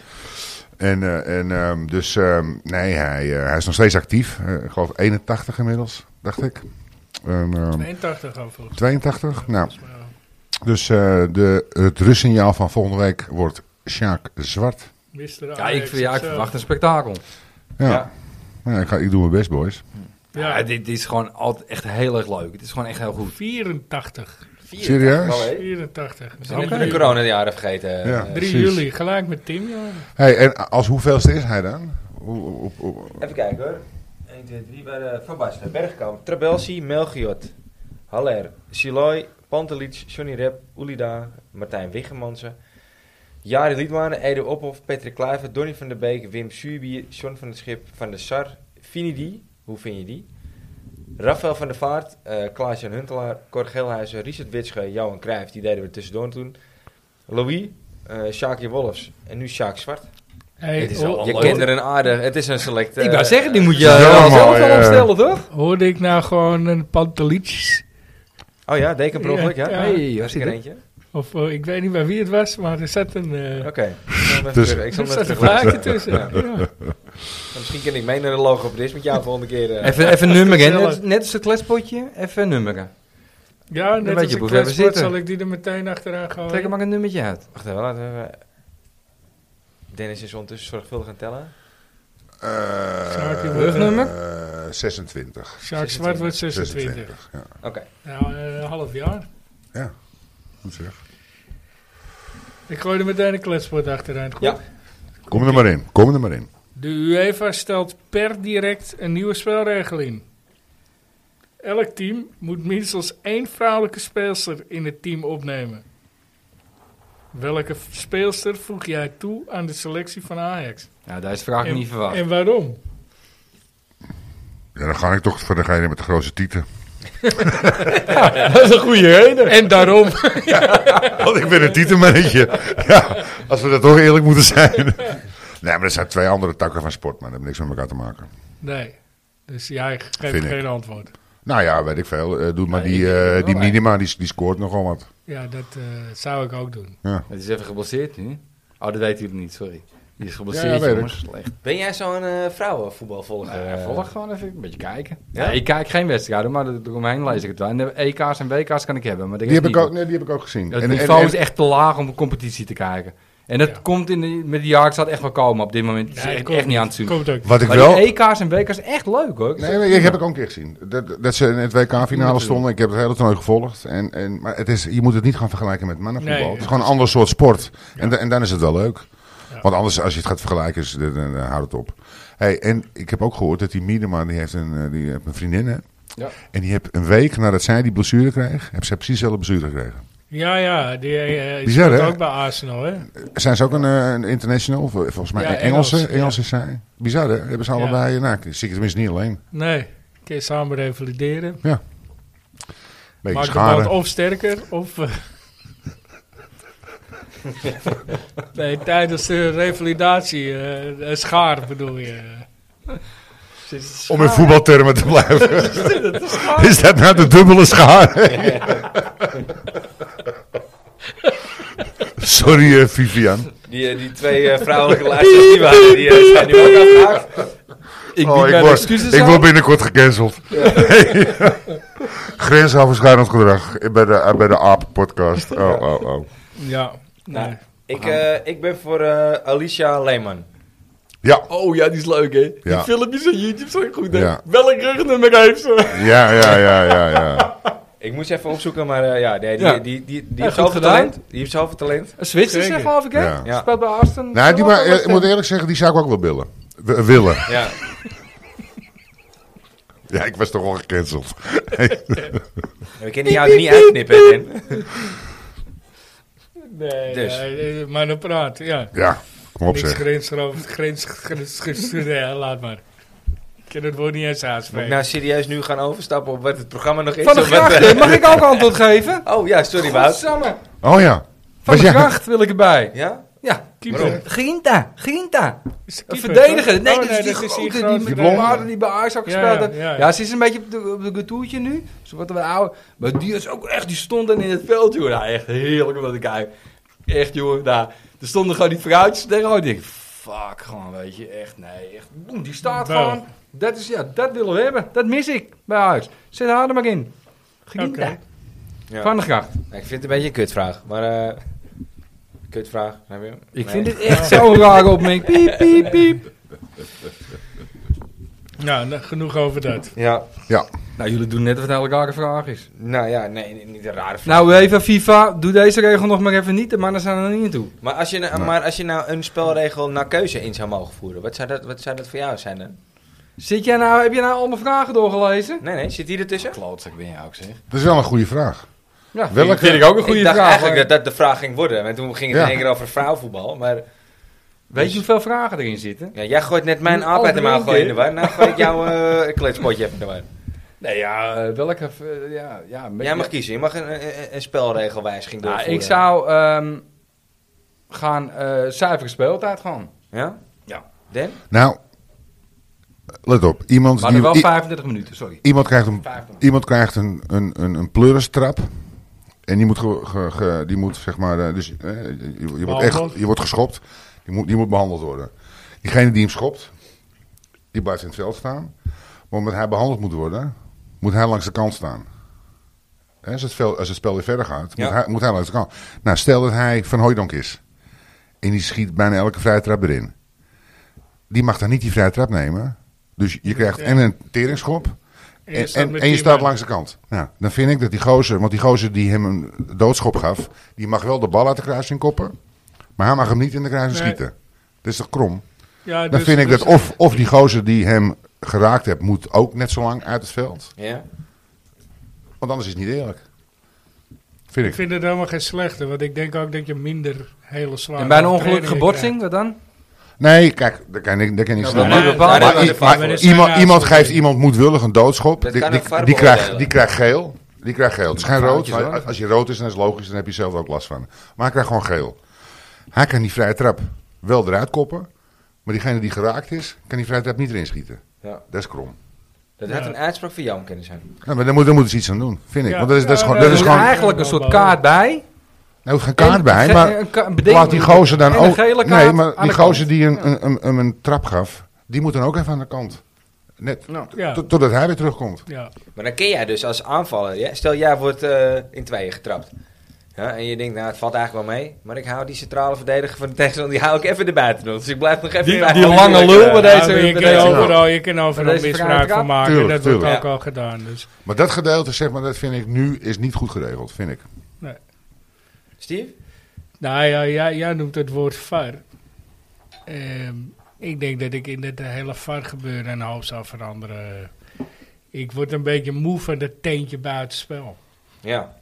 Speaker 3: En, eh, en ehm, dus, ehm, nee, hij, eh, hij is nog steeds actief. Eh, ik geloof 81 inmiddels, dacht ik. En, ehm,
Speaker 1: 82 al volgens
Speaker 3: 82? Nou,
Speaker 1: mij.
Speaker 3: dus eh, de, het rustsignaal van volgende week wordt Sjaak Zwart.
Speaker 1: Mr.
Speaker 4: ja, ik,
Speaker 1: Ajax
Speaker 4: ja, ik
Speaker 1: zelf.
Speaker 4: verwacht een spektakel.
Speaker 3: Ja.
Speaker 2: Ja.
Speaker 3: Nou, ik, ga, ik doe mijn best, boys.
Speaker 1: Ja.
Speaker 4: Ja. dit is gewoon altijd echt heel erg leuk. Het is gewoon echt heel goed.
Speaker 1: 84.
Speaker 3: Serieus?
Speaker 2: Nou, hè?
Speaker 1: 84.
Speaker 2: Ze hebben
Speaker 1: Drie-
Speaker 2: de coronajaren vergeten.
Speaker 3: Ja.
Speaker 2: Eh,
Speaker 1: 3
Speaker 3: Precies.
Speaker 1: juli, gelijk met Tim, joh.
Speaker 3: Hey, en als hoeveelste is hij dan? Hoe- hoe- hoe- hoe-
Speaker 2: Even kijken hoor. 1, 2, 3 bij de Van Basten, Bergkamp, Trabelsi, Melchiot, Haller, Siloy, Pantelic, Johnny Rep, Ulida, Martijn Wiggemansen, Jari Liedmanen, Edo Ophof, Patrick Kluivert, Donny van der Beek, Wim Suurbier, John van het Schip, Van der Sar, Finidi, hoe vind je die? Rafael van der Vaart, eh Klaas-Jan Huntelaar, Cor Geelhuizen, Richard Witsche, Johan Cruijff, die deden we tussendoor toen. Louis, eh Sjaakje Wolfs en nu Sjaak Zwart.
Speaker 1: Hey,
Speaker 4: Het is wel
Speaker 1: ho-
Speaker 2: Je
Speaker 4: leuk.
Speaker 2: kent er een aarde. Het is een select.
Speaker 4: ik
Speaker 2: eh,
Speaker 4: wou zeggen, die moet je
Speaker 3: is wel
Speaker 4: wel zelf
Speaker 3: mooi,
Speaker 4: wel
Speaker 3: eh.
Speaker 4: opstellen, toch?
Speaker 1: hoorde ik nou gewoon een pantelietjes?
Speaker 2: Oh ja, deken per ongeluk, ja.
Speaker 1: Ja,
Speaker 2: Hey,
Speaker 4: Hey, waar
Speaker 2: was ik
Speaker 4: zit
Speaker 2: er
Speaker 4: het?
Speaker 2: eentje?
Speaker 1: Of eh, ik weet niet meer wie het was, maar er zat een, eh
Speaker 2: Oké. Ik
Speaker 3: Dus-
Speaker 2: zal hem even terug- Ik zal
Speaker 1: er
Speaker 2: hem
Speaker 1: zat
Speaker 2: even
Speaker 1: een
Speaker 2: terug-
Speaker 1: vlaagje tussen.
Speaker 2: Ja.
Speaker 1: Ja.
Speaker 2: Misschien kan ik mee naar de logo op dit met jou de volgende keer. eh.
Speaker 4: Even, even nummeren. hè.
Speaker 1: Gezellig.
Speaker 4: Net, net als het klespotje, even nummeren.
Speaker 1: Ja, net
Speaker 4: weet
Speaker 1: als
Speaker 4: je
Speaker 1: ik
Speaker 4: op hoeveel we
Speaker 1: kletsport
Speaker 4: zitten.
Speaker 1: zal ik die er meteen achteraan gaan.
Speaker 4: Trek er maar een nummertje uit.
Speaker 2: Wacht even, laten we even. Dennis is ondertussen zorgvuldig aan het tellen.
Speaker 3: Eh,
Speaker 1: Sjaak, die wordt, eh,
Speaker 4: Rugnummer?
Speaker 3: eh, 26.
Speaker 1: Sjaak Zwart wordt 26.
Speaker 3: Ja,
Speaker 2: Oké.
Speaker 1: Nou, eh, een half jaar.
Speaker 3: goed zeg.
Speaker 1: Ik gooi er meteen een kletsport achteraan. Goed.
Speaker 2: Ja.
Speaker 3: Kom er maar in, kom er maar in.
Speaker 1: De UEFA stelt per direct een nieuwe spelregel in. Elk team moet minstens één vrouwelijke speelster in het team opnemen. Welke v- speelster voeg jij toe aan de selectie van Ajax?
Speaker 4: Nou, daar is de vraag
Speaker 1: en,
Speaker 4: niet verwacht.
Speaker 1: en waarom?
Speaker 3: Ja, dan ga ik toch voor degene met de grootste tieten.
Speaker 4: dat is een goede reden.
Speaker 1: En
Speaker 4: *laughs*
Speaker 1: daarom.
Speaker 3: Want ik ben een tietenmannetje. Ja, als we dat toch eerlijk moeten zijn. Nee, maar dat zijn twee andere takken van sport, maar dat heeft niks met elkaar te maken.
Speaker 1: Nee. Dus jij geeft
Speaker 3: Vind ik.
Speaker 1: geen antwoord.
Speaker 3: Nou ja, weet ik veel. Eh, doe maar
Speaker 4: Ja,
Speaker 3: die,
Speaker 4: ik denk het
Speaker 3: eh,
Speaker 4: wel,
Speaker 3: die
Speaker 4: hè.
Speaker 3: minima, die, die scoort nogal wat.
Speaker 1: Ja, dat eh, zou ik ook doen.
Speaker 4: Het is even geblesseerd nu. Oh, dat weten jullie niet, sorry. Die is
Speaker 3: Ja,
Speaker 4: geblesseerd,
Speaker 3: weet ik.
Speaker 4: jongens. Slecht.
Speaker 2: Ben jij zo'n eh vrouwenvoetbalvolger?
Speaker 4: Ja,
Speaker 2: eh?
Speaker 4: volg gewoon even een beetje kijken.
Speaker 2: Ja?
Speaker 4: Nee, ik kijk geen wedstrijden, maar er- eromheen lees ik het wel. En de EK's en WK's kan ik hebben. Maar de
Speaker 3: Die heb,
Speaker 4: rest
Speaker 3: ik ook,
Speaker 4: niet.
Speaker 3: nee, die heb ik ook gezien.
Speaker 4: Het
Speaker 3: En- en-
Speaker 4: niveau
Speaker 3: en-
Speaker 4: is echt te laag om een competitie te kijken. En dat
Speaker 1: Ja.
Speaker 4: komt in de, met de jaren echt wel komen op dit moment. Het is
Speaker 1: Nee,
Speaker 4: echt,
Speaker 1: komt
Speaker 4: echt niet aan het
Speaker 1: Dus niet.
Speaker 4: zien.
Speaker 1: Komt ook.
Speaker 3: wat ik
Speaker 4: Maar
Speaker 3: wel...
Speaker 4: die EK's en WK's echt leuk hoor.
Speaker 3: Nee, maar die heb ik ook een keer gezien. Dat, dat ze in het WK-finale stonden. Ik heb het hele toernooi gevolgd. En, en, maar het is, je moet het niet gaan vergelijken met mannenvoetbal.
Speaker 1: Nee,
Speaker 3: het is
Speaker 1: ja.
Speaker 3: gewoon een ander soort sport. En, da- en dan is het wel leuk.
Speaker 1: Ja.
Speaker 3: Want anders, als je het gaat vergelijken, is, dan, dan, dan houdt het op. Hey, en ik heb ook gehoord dat die Miedema, die heeft een, eh, die heeft een vriendin, hè?
Speaker 4: Ja.
Speaker 3: En die heeft een week nadat zij die blessure kreeg, heeft zij precies dezelfde blessure gekregen.
Speaker 1: Ja, ja, die eh
Speaker 3: Bizar,
Speaker 1: speelt
Speaker 3: hè?
Speaker 1: ook bij Arsenal, hè?
Speaker 3: Zijn ze ook een, eh, een international? Vol- Volgens mij
Speaker 1: Ja,
Speaker 3: een
Speaker 1: Engels,
Speaker 3: Engelse.
Speaker 1: ja.
Speaker 3: Engels is zij. Bizar, hè? Hebben ze
Speaker 1: Ja.
Speaker 3: allebei... eh, Nou, zie ik tenminste niet alleen.
Speaker 1: Nee, kun je samen revalideren.
Speaker 3: Beetje
Speaker 1: Maakt de band
Speaker 3: schade.
Speaker 1: of sterker, of... eh, *laughs* nee, tijdens de revalidatie, eh, een schaar bedoel je.
Speaker 3: Om in voetbaltermen te
Speaker 4: *laughs*
Speaker 3: blijven. Is dat nou de dubbele schaar? Sorry, eh, Vivian.
Speaker 2: Die, eh, die twee eh, vrouwelijke luisteraars die waren, die eh, zijn nu ook afgehaakt.
Speaker 4: Ik
Speaker 3: Oh,
Speaker 4: bied
Speaker 3: ik,
Speaker 4: mijn
Speaker 3: word,
Speaker 4: excuses
Speaker 3: ik
Speaker 4: aan.
Speaker 3: word binnenkort gecanceld. *laughs* Grensoverschrijdend gedrag bij de, eh, bij de AAP-podcast. Oh, oh, oh.
Speaker 1: Ja, nee.
Speaker 2: Nou, ik, eh, ik ben voor eh, Alicia Lehman.
Speaker 3: Ja,
Speaker 4: Oh ja, die is leuk hè. Die
Speaker 3: Ja.
Speaker 4: filmpjes op YouTube zijn goed hè.
Speaker 3: Ja.
Speaker 4: Welk rugnummer heeft ze?
Speaker 3: ja, ja, ja, ja. ja.
Speaker 2: Ik moest even opzoeken, maar eh, ja, nee, die,
Speaker 4: Ja.
Speaker 2: Die, die, die, die
Speaker 4: Ja,
Speaker 2: heeft
Speaker 4: goed
Speaker 2: zoveel
Speaker 4: gedaan.
Speaker 2: talent. Die heeft zoveel talent.
Speaker 4: Een Zwitser
Speaker 1: Zeker.
Speaker 4: zeg geloof ik hè.
Speaker 3: Ja.
Speaker 2: Ja.
Speaker 4: Speelt bij Aston.
Speaker 3: Nou, die maar, eh, ik moet eerlijk zeggen, die zou ik ook wel willen. W- willen.
Speaker 2: Ja.
Speaker 3: Ja, ik was toch al gecanceld.
Speaker 2: We kunnen jou er niet uitknippen, Ben.
Speaker 1: Nee,
Speaker 2: Dus.
Speaker 1: nee, eh, maar dan praat, ja.
Speaker 3: Ja, kom op
Speaker 1: Niks
Speaker 3: zeg.
Speaker 1: grensover, grens, grens, grens, nee, laat maar. Ik kan het woord niet eens
Speaker 2: Moet ik
Speaker 1: aanspreken.
Speaker 2: nou serieus nu gaan overstappen op wat het programma nog is?
Speaker 4: Van de
Speaker 2: Of wat,
Speaker 4: Gracht
Speaker 2: eh,
Speaker 4: hè. Mag ik ook antwoord geven?
Speaker 2: *laughs* Oh ja, sorry Wout.
Speaker 4: Godsamme.
Speaker 3: Oh ja.
Speaker 4: Van
Speaker 3: Was
Speaker 4: de
Speaker 3: jij-
Speaker 4: Gracht wil ik erbij.
Speaker 2: Ja?
Speaker 4: Ja.
Speaker 2: Waarom?
Speaker 1: keeper.
Speaker 4: Grinta. Grinta.
Speaker 1: Is de
Speaker 4: Een
Speaker 1: keeper,
Speaker 4: verdediger.
Speaker 1: toch?
Speaker 4: Nee,
Speaker 1: Oh,
Speaker 4: dat is die grote, die, met
Speaker 1: grote.
Speaker 4: die
Speaker 3: blonde.
Speaker 4: baarden die bij Ajax ook
Speaker 1: Ja,
Speaker 4: gespeeld heeft.
Speaker 1: ja, ja,
Speaker 4: Ja,
Speaker 1: ja.
Speaker 4: ze is een beetje op de, op de getoertje nu. Ze wordt wel ouder. Maar die is ook echt, die stond dan in het veld, joh. Nou, echt heerlijk om dat te kijken. Echt, joh. Nou, er stonden gewoon die fruitjes tegen Oh, Ik denk, fuck, gewoon, weet je. Echt, nee, echt. Boem, die staat
Speaker 1: Wel.
Speaker 4: gewoon. Dat is, ja, dat willen we hebben. Dat mis ik bij Ajax. Zet haar er maar in. Geniet
Speaker 1: Oké.
Speaker 4: daar.
Speaker 2: Ja.
Speaker 4: Van de gracht.
Speaker 2: Nou, ik vind het een beetje een kutvraag, maar... eh, kutvraag, snap je?
Speaker 4: Ik
Speaker 2: Nee.
Speaker 4: vind dit echt zo'n rare opmerking. Piep, piep, piep.
Speaker 1: Nou, nou, genoeg over dat.
Speaker 2: Ja,
Speaker 4: Nou, jullie doen net of het een hele rare vraag is.
Speaker 2: nou ja, nee, nee, niet een rare vraag.
Speaker 4: Nou, even FIFA, doe deze regel nog maar even niet. De mannen zijn er niet aan toe.
Speaker 2: Maar als, je, nou- maar als je nou een spelregel naar keuze in zou mogen voeren, wat zou dat, wat zou dat voor jou zijn dan?
Speaker 4: Zit jij nou, heb je nou al mijn vragen doorgelezen?
Speaker 2: Nee, nee, zit die ertussen?
Speaker 4: Klootzak ben jij ook, zeg.
Speaker 3: Dat is wel een goede vraag.
Speaker 4: Ja,
Speaker 3: Welke-
Speaker 4: Welke? vind ik ook een goede
Speaker 2: ik dacht
Speaker 4: vraag.
Speaker 2: eigenlijk
Speaker 4: hoor.
Speaker 2: dat dat de vraag ging worden, want toen ging het
Speaker 3: Ja.
Speaker 2: in één keer over vrouwenvoetbal. Maar
Speaker 4: Weet je hoeveel vragen erin zitten?
Speaker 2: ja, jij gooit net mijn
Speaker 4: Oh,
Speaker 2: aap uit de mouw
Speaker 4: bedoel
Speaker 2: gooi in
Speaker 4: je?
Speaker 2: de war, nou gooi ik jouw eh kletspotje even in de war.
Speaker 4: Nee, ja, eh, welke... eh, ja, ja, een beetje-
Speaker 2: Jij mag kiezen, je mag een, een, een spelregelwijziging
Speaker 4: Nou,
Speaker 2: doorvoeren.
Speaker 4: ik zou ehm, gaan eh zuivere speeltijd gewoon.
Speaker 2: Ja?
Speaker 4: Ja.
Speaker 2: Dan?
Speaker 3: Nou, let op. Iemand,
Speaker 4: Maar dan
Speaker 3: die,
Speaker 4: wel
Speaker 3: i-
Speaker 4: 35 minuten, sorry.
Speaker 3: iemand krijgt, een,
Speaker 4: 50 minuten.
Speaker 3: iemand krijgt een, een, een, een pleurenstrap. En die moet, ge- ge- ge- die moet zeg maar... eh, Dus, eh, je, je wordt echt,
Speaker 1: Behandeld.
Speaker 3: je wordt geschopt. Die moet, die moet behandeld worden. Diegene die hem schopt, die blijft in het veld staan. Maar omdat hij behandeld moet worden, moet hij langs de kant staan. Hè, als, het spel, als het spel weer verder gaat,
Speaker 2: Ja.
Speaker 3: moet, hij, moet hij langs de kant. Nou, stel dat hij Van Hooijdonk is. En die schiet bijna elke vrije trap erin. Die mag dan niet die vrije trap nemen. Dus je krijgt en een teringschop...
Speaker 1: En
Speaker 3: En,
Speaker 1: staat
Speaker 3: en,
Speaker 1: met
Speaker 3: en je
Speaker 1: tien
Speaker 3: staat
Speaker 1: man.
Speaker 3: langs de kant. Nou, dan vind ik dat die gozer, want die gozer die hem een doodschop gaf, die mag wel de bal uit de kruising koppen, maar hij mag hem niet in de kruising
Speaker 1: Nee. dus-
Speaker 3: schieten. Dat is toch krom?
Speaker 1: Ja,
Speaker 3: Dan vind ik dat of, of die gozer die hem geraakt heeft, moet ook net zo lang uit het veld.
Speaker 2: Ja?
Speaker 3: Want anders is het niet eerlijk. Vind
Speaker 1: Ik
Speaker 3: ik.
Speaker 1: vind het helemaal geen slechte, want ik denk ook dat je minder hele zware...
Speaker 4: En bij een ongeluk
Speaker 1: overtredingen
Speaker 4: gebotsing, wat dan?
Speaker 3: Nee, kijk, daar kan ik, daar kan ik niks
Speaker 2: Ja,
Speaker 3: aan
Speaker 1: maar-
Speaker 3: doen.
Speaker 1: maar- maar-
Speaker 3: Maar
Speaker 2: maar-
Speaker 3: i-
Speaker 2: maar-
Speaker 3: maar
Speaker 1: maar-
Speaker 3: Iemand iemand
Speaker 1: maar-
Speaker 3: geeft iemand moedwillig een doodschop,
Speaker 2: Dat
Speaker 3: die,
Speaker 2: kan
Speaker 3: die,
Speaker 2: een VAR
Speaker 3: die krijgt,
Speaker 2: beoordelen.
Speaker 3: die krijgt geel. Die krijgt geel. Het is geen rood.
Speaker 4: Foutjes,
Speaker 3: maar
Speaker 4: hoor.
Speaker 3: als- Als je rood is, dan is het logisch. Dan heb je zelf ook last van. Maar hij krijgt gewoon geel. Hij kan die vrije trap wel eruit koppen. Maar diegene die geraakt is, kan die vrije trap niet erin schieten.
Speaker 2: Ja.
Speaker 3: Dat is krom.
Speaker 2: Dat
Speaker 1: Ja.
Speaker 2: had een uitspraak voor jou kunnen zijn.
Speaker 3: Ja, maar daar moet, daar moet ze iets aan doen, vind ik.
Speaker 1: Ja.
Speaker 3: Want dat is, dat is
Speaker 1: Ja,
Speaker 3: gewoon...
Speaker 1: nee,
Speaker 3: Dat
Speaker 4: Er
Speaker 3: is
Speaker 4: is
Speaker 1: nee,
Speaker 3: gewoon
Speaker 1: nee.
Speaker 4: eigenlijk een soort kaart bij.
Speaker 3: er hoeft geen kaart
Speaker 4: En-
Speaker 3: bij,
Speaker 4: ge-
Speaker 3: maar
Speaker 4: een ka- een bedenking-
Speaker 3: laat die gozer dan
Speaker 4: en een
Speaker 3: ook...
Speaker 4: gele kaart
Speaker 3: Nee,
Speaker 4: aan
Speaker 3: maar die
Speaker 4: de
Speaker 3: gozer
Speaker 4: kant.
Speaker 3: die
Speaker 4: Ja.
Speaker 3: een, een, een, een, een trap gaf, die moet dan ook even aan de kant. Net,
Speaker 4: Ja.
Speaker 1: Ja,
Speaker 3: tot- totdat hij weer terugkomt.
Speaker 1: ja.
Speaker 2: Maar dan ken jij dus als aanvaller. Ja? Stel, jij wordt eh, in tweeën getrapt. Ja, en je denkt, nou, het valt eigenlijk wel mee. Maar ik hou die centrale verdediger van de tegenstander, die hou ik even erbuiten. Dus ik blijf nog even...
Speaker 4: Die-
Speaker 2: in mijn
Speaker 4: die
Speaker 2: eigen
Speaker 4: lange
Speaker 2: hoek,
Speaker 4: lul
Speaker 2: eh,
Speaker 4: bij
Speaker 1: Ja,
Speaker 4: deze-
Speaker 1: maar je,
Speaker 4: bij
Speaker 1: kan
Speaker 4: deze-
Speaker 1: overal, je kan overal
Speaker 4: deze
Speaker 1: misbruik van
Speaker 4: vergadering-
Speaker 1: maken.
Speaker 3: Tuurlijk,
Speaker 1: en dat wordt
Speaker 2: tuurlijk.
Speaker 1: ook
Speaker 2: Ja.
Speaker 1: al gedaan. Dus.
Speaker 3: Maar dat gedeelte, zeg maar, dat vind ik nu is niet goed geregeld, vind ik.
Speaker 2: Steve?
Speaker 1: Nou ja, jij, jij noemt het woord VAR. Ehm, ik denk dat ik in het hele VAR gebeuren een hoop zou veranderen. Ik word een beetje moe van dat teentje buitenspel.
Speaker 2: Ja.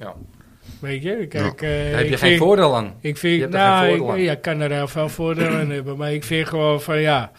Speaker 1: Weet je? Kijk, eh,
Speaker 4: Daar heb
Speaker 1: ik
Speaker 4: je geen
Speaker 1: vind-
Speaker 4: voordeel aan.
Speaker 1: Ik vind,
Speaker 4: Je hebt er
Speaker 1: nou,
Speaker 4: geen
Speaker 1: ik,
Speaker 4: voordeel aan.
Speaker 1: ja, ik kan er heel veel voordelen aan hebben. Maar ik vind gewoon van ja,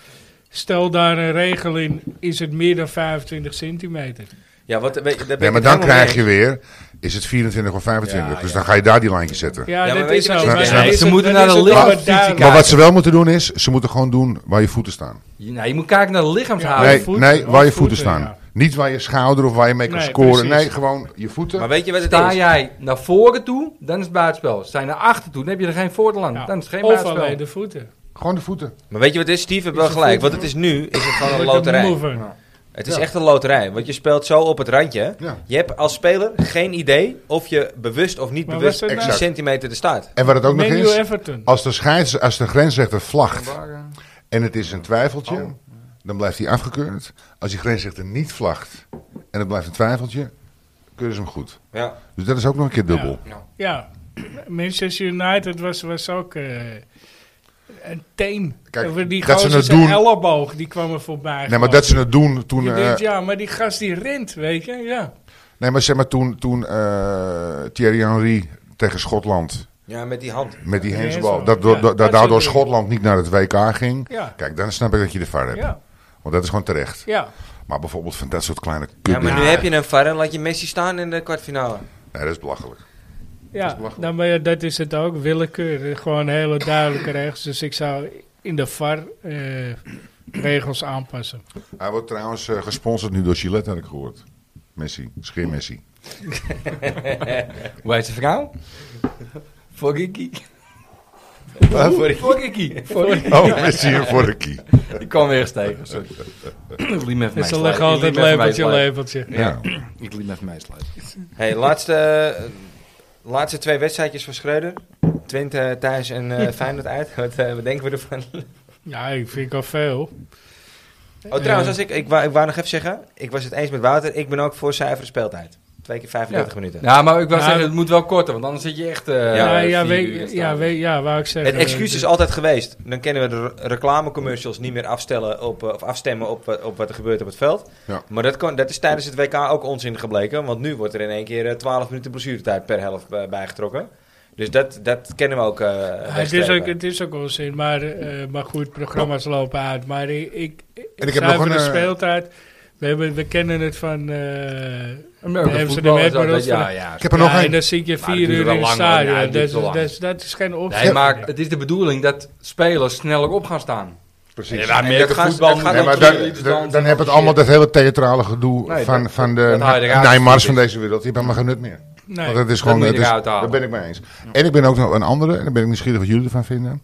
Speaker 1: stel daar een regel in, is het meer dan 25 centimeter.
Speaker 2: Ja, wat, weet, je, daar ben
Speaker 3: Nee,
Speaker 2: ik
Speaker 3: maar
Speaker 2: het
Speaker 3: dan
Speaker 2: helemaal
Speaker 3: krijg
Speaker 2: mee
Speaker 3: je weer, is het 24 of 25?
Speaker 2: Ja,
Speaker 3: dus
Speaker 2: ja.
Speaker 3: dan ga je daar die lijntjes zetten.
Speaker 1: Ja,
Speaker 2: Ja, maar
Speaker 1: dat
Speaker 2: weet
Speaker 1: is
Speaker 2: je wat
Speaker 1: al.
Speaker 2: je
Speaker 1: maar
Speaker 2: zegt?
Speaker 1: dan
Speaker 2: Ze
Speaker 1: is het-
Speaker 4: moeten
Speaker 1: dan
Speaker 4: naar
Speaker 1: is
Speaker 4: de
Speaker 1: het wel
Speaker 4: lichaamsfysica
Speaker 1: daar-
Speaker 4: kijken.
Speaker 3: Maar wat ze wel moeten doen is, ze moeten gewoon doen waar je voeten staan.
Speaker 4: Je, nou, je moet kijken naar de
Speaker 1: Ja,
Speaker 4: lichaamshouding.
Speaker 3: nee,
Speaker 1: je voeten.
Speaker 3: nee, waar je
Speaker 1: Oh,
Speaker 3: voeten
Speaker 1: voeten,
Speaker 3: staan.
Speaker 1: ja.
Speaker 3: Niet waar je schouder of waar je mee kan
Speaker 1: Nee,
Speaker 3: scoren.
Speaker 1: precies.
Speaker 3: Nee, gewoon je voeten.
Speaker 2: Maar weet je wat het
Speaker 4: Sta
Speaker 2: is?
Speaker 4: jij naar voren toe, dan is het buitenspel. Sta je naar achter toe, dan heb je er geen voordeel aan.
Speaker 1: Ja,
Speaker 4: Dan is het geen
Speaker 1: Of
Speaker 4: buitenspel.
Speaker 1: alleen de voeten.
Speaker 3: Gewoon de voeten.
Speaker 2: Maar weet je wat het is? Steve heeft wel
Speaker 1: Is het
Speaker 2: gelijk.
Speaker 1: goed?
Speaker 2: Wat het is nu, is het gewoon een
Speaker 1: Wordt er moe
Speaker 2: loterij.
Speaker 1: van.
Speaker 2: Het is
Speaker 3: Ja.
Speaker 2: echt een loterij, want je speelt zo op het randje. hè.
Speaker 3: Ja.
Speaker 2: Je hebt als speler geen idee of je bewust of niet
Speaker 1: Maar
Speaker 2: bewust
Speaker 1: was dat
Speaker 2: die
Speaker 1: nou-
Speaker 2: centimeter er staat.
Speaker 3: En wat het ook nog Oh.
Speaker 1: Menu
Speaker 3: is,
Speaker 1: Everton.
Speaker 3: als de, scheids, als de grensrechter vlagt
Speaker 4: Ja.
Speaker 3: en het is een twijfeltje,
Speaker 4: Oh.
Speaker 3: dan blijft hij afgekeurd. Als die grensrechter niet vlagt en het blijft een twijfeltje, keuren ze hem goed.
Speaker 2: Ja.
Speaker 3: Dus dat is ook nog een keer dubbel.
Speaker 1: Ja, *clears throat* Manchester United was, was ook eh, een teen.
Speaker 3: Kijk,
Speaker 1: Over die
Speaker 3: dat ze
Speaker 1: gozer
Speaker 3: het
Speaker 1: zijn
Speaker 3: doen-
Speaker 1: elleboog, die kwam er voorbij.
Speaker 3: Nee, maar dat ze het doen toen...
Speaker 1: Je
Speaker 3: eh,
Speaker 1: denkt, ja, maar die gast die rent, weet je. Ja,
Speaker 3: nee, maar zeg maar toen, toen eh, Thierry Henry tegen Schotland
Speaker 2: ja, met die hand.
Speaker 3: met die
Speaker 1: Ja,
Speaker 3: handsbal,
Speaker 1: zo.
Speaker 3: dat, do-
Speaker 1: Ja, dat
Speaker 3: dat, daardoor
Speaker 1: soort dingen.
Speaker 3: Schotland niet naar het WK ging.
Speaker 1: ja,
Speaker 3: Kijk, dan snap ik dat je de VAR hebt.
Speaker 1: ja,
Speaker 3: Want dat is gewoon terecht.
Speaker 1: ja.
Speaker 3: Maar bijvoorbeeld van dat soort kleine
Speaker 2: Ja,
Speaker 3: kutdingen.
Speaker 2: maar nu
Speaker 1: Ja.
Speaker 2: heb je een VAR en laat je Messi staan in de *laughs* kwartfinale.
Speaker 3: Nee, dat is belachelijk. Dat is
Speaker 1: ja.
Speaker 3: belachelijk.
Speaker 1: Nou, maar ja, dat is het ook, willekeur. Gewoon hele duidelijke regels. Dus ik zou in de VAR eh, regels aanpassen.
Speaker 3: Hij wordt trouwens eh, gesponsord nu door Gillette, heb ik gehoord. Messi,
Speaker 1: *laughs*
Speaker 3: scheer Messi.
Speaker 4: Hoe heet zijn vrouw? Fogiki.
Speaker 2: Wat?
Speaker 4: Fogiki.
Speaker 3: Oh, Messi en Vorky.
Speaker 4: Ik kwam weer eens tegen, sorry. Ik liet me even
Speaker 1: Dus ze
Speaker 4: meeslepen.
Speaker 1: leggen altijd
Speaker 4: Ik liet me even
Speaker 1: lepeltje,
Speaker 4: meeslepen.
Speaker 1: lepeltje.
Speaker 3: Ja.
Speaker 4: Ik liet me even meeslepen.
Speaker 2: Hey, laatste, eh, laatste twee wedstrijdjes voor Schreuder. Twente thuis en
Speaker 4: *laughs*
Speaker 2: eh Feyenoord uit. Wat, eh, wat denken we ervan?
Speaker 1: Ja, ik vind al veel.
Speaker 2: Oh, trouwens, als ik, ik, wou, ik wou nog even zeggen. Ik was het eens met Wouter. Ik ben ook voor cijferen speeltijd. Twee keer 35 minuten.
Speaker 4: Ja, maar ik wil
Speaker 1: Ja,
Speaker 4: zeggen,
Speaker 1: dat-
Speaker 4: het moet wel korter, want anders zit je echt... eh,
Speaker 1: Ja,
Speaker 4: vier
Speaker 1: ja,
Speaker 4: uur in
Speaker 1: weet,
Speaker 4: het
Speaker 1: ja,
Speaker 4: stadion.
Speaker 1: weet, ja, wou ik zeggen.
Speaker 2: Het excuus is altijd geweest. Dan kennen we de re- reclamecommercials niet meer afstellen op, eh, of afstemmen op, wat- op wat er gebeurt op het veld.
Speaker 3: Ja.
Speaker 2: Maar dat, kon, dat is tijdens het WK ook onzin gebleken. Want nu wordt er in één keer eh, 12 minuten blessuretijd per helft eh, bijgetrokken. Dus dat, dat kennen we ook. eh,
Speaker 1: het, is dus
Speaker 2: wegstrepen.
Speaker 1: ook, het is ook onzin, maar, eh, maar goed, programma's lopen uit. Maar ik, ik,
Speaker 3: En ik heb
Speaker 1: zuivere
Speaker 3: nog een, eh,
Speaker 1: speeltijd. We, hebben, we kennen het van eh,
Speaker 4: American
Speaker 1: de
Speaker 4: football
Speaker 1: Amsterdam
Speaker 4: is altijd-
Speaker 1: Admirals.
Speaker 4: Ja,
Speaker 1: van-
Speaker 4: ja.
Speaker 3: Ik heb er nog
Speaker 1: Ja, en
Speaker 3: één.
Speaker 1: dan zit je
Speaker 4: Maar Ah, dat
Speaker 1: vier
Speaker 4: duurt
Speaker 1: uur
Speaker 4: wel
Speaker 1: in het
Speaker 4: lang, hoor. Ja,
Speaker 1: stadion.
Speaker 4: het
Speaker 1: dat,
Speaker 4: duurt
Speaker 1: is,
Speaker 4: te lang.
Speaker 1: dat is- dat is geen optie.
Speaker 4: Nee, maar het is de bedoeling dat spelers sneller op gaan staan.
Speaker 3: Precies.
Speaker 4: Ja,
Speaker 2: En dat
Speaker 4: Amerika
Speaker 2: gaat-
Speaker 4: voetbal
Speaker 2: dat gaat
Speaker 3: Nee,
Speaker 4: moet-
Speaker 3: maar
Speaker 2: dan-
Speaker 3: dan, dan, dan heb het allemaal dat hele theatrale gedoe
Speaker 4: Nee,
Speaker 3: van,
Speaker 4: dat-
Speaker 3: van
Speaker 4: dat haal je
Speaker 3: de
Speaker 4: eruit.
Speaker 3: Neymar's van deze wereld. Die hebben maar geen nut meer.
Speaker 1: Nee.
Speaker 3: Want dat is
Speaker 4: Dat
Speaker 3: gewoon,
Speaker 4: moet je
Speaker 3: dat is-
Speaker 4: eruit
Speaker 3: daar
Speaker 4: halen.
Speaker 3: ben ik mee eens. En ik ben ook nog een andere, en daar ben ik nieuwsgierig wat jullie ervan vinden.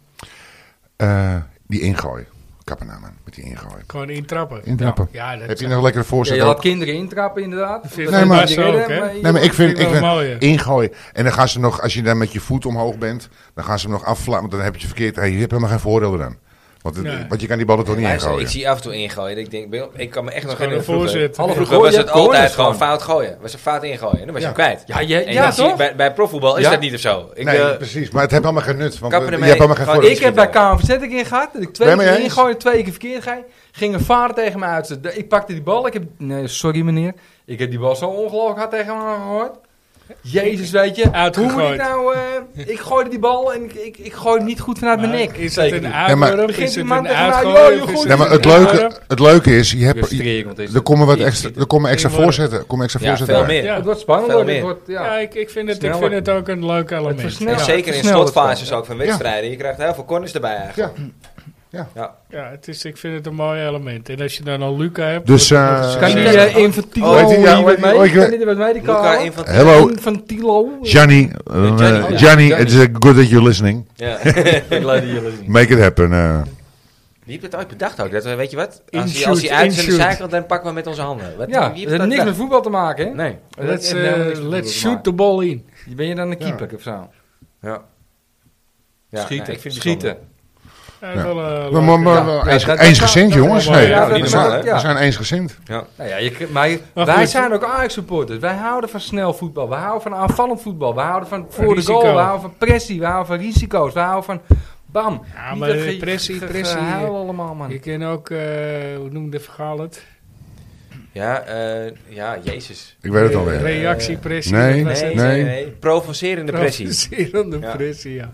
Speaker 3: Eh, die ingooi. Kappen nou, man, met die ingooi.
Speaker 1: Gewoon intrappen.
Speaker 3: Intrappen.
Speaker 1: Ja, dat
Speaker 3: Heb je
Speaker 1: is-
Speaker 3: nog een lekkere
Speaker 4: Ja,
Speaker 3: voorzet?
Speaker 4: je
Speaker 3: ook?
Speaker 4: laat kinderen intrappen, inderdaad.
Speaker 1: Vind
Speaker 4: Dat
Speaker 3: ik
Speaker 4: is
Speaker 3: maar
Speaker 4: niet
Speaker 1: zo
Speaker 4: de
Speaker 1: ook, hè?
Speaker 4: maar je-
Speaker 3: Nee, maar ik vind,
Speaker 1: Vind ik
Speaker 3: ik
Speaker 1: wel
Speaker 3: vind
Speaker 1: mooi, hè?
Speaker 3: ingooien. En dan gaan ze nog, als je dan met je voet omhoog bent, dan gaan ze hem nog afvlakken. Want dan heb je het verkeerd. Hey, je hebt helemaal geen voordeel eraan. Want, het-
Speaker 1: Nee.
Speaker 3: want je kan die ballen toch niet
Speaker 2: Luister,
Speaker 3: ingooien.
Speaker 2: ik zie af en toe ingooien. Ik, denk, Bill, ik kan me echt nog
Speaker 1: gewoon
Speaker 2: herinneren.
Speaker 1: een
Speaker 2: Vroeger,
Speaker 1: voorzet.
Speaker 4: Half
Speaker 2: vroeger was
Speaker 4: gooien,
Speaker 2: het altijd
Speaker 4: corners
Speaker 2: gewoon
Speaker 4: gewoon.
Speaker 2: fout gooien. Was een fout ingooien. Dan was je hem
Speaker 3: Ja.
Speaker 2: kwijt.
Speaker 4: Ja, je-
Speaker 2: En
Speaker 4: ja
Speaker 2: dat zie
Speaker 4: toch?
Speaker 2: ik bij, bij profvoetbal is
Speaker 4: Ja.
Speaker 2: dat niet of zo. Ik,
Speaker 3: nee,
Speaker 2: eh,
Speaker 3: precies. Maar het heeft helemaal geen nut. Want eh,
Speaker 2: Kappen
Speaker 3: je
Speaker 2: ermee.
Speaker 3: hebt helemaal geen
Speaker 2: Gewoon
Speaker 3: voordeel.
Speaker 4: Ik heb bij KNVZ een keer gehad dat ik twee
Speaker 3: Ben je
Speaker 4: keer
Speaker 3: eens?
Speaker 4: ingooi, twee keer verkeerd ging. Ging een vader tegen me uit. Ik pakte die bal. Ik heb, nee, sorry meneer. Ik heb die bal zo ongelooflijk hard tegen me aangegooid. Jezus, weet je.
Speaker 1: Uitgegooid.
Speaker 4: Hoe moet ik nou... eh, ik gooide die bal en ik, ik, ik gooide niet goed vanuit
Speaker 1: Maar
Speaker 4: mijn nek.
Speaker 1: Is het een
Speaker 4: niet.
Speaker 3: Ja, maar-
Speaker 1: uitworp?
Speaker 4: Begint
Speaker 1: Is het
Speaker 4: iemand
Speaker 1: een
Speaker 4: tegen mij,
Speaker 1: uitgooi?
Speaker 4: joh,
Speaker 1: Of is
Speaker 4: joh,
Speaker 3: Nee, maar het leuke, het leuke is, je hebt, je-
Speaker 4: Frustrerend is
Speaker 3: er
Speaker 4: het.
Speaker 3: komen wat
Speaker 4: Ik-
Speaker 3: extra, er komen extra
Speaker 1: Teamwork.
Speaker 3: voorzetten. Komen extra
Speaker 2: ja,
Speaker 3: voorzetten
Speaker 2: veel
Speaker 3: bij.
Speaker 2: meer.
Speaker 1: Ja.
Speaker 4: Het wordt spannend.
Speaker 2: Veel
Speaker 4: hoor.
Speaker 2: meer.
Speaker 4: Het wordt, ja.
Speaker 1: Ja, ik, ik, vind het, ik
Speaker 4: Sneller.
Speaker 1: vind het ook een leuk element.
Speaker 4: versnelt.
Speaker 2: En
Speaker 4: Ja,
Speaker 2: zeker in
Speaker 4: snel het
Speaker 2: slotfases
Speaker 4: wel,
Speaker 2: ook van wedstrijden. Je krijgt heel veel corners erbij eigenlijk.
Speaker 3: Ja.
Speaker 1: Ja, het is, ik vind het een mooi element. En als je dan al Luca hebt...
Speaker 3: Dus,
Speaker 1: wordt het
Speaker 3: eh,
Speaker 1: nog
Speaker 4: Kan
Speaker 1: een
Speaker 4: je
Speaker 1: succes.
Speaker 4: uh, Infantilo
Speaker 3: Oh, weet je, ja,
Speaker 4: hier
Speaker 3: weet
Speaker 4: met
Speaker 3: je,
Speaker 4: mij?
Speaker 3: oh, ik-
Speaker 4: Kan je er met mij die
Speaker 2: Luca
Speaker 4: kale?
Speaker 2: Infantino.
Speaker 3: Hello,
Speaker 4: Infantilo?
Speaker 3: Gianni.
Speaker 2: Ja, Gianni.
Speaker 3: eh,
Speaker 2: Oh, ja.
Speaker 3: Gianni,
Speaker 4: Gianni.
Speaker 3: it is good that you're listening.
Speaker 2: Ja.
Speaker 4: *laughs* Ik laat die jullie zien.
Speaker 3: Make it happen. eh.
Speaker 2: Wie heeft het ooit bedacht ook? Dat we, weet je wat? Als hij,
Speaker 1: Inshoot,
Speaker 2: als hij uit zijn
Speaker 1: inshoot.
Speaker 2: cirkel, dan pakken we met onze handen. Wat,
Speaker 4: Ja,
Speaker 2: wie
Speaker 4: het heeft niks met voetbal te maken, hè?
Speaker 2: bedacht? Nee.
Speaker 1: Let's,
Speaker 4: Het heeft helemaal niks
Speaker 1: eh,
Speaker 4: met
Speaker 1: let's
Speaker 4: voetbal
Speaker 1: shoot
Speaker 4: te
Speaker 1: the ball in.
Speaker 4: maken. Ben je dan een
Speaker 3: Ja.
Speaker 4: keeper of zo?
Speaker 2: Ja.
Speaker 4: schieten,
Speaker 2: nou, ik vind het
Speaker 4: schieten.
Speaker 1: Ja,
Speaker 3: Ja.
Speaker 1: wel, eh,
Speaker 3: Maar- maar- maar-
Speaker 4: Ja,
Speaker 3: maar
Speaker 4: ja,
Speaker 3: eens-
Speaker 4: dat-
Speaker 3: Eensgezind,
Speaker 4: dat- dat-
Speaker 3: jongens.
Speaker 1: dat-
Speaker 3: Hey,
Speaker 1: ja,
Speaker 2: dat-
Speaker 3: we,
Speaker 2: dat-
Speaker 3: zijn,
Speaker 4: dat- ja.
Speaker 3: we zijn eensgezind.
Speaker 4: Nou ja, je, maar,
Speaker 1: Maar
Speaker 4: wij
Speaker 1: goed.
Speaker 4: zijn ook Ajax-supporters. Wij houden van snel voetbal. We houden van aanvallend voetbal. We houden van voor
Speaker 1: Risico.
Speaker 4: de goal. We houden van pressie. We houden van risico's. We houden van bam.
Speaker 1: Ja,
Speaker 4: Niet
Speaker 1: maar
Speaker 4: dat
Speaker 1: eh,
Speaker 4: ge-
Speaker 1: pressie,
Speaker 4: ge-
Speaker 1: pressie.
Speaker 4: gehuil allemaal, man.
Speaker 1: Je kent ook, eh, hoe noemde Vergaal het?
Speaker 2: wel leuk. Ja, eh, ja, jezus.
Speaker 3: Ik weet het
Speaker 1: Eh,
Speaker 3: alweer.
Speaker 1: Reactiepressie.
Speaker 3: Nee.
Speaker 1: dat was
Speaker 2: Nee,
Speaker 1: het.
Speaker 2: nee,
Speaker 3: Nee.
Speaker 2: nee. Provocerende
Speaker 1: *laughs*
Speaker 2: pressie.
Speaker 1: Provocerende
Speaker 2: Ja.
Speaker 1: pressie, ja.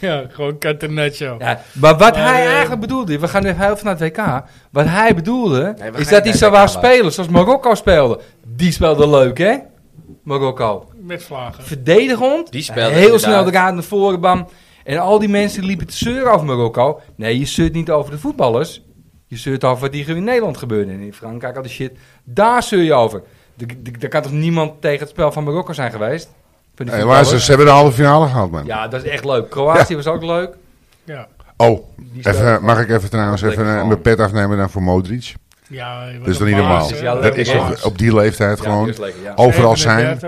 Speaker 1: Ja, gewoon Catenaccio.
Speaker 4: Ja, maar wat
Speaker 1: Maar,
Speaker 4: hij
Speaker 1: eh,
Speaker 4: eigenlijk bedoelde, we gaan even heel veel naar het WK. Wat hij bedoelde,
Speaker 2: gaan niet
Speaker 4: is dat
Speaker 2: naar
Speaker 4: hij
Speaker 2: het
Speaker 4: zo
Speaker 2: WK
Speaker 4: wou
Speaker 2: luisteren.
Speaker 4: spelen zoals Marokko speelde. Die speelde leuk, hè? Marokko.
Speaker 1: Met vlagen.
Speaker 4: Verdedigend,
Speaker 2: Die speelde
Speaker 4: heel
Speaker 2: inderdaad.
Speaker 4: snel eruit naar voren, bam. En al die mensen liepen te zeuren over Marokko. Nee, je zeurt niet over de voetballers. Je zeurt over wat hier in Nederland gebeurde. En in Frankrijk al die shit. Daar zeur je over. De- de- Daar kan toch niemand tegen het spel van Marokko zijn geweest? Van die
Speaker 3: Hey, waar is het?
Speaker 4: voetballers?
Speaker 3: ze hebben de halve finale gehad, man.
Speaker 4: Ja, dat is echt leuk. Kroatië was ook leuk.
Speaker 1: Ja.
Speaker 3: Oh,
Speaker 4: Die speelde-
Speaker 3: even, mag ik even trouwens
Speaker 4: Dat
Speaker 3: even
Speaker 4: lekker
Speaker 3: eh,
Speaker 4: gewoon.
Speaker 3: mijn pet afnemen dan voor Modric?
Speaker 1: ja
Speaker 3: Dat is toch niet normaal?
Speaker 4: Ja,
Speaker 3: Dat is toch op die leeftijd gewoon...
Speaker 4: lekker, ja.
Speaker 3: Overal zijn.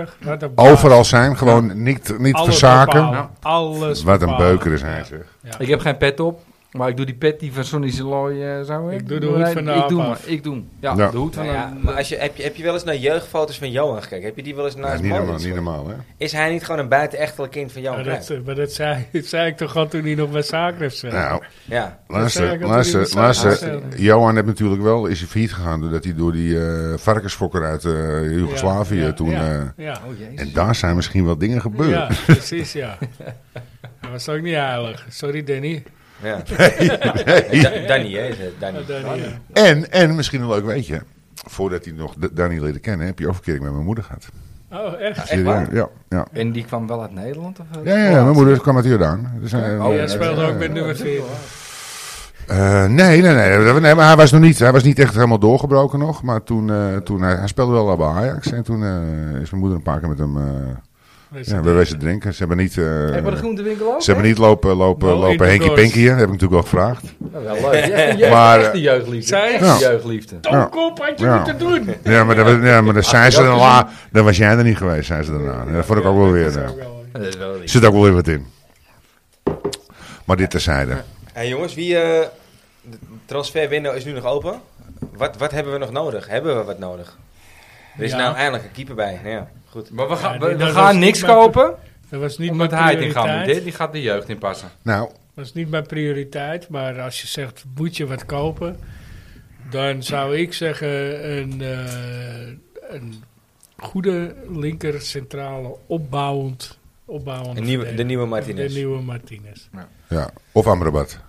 Speaker 3: Overal zijn. Gewoon niet, niet verzaken.
Speaker 1: Alles
Speaker 3: Wat een
Speaker 1: bepalen.
Speaker 3: beuker is hij, zeg.
Speaker 4: Ik heb geen pet op, maar ik doe die pet die van Sonny Zeloy eh zo. hè?
Speaker 1: Ik doe de hoed
Speaker 4: Nee,
Speaker 1: van de
Speaker 4: Ik doe
Speaker 1: APA.
Speaker 4: maar, ik doe hem. Ja,
Speaker 3: Ja.
Speaker 4: de hoed van
Speaker 2: Nou ja,
Speaker 4: de-
Speaker 2: maar als je, heb, je, heb je wel eens naar jeugdfoto's van Johan gekeken? Heb je die wel eens
Speaker 3: Ja,
Speaker 2: naast
Speaker 3: niet
Speaker 2: Modric
Speaker 3: normaal, niet
Speaker 2: gezien?
Speaker 3: normaal, hè?
Speaker 2: Is hij niet gewoon een buitenechtelijk kind van
Speaker 1: Ja,
Speaker 2: Johan Cruijff?
Speaker 1: dat, eh, maar dat zei, *laughs* dat zei ik toch al toen hij nog bij Zagreb zat.
Speaker 3: Nou,
Speaker 4: eh,
Speaker 2: Ja.
Speaker 1: zei
Speaker 3: luister,
Speaker 1: ik al
Speaker 3: luister,
Speaker 1: toen hij
Speaker 3: luister.
Speaker 1: was aangekomen.
Speaker 3: Johan heeft natuurlijk wel, is hij failliet gegaan doordat hij door die eh varkensfokker uit eh
Speaker 1: Ja,
Speaker 3: Joegoslavië
Speaker 1: ja,
Speaker 3: toen...
Speaker 1: Ja,
Speaker 3: eh,
Speaker 1: ja.
Speaker 4: Oh jezus.
Speaker 3: en daar zijn misschien wel dingen gebeurd.
Speaker 1: Ja, precies, ja. Dat was ook niet heilig. Sorry, Danny.
Speaker 4: *laughs*
Speaker 2: ja.
Speaker 3: *laughs*
Speaker 2: Eh,
Speaker 3: Hey.
Speaker 2: Da- Danny, hè? is het,
Speaker 1: Ja,
Speaker 2: Danny.
Speaker 1: Danny, ja.
Speaker 3: En, en misschien een leuk weetje. Voordat hij nog D- Danny leerde kennen, heb je overkering met mijn moeder gehad.
Speaker 1: Oh, echt?
Speaker 2: Echt waar?
Speaker 3: Ja, ja.
Speaker 4: En die kwam wel uit Nederland? Of, eh,
Speaker 3: Ja, ja, ja, mijn moeder kwam uit Jordaan. Dus, eh,
Speaker 1: Oh, jij
Speaker 3: eh,
Speaker 1: speelde
Speaker 3: eh,
Speaker 1: ook met nummer 4.
Speaker 3: eh, nee, nee, nee, nee, nee, maar hij was nog niet, hij was niet echt helemaal doorgebroken nog. Maar toen, eh, toen hij, hij speelde wel bij Ajax. En toen eh, is mijn moeder een paar keer met hem, eh ja, we wezen drinken. Ze hebben niet, eh,
Speaker 4: Hebben we de groentewinkel ook?
Speaker 3: ze hebben niet lopen, lopen,
Speaker 1: Mo in de
Speaker 3: lopen Henkie
Speaker 1: doors.
Speaker 3: Pinkie. Dat heb ik natuurlijk wel gevraagd.
Speaker 4: Nou, wel leuk. Echt een jeugd-
Speaker 3: Maar, eh,
Speaker 4: echt een jeugdliefde.
Speaker 1: zij-
Speaker 4: Echt een
Speaker 3: Ja.
Speaker 4: jeugdliefde.
Speaker 3: Ja.
Speaker 1: Kop had je
Speaker 3: Ja.
Speaker 1: moeten doen.
Speaker 3: Ja, maar, dat, ja, maar dan, zijn ze
Speaker 4: dat
Speaker 3: dan,
Speaker 4: gezien?
Speaker 3: la, dan was jij er niet geweest, zijn ze daarna. Ja, dat vond ik ook wel weer.
Speaker 1: Dat is
Speaker 3: eh,
Speaker 1: ook wel weer.
Speaker 4: Dat is wel
Speaker 3: Er
Speaker 4: lief.
Speaker 3: zit ook wel weer wat in. Maar dit terzijde.
Speaker 2: Hey, jongens, wie, eh, de transferwindow is nu nog open. Wat, wat hebben we nog nodig? Hebben we wat nodig? Er is
Speaker 1: Ja.
Speaker 2: nou eindelijk een keeper bij. Nou Ja, goed.
Speaker 4: Maar we, gaan-
Speaker 1: Ja,
Speaker 4: we-
Speaker 1: nee,
Speaker 4: we
Speaker 1: dat was
Speaker 4: gaan
Speaker 1: niet
Speaker 4: niks
Speaker 1: mijn-
Speaker 4: kopen,
Speaker 1: Dat was niet
Speaker 4: omdat
Speaker 1: mijn
Speaker 4: hij het in gaan moet.
Speaker 1: prioriteit.
Speaker 4: hè? Die gaat de jeugd inpassen.
Speaker 3: Nou,
Speaker 1: Dat is niet mijn prioriteit, maar als je zegt moet je wat kopen, dan zou ik zeggen een, eh, een goede linker centrale opbouwend. opbouwend
Speaker 2: Een nieuwe, de
Speaker 1: verdediger.
Speaker 2: nieuwe Martinez.
Speaker 1: De nieuwe Martinez.
Speaker 3: ja. Of Amrabat.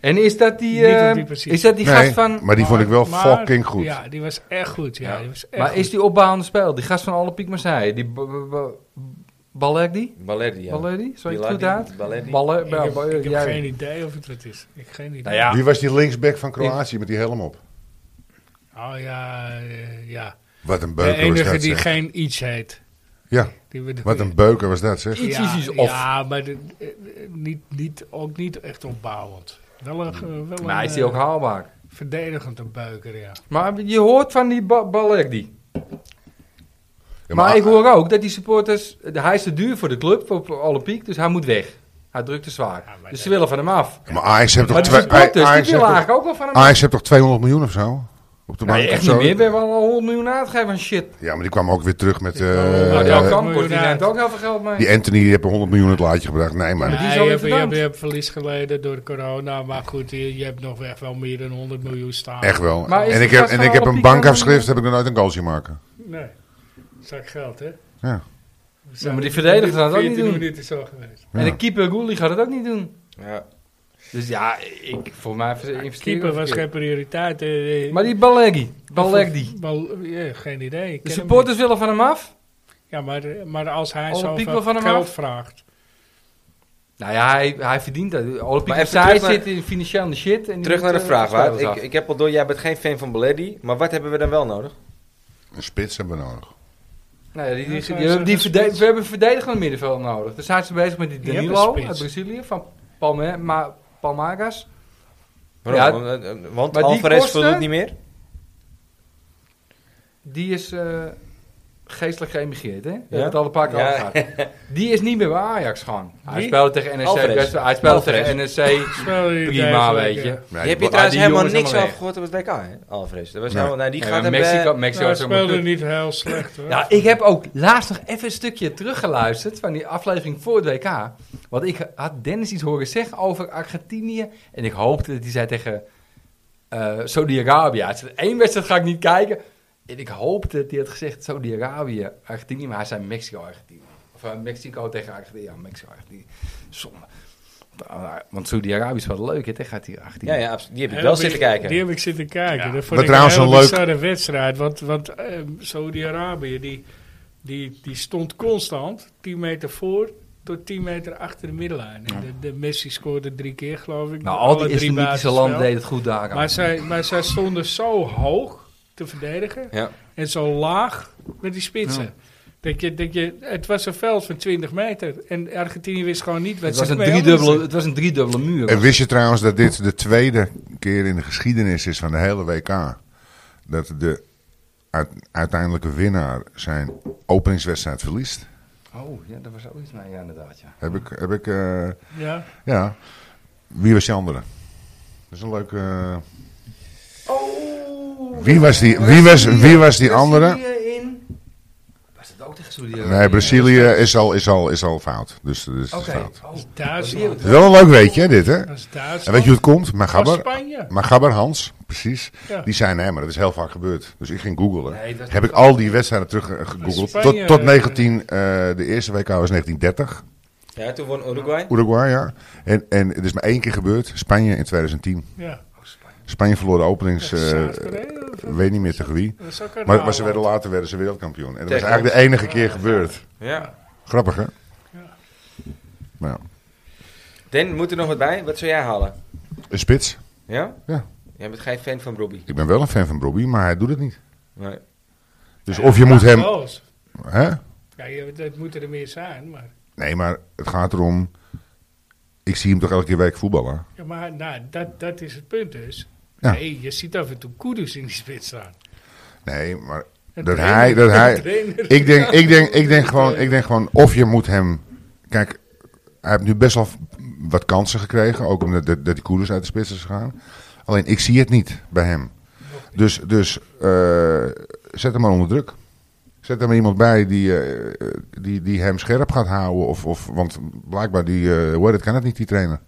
Speaker 4: En is dat die,
Speaker 1: Niet op
Speaker 4: eh,
Speaker 1: die positie.
Speaker 4: is dat die
Speaker 3: Nee,
Speaker 4: gast van...
Speaker 3: maar die vond ik wel
Speaker 1: Maar-
Speaker 3: fucking goed.
Speaker 1: Ja, die was echt goed. Ja,
Speaker 4: Ja.
Speaker 1: Die was echt
Speaker 4: Maar is
Speaker 1: goed.
Speaker 4: die opbouwende spel? Die gast van alle piek Marseille. Die... b- b- b- Balerdi?
Speaker 2: Ballerdi, ja.
Speaker 4: Balerdi? Zo je het
Speaker 2: Ballerdi,
Speaker 4: goed uit?
Speaker 2: Ballerdi.
Speaker 4: Baller,
Speaker 1: ik heb, ik heb
Speaker 4: jij-
Speaker 1: geen idee of het wat is. Ik heb geen idee.
Speaker 4: Nou ja.
Speaker 3: Wie was die linksback van Kroatië met die helm op?
Speaker 1: Oh ja, eh, ja.
Speaker 3: Wat een
Speaker 1: De
Speaker 3: beuker was
Speaker 1: enige
Speaker 3: dat,
Speaker 1: die
Speaker 3: zeg.
Speaker 1: geen iets heet.
Speaker 3: Ja,
Speaker 1: Die we de-
Speaker 3: wat een beuker was dat, zeg.
Speaker 4: Iets
Speaker 1: ja,
Speaker 4: is iets of.
Speaker 1: Ja, maar de- eh, eh, niet, niet, ook niet echt opbouwend. Wel een, ge- wel
Speaker 4: Maar
Speaker 1: een,
Speaker 4: is die ook
Speaker 1: eh,
Speaker 4: haalbaar?
Speaker 1: verdedigend een beuker, ja.
Speaker 4: Maar je hoort van die ba Balerdi.
Speaker 3: Ja,
Speaker 4: maar ik hoor ook dat die supporters... Hij is te duur voor de club, voor Olympique, dus hij moet weg. Hij drukt te zwaar.
Speaker 1: Ja, maar
Speaker 4: dus ze
Speaker 1: dat-
Speaker 4: willen van hem af.
Speaker 3: Maar Ajax heeft toch,
Speaker 4: Maar de
Speaker 3: twee,
Speaker 4: supporters, die
Speaker 3: Ajax heeft
Speaker 4: willen
Speaker 3: toch,
Speaker 4: eigenlijk ook wel van hem af.
Speaker 3: Ajax heeft toch 200 miljoen of zo? Op de
Speaker 4: Nee,
Speaker 3: bank
Speaker 4: echt
Speaker 3: of zo?
Speaker 4: niet meer. We hebben al 100 miljoen uitgegeven aan shit.
Speaker 3: Ja, maar die kwam ook weer terug met... eh,
Speaker 4: nou,
Speaker 1: Eh,
Speaker 4: jouw
Speaker 1: ja.
Speaker 4: Kampert, die
Speaker 1: miljoen
Speaker 4: neemt ook heel veel geld mee.
Speaker 3: die Anthony die heeft 100 miljoen het laadje gebracht. Nee, maar...
Speaker 4: Ja. die
Speaker 1: Nee,
Speaker 4: is al
Speaker 1: je, hebt, je,
Speaker 4: weer
Speaker 1: hebt,
Speaker 4: verdampt.
Speaker 1: je hebt verlies geleden door corona. Maar goed, je, je hebt nog echt wel meer dan 100 miljoen staan.
Speaker 3: Echt wel.
Speaker 4: Maar is
Speaker 3: En
Speaker 4: die
Speaker 3: ik heb,
Speaker 4: gast
Speaker 3: en
Speaker 4: van
Speaker 3: ik heb een
Speaker 4: Olympique dan-
Speaker 3: bankafschrift, heb ik nog nooit een goal zien maken.
Speaker 1: Nee. Zak geld, hè?
Speaker 3: Ja.
Speaker 1: We
Speaker 4: Ja,
Speaker 1: zijn
Speaker 4: maar die verdedigers gaan dat ook niet
Speaker 1: 14
Speaker 4: doen.
Speaker 1: minuten zo geweest.
Speaker 4: En de keeper Gouli gaat het ook niet doen.
Speaker 2: Ja.
Speaker 4: Dus ja, ik, voor mij investeer ik
Speaker 1: Keeper
Speaker 4: wel
Speaker 1: was geen
Speaker 4: verkeerd.
Speaker 1: prioriteit. eh, eh,
Speaker 4: Maar die Balerdi, Balerdi.
Speaker 1: Bal- ja, geen idee. ik
Speaker 4: De
Speaker 1: ken hem
Speaker 4: supporters willen van hem af.
Speaker 1: niet. Ja, maar, maar als hij
Speaker 4: Alle
Speaker 1: zoveel
Speaker 4: piek wel van hem
Speaker 1: geld
Speaker 4: af?
Speaker 1: vraagt.
Speaker 4: Nou ja, hij, hij verdient dat.
Speaker 2: Maar
Speaker 4: Olympique
Speaker 2: even
Speaker 4: zij
Speaker 2: terug naar-
Speaker 4: zit in financieel in de shit. En die
Speaker 2: Terug
Speaker 4: moet,
Speaker 2: naar de
Speaker 4: eh,
Speaker 2: vraag, Wout.
Speaker 4: spelers
Speaker 2: Ik,
Speaker 4: af.
Speaker 2: ik heb al door, jij bent geen fan van Belletti, maar wat hebben we dan wel nodig?
Speaker 3: Een spits hebben we nodig.
Speaker 4: Nou ja, die, die,
Speaker 1: Ja, zo
Speaker 4: die-
Speaker 1: is het
Speaker 4: die
Speaker 1: een
Speaker 4: verde-
Speaker 1: spits.
Speaker 4: we hebben een verdedigend middenveld nodig. Dus zijn ze bezig met die
Speaker 1: Je hebt een
Speaker 4: Danilo
Speaker 1: spits.
Speaker 4: uit Brazilië van Palme, Ma- Palmagas.
Speaker 2: Waarom?
Speaker 4: Ja,
Speaker 2: Want, eh, eh, Want
Speaker 4: maar die
Speaker 2: Alvarez
Speaker 4: kosten-
Speaker 2: voldoet niet meer?
Speaker 4: Die is eh, geestelijk geëmigreerd, hè? We hebben het al een paar keer
Speaker 2: Ja.
Speaker 4: over
Speaker 2: *laughs*
Speaker 4: gehad. Die is niet meer bij Ajax gewoon. Hij
Speaker 1: Wie?
Speaker 4: speelde tegen NEC
Speaker 2: Alvarez.
Speaker 4: best wel. Hij speelde
Speaker 2: Alvarez.
Speaker 4: tegen NEC
Speaker 1: Spel je
Speaker 4: prima,
Speaker 1: eigenlijk,
Speaker 4: weet
Speaker 1: ja.
Speaker 4: je.
Speaker 3: Ja,
Speaker 2: je hebt
Speaker 3: die-
Speaker 2: je trouwens
Speaker 4: die
Speaker 2: helemaal
Speaker 4: jongens
Speaker 2: niks
Speaker 4: allemaal
Speaker 2: over gehoord op het WK, hè? Alvarez. Dat was
Speaker 3: Nee.
Speaker 2: helemaal, nou, die
Speaker 4: Ja,
Speaker 2: gaat hem,
Speaker 4: Mexico,
Speaker 2: eh,
Speaker 4: Mexico
Speaker 1: Nou, hij
Speaker 4: is helemaal
Speaker 1: speelde
Speaker 4: kut.
Speaker 1: niet heel slecht hoor.
Speaker 4: Ja, ik heb ook laatst nog even een stukje teruggeluisterd van die aflevering voor het WK. Want ik had Dennis iets horen zeggen over Argentinië. En ik hoopte dat hij zei tegen eh Saudi-Arabië. Hij zei, één wedstrijd ga ik niet kijken. En ik hoopte dat hij had gezegd Saudi-Arabië, Argentinië. Maar hij zei Mexico-Argentinië. Of eh, Mexico tegen Argentinië. Ja, Mexico-Argentinië. Zonde. Nou, Want Saudi-Arabië is wel leuk hè, tegen Argentinië.
Speaker 2: ja, ja, absoluut. Die heb ik
Speaker 1: Heb
Speaker 2: wel
Speaker 1: ik-
Speaker 2: zitten kijken.
Speaker 1: Die heb ik zitten kijken.
Speaker 4: Ja.
Speaker 1: Dat vond
Speaker 3: Wat
Speaker 1: ik
Speaker 3: trouwens
Speaker 1: een
Speaker 3: een
Speaker 1: hele
Speaker 3: leuk-
Speaker 1: bizarre wedstrijd. Want, want eh, Saudi-Arabië die, die, die stond constant 10 meter voor tot 10 meter achter de middenlijn. En De, de Messi scoorde drie keer geloof ik.
Speaker 4: Nou, al die
Speaker 1: Alle drie
Speaker 4: islamitische
Speaker 1: buitenspel.
Speaker 4: landen deden het goed daar.
Speaker 1: Maar zij, maar zij stonden zo hoog te verdedigen
Speaker 2: Ja.
Speaker 1: en zo laag met die spitsen. Dat je, dat je, het was een veld van 20 meter. En Argentinië wist gewoon niet wat
Speaker 4: het,
Speaker 1: ze
Speaker 4: was een
Speaker 1: ermee
Speaker 4: driedubbele,
Speaker 1: hadden.
Speaker 4: het was een driedubbele muur.
Speaker 3: En wist je trouwens dat dit de tweede keer in de geschiedenis is van de hele WK? Dat de uit- uiteindelijke winnaar zijn openingswedstrijd verliest.
Speaker 4: Oh, ja, dat was ook iets mee, ja, inderdaad, ja.
Speaker 3: Heb ik, heb ik eh,
Speaker 1: Ja.
Speaker 3: ja. Wie was die andere? Dat is een leuke... eh,
Speaker 4: Oh!
Speaker 3: Wie was die- wie was- wie was die andere?
Speaker 4: Brazilië in... Was dat ook tegen Saudi-Arabië?
Speaker 3: Nee, Brazilië is al, is al, is al fout. Dus, dus het is
Speaker 4: Oké.
Speaker 3: fout.
Speaker 4: Oh,
Speaker 1: Duitsland.
Speaker 3: Het is wel een leuk weetje, hè, dit, hè?
Speaker 1: Dat is
Speaker 3: En
Speaker 1: Duitsland.
Speaker 3: weet je hoe het komt? Maar
Speaker 1: Of
Speaker 3: Gabber,
Speaker 1: Spanje.
Speaker 3: maar Gabber Hans, precies,
Speaker 1: Ja.
Speaker 3: die zei nee, maar dat is heel vaak gebeurd. Dus ik ging googlen.
Speaker 4: Nee, dat is
Speaker 3: Heb
Speaker 4: niet
Speaker 3: ik al die wedstrijden terug eh, gegoogeld.
Speaker 1: Spanje,
Speaker 3: tot, tot
Speaker 1: eh,
Speaker 3: 19, eh, de eerste WK was 1930,
Speaker 2: Ja, toen won Uruguay.
Speaker 3: Uruguay, ja. En, en het is maar één keer gebeurd, Spanje in 2010.
Speaker 1: Ja.
Speaker 4: Oh, Spanje.
Speaker 3: Spanje verloor de openings, eh,
Speaker 1: Zuid-Korea nou, of zo?
Speaker 3: weet niet meer tegen wie.
Speaker 1: Dat is ook een
Speaker 3: Maar, maar ze
Speaker 1: Nederland.
Speaker 3: werden later werden ze wereldkampioen. En dat was
Speaker 2: Tegen
Speaker 3: eigenlijk de enige keer gebeurd.
Speaker 2: Ja.
Speaker 3: Grappig, hè?
Speaker 1: Ja.
Speaker 3: Nou,
Speaker 2: Dan, moet er nog wat bij? Wat zou jij halen?
Speaker 3: een spits.
Speaker 2: Ja?
Speaker 3: Ja.
Speaker 2: Jij bent geen fan van Robbie.
Speaker 3: Ik ben wel een fan van Bobby, maar hij doet het niet.
Speaker 2: Nee.
Speaker 3: Dus of je moet
Speaker 1: Mag
Speaker 3: hem...
Speaker 1: wel eens.
Speaker 3: Hè?
Speaker 1: Ja, je, dat moet er meer zijn, maar...
Speaker 3: Nee, maar het gaat erom. Ik zie hem toch elke keer week voetballen.
Speaker 1: Ja, maar nou, dat, dat is het punt dus.
Speaker 3: Ja.
Speaker 1: Nee, je ziet af en toe koeders in die spits staan.
Speaker 3: Nee, maar
Speaker 1: Een
Speaker 3: dat
Speaker 1: trainer,
Speaker 3: hij, dat
Speaker 1: een
Speaker 3: hij.
Speaker 1: trainer.
Speaker 3: Ik denk, ik denk, ik
Speaker 1: *laughs*
Speaker 3: denk gewoon, ik denk gewoon, of je moet hem. Kijk, hij heeft nu best wel wat kansen gekregen, ook omdat dat, dat die koerders uit de spits is gegaan. Alleen ik zie het niet bij hem. Dus, dus eh, zet hem maar onder druk. Zet er maar iemand bij die, eh, die, die hem scherp gaat houden. Of, of, want blijkbaar, die, eh, hoe heet het, kan het niet, die trainer.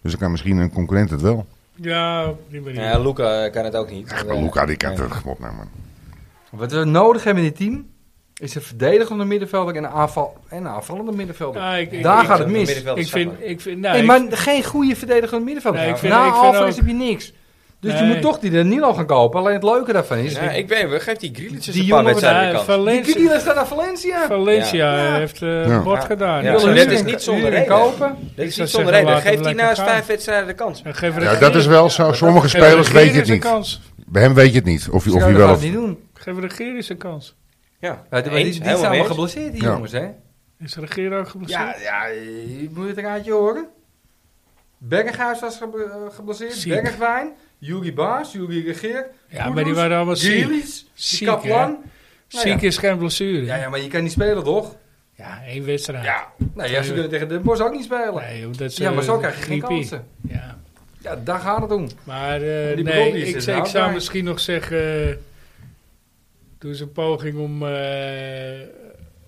Speaker 3: Dus dan kan misschien een concurrent het wel.
Speaker 1: Ja, op die manier.
Speaker 2: Ja, Luca eh, kan het ook niet.
Speaker 3: Echt, maar Luca, die kent het op nou, man.
Speaker 4: Wat we nodig hebben in dit team... is een verdedigende middenvelder en een, aanval, en een aanvallende middenvelder.
Speaker 1: Ah, ik, ik-
Speaker 4: Daar
Speaker 1: ik-
Speaker 4: gaat het mis.
Speaker 1: Ik vind, ik vind, nou,
Speaker 4: Nee,
Speaker 1: ik-
Speaker 4: maar geen goede verdedigende middenvelder.
Speaker 1: Nee, ik vind-
Speaker 4: Na
Speaker 1: ik vind
Speaker 4: Alvarez
Speaker 1: ook-
Speaker 4: heb je niks. Dus je
Speaker 1: Nee.
Speaker 4: moet toch die Danilo gaan kopen. Alleen het leuke daarvan is...
Speaker 2: Ja, ik ben, we geven die Grealish eens
Speaker 4: Die
Speaker 2: een paar
Speaker 4: jongen
Speaker 2: wedstrijden de
Speaker 1: eh,
Speaker 2: kans.
Speaker 4: Die
Speaker 1: Valencia,
Speaker 4: Danilo staat naar Valencia.
Speaker 1: Valencia
Speaker 4: Ja.
Speaker 1: heeft eh
Speaker 3: Ja.
Speaker 1: bot
Speaker 2: Ja.
Speaker 1: gedaan.
Speaker 2: Ja,
Speaker 1: Ja.
Speaker 2: zo
Speaker 1: Ja.
Speaker 2: dat
Speaker 4: nu
Speaker 2: is
Speaker 4: gaan-
Speaker 2: niet zonder
Speaker 4: nu gaan
Speaker 2: reden. Dat
Speaker 4: kopen.
Speaker 2: is
Speaker 1: zou
Speaker 2: niet zonder
Speaker 1: zeggen,
Speaker 2: reden.
Speaker 1: laat hem
Speaker 2: Geeft hij
Speaker 1: lekker
Speaker 2: naast
Speaker 1: gaan.
Speaker 2: vijf wedstrijden de kans.
Speaker 1: En geef er
Speaker 3: Ja,
Speaker 1: een
Speaker 3: dat is wel zo. Sommige
Speaker 1: geef er
Speaker 3: spelers
Speaker 1: een
Speaker 3: weten
Speaker 1: Gerrit
Speaker 3: het
Speaker 1: een
Speaker 3: niet.
Speaker 1: Kans.
Speaker 3: Bij hem weet je het niet. Of, hij- of hij
Speaker 4: Zou
Speaker 3: wel
Speaker 4: dat
Speaker 3: of...
Speaker 4: niet doen.
Speaker 1: Geef Regeer een kans.
Speaker 2: Ja,
Speaker 4: Ja, die-
Speaker 2: Eens,
Speaker 4: die, die
Speaker 2: helemaal
Speaker 4: zijn allemaal
Speaker 2: mee.
Speaker 4: geblesseerd, die
Speaker 3: Ja.
Speaker 4: jongens, hè?
Speaker 1: Is Regeer ook
Speaker 4: Ja,
Speaker 1: geblesseerd?
Speaker 4: ja, je moet het raadje horen. Berghuis was ge- eh, geblesseerd,
Speaker 1: Ziek.
Speaker 4: Bergwijn, Jugi Baas, Jugi Regeer,
Speaker 1: Ja, maar die waren allemaal ziek.
Speaker 4: Grealish,
Speaker 1: Ziek, hè?
Speaker 4: Kaplan. Nou ja.
Speaker 1: Ziek is geen blessure.
Speaker 4: Ja,
Speaker 1: Ja,
Speaker 4: ja, maar je kan niet spelen, toch?
Speaker 1: één wedstrijd.
Speaker 4: Ja. Nou ja, ze kunnen tegen Den Bosch ook niet spelen.
Speaker 1: Nee, omdat ze
Speaker 4: Ja, maar zo krijg je geen
Speaker 1: eh, griepie.
Speaker 4: kansen.
Speaker 1: Ja.
Speaker 4: Ja, daar gaat het om.
Speaker 1: Maar eh,
Speaker 4: Die
Speaker 1: nee,
Speaker 4: Brobby is
Speaker 1: ik,
Speaker 4: er
Speaker 1: zou- ik
Speaker 4: nou
Speaker 1: zou
Speaker 4: bij.
Speaker 1: misschien nog zeggen... eh, doe eens een poging om eh,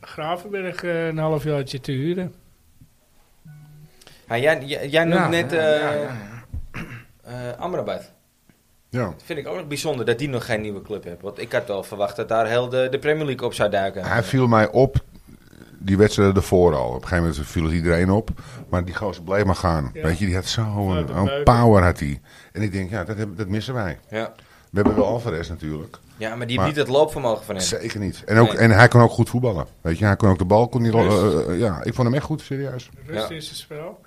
Speaker 1: Gravenberg eh, een halfjaartje te huren.
Speaker 2: Ja, Ah, jij, jij, jij noemt
Speaker 4: Ja,
Speaker 2: net
Speaker 4: ja,
Speaker 2: eh,
Speaker 4: ja, ja.
Speaker 2: eh, Amrabat.
Speaker 3: Ja.
Speaker 2: Dat vind ik ook nog bijzonder dat die nog geen nieuwe club heeft. Want ik had wel verwacht dat daar heel de, de Premier League op zou duiken.
Speaker 3: Hij viel mij op, die wedstrijden ervoor al. Op een gegeven moment viel het iedereen op. Maar die gozer bleef maar gaan.
Speaker 1: Ja.
Speaker 3: Weet je, die had zo'n
Speaker 1: Vanuit de
Speaker 3: een
Speaker 1: buik.
Speaker 3: power had hij. En ik denk, ja, dat, heb- dat missen wij.
Speaker 2: Ja.
Speaker 3: We hebben wel Alvarez natuurlijk.
Speaker 2: Ja, maar die
Speaker 3: Maar-
Speaker 2: heeft niet het loopvermogen van hem.
Speaker 3: Zeker niet. En, ook,
Speaker 2: Nee.
Speaker 3: en hij kon ook goed voetballen. Weet je, hij kon ook de bal. Kon niet lo-
Speaker 2: Juist.
Speaker 3: eh, eh, ja, ik vond hem echt goed, serieus.
Speaker 1: Rust
Speaker 2: Ja.
Speaker 1: is het spel.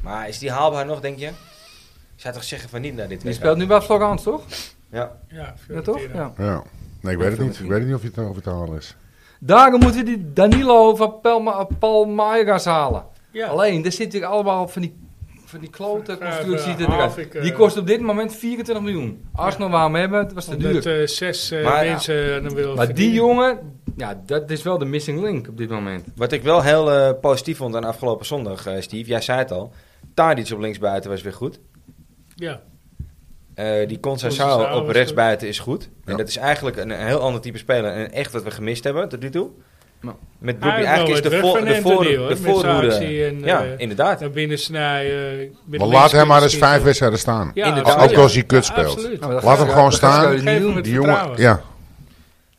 Speaker 2: Maar is die haalbaar nog, denk je? Ik zou toch zeggen van niet naar dit
Speaker 4: Die
Speaker 2: WK?
Speaker 4: speelt nu bij Florence, toch?
Speaker 2: Ja.
Speaker 1: Ja,
Speaker 4: Ja, toch?
Speaker 1: Fiorentina.
Speaker 4: Ja.
Speaker 3: Ja. Nee, ik weet het niet. Ik weet niet of je het over te halen is.
Speaker 4: Daarom moeten die Danilo van Palma, Palmeiras halen.
Speaker 1: Ja.
Speaker 4: Alleen, er zitten natuurlijk allemaal van die, van die klote
Speaker 1: Ja,
Speaker 4: constructies
Speaker 1: eh,
Speaker 4: eruit.
Speaker 1: Havik, eh,
Speaker 4: die kost op dit moment 24 miljoen. Arsenal wou hem hebben, het was te
Speaker 1: Omdat
Speaker 4: duur.
Speaker 1: eh, zes eh,
Speaker 2: Maar ja.
Speaker 1: mensen aan hem willen
Speaker 4: Maar die
Speaker 1: verdienen.
Speaker 4: jongen, ja, dat is wel de missing link op dit moment.
Speaker 2: Wat ik wel heel eh, positief vond aan afgelopen zondag, eh, Steve. Jij zei het al. Tadic op linksbuiten was weer goed.
Speaker 1: Ja,
Speaker 2: Eh, die
Speaker 1: Conceição
Speaker 2: Conceição
Speaker 1: was
Speaker 2: op
Speaker 1: goed.
Speaker 2: rechtsbuiten is goed.
Speaker 3: Ja.
Speaker 2: En dat is eigenlijk een, een heel ander type speler. En echt wat we gemist hebben tot nu toe.
Speaker 4: Nou.
Speaker 2: Met
Speaker 1: Hij
Speaker 2: Brobbey.
Speaker 1: heeft
Speaker 2: Eigenlijk is
Speaker 1: wel
Speaker 2: de,
Speaker 1: wat
Speaker 2: voor,
Speaker 1: weg
Speaker 2: de,
Speaker 1: van
Speaker 2: voor,
Speaker 1: Anthony, hoor.
Speaker 2: de
Speaker 1: Met
Speaker 2: voorhoede.
Speaker 1: zijn actie en,
Speaker 2: ja,
Speaker 1: eh,
Speaker 2: inderdaad.
Speaker 1: naar binnen snijden. eh,
Speaker 3: Maar laat hem maar eens vijf wedstrijden staan.
Speaker 2: Inderdaad.
Speaker 3: Ook als hij kut speelt.
Speaker 1: Absoluut.
Speaker 4: Nou, maar dat
Speaker 3: Laat
Speaker 4: gaat-
Speaker 3: hem gewoon
Speaker 4: dat gaat
Speaker 3: staan.
Speaker 4: Schreuder niet
Speaker 1: Geef
Speaker 4: doen.
Speaker 1: hem het
Speaker 3: Die jongen,
Speaker 1: vertrouwen.
Speaker 3: ja.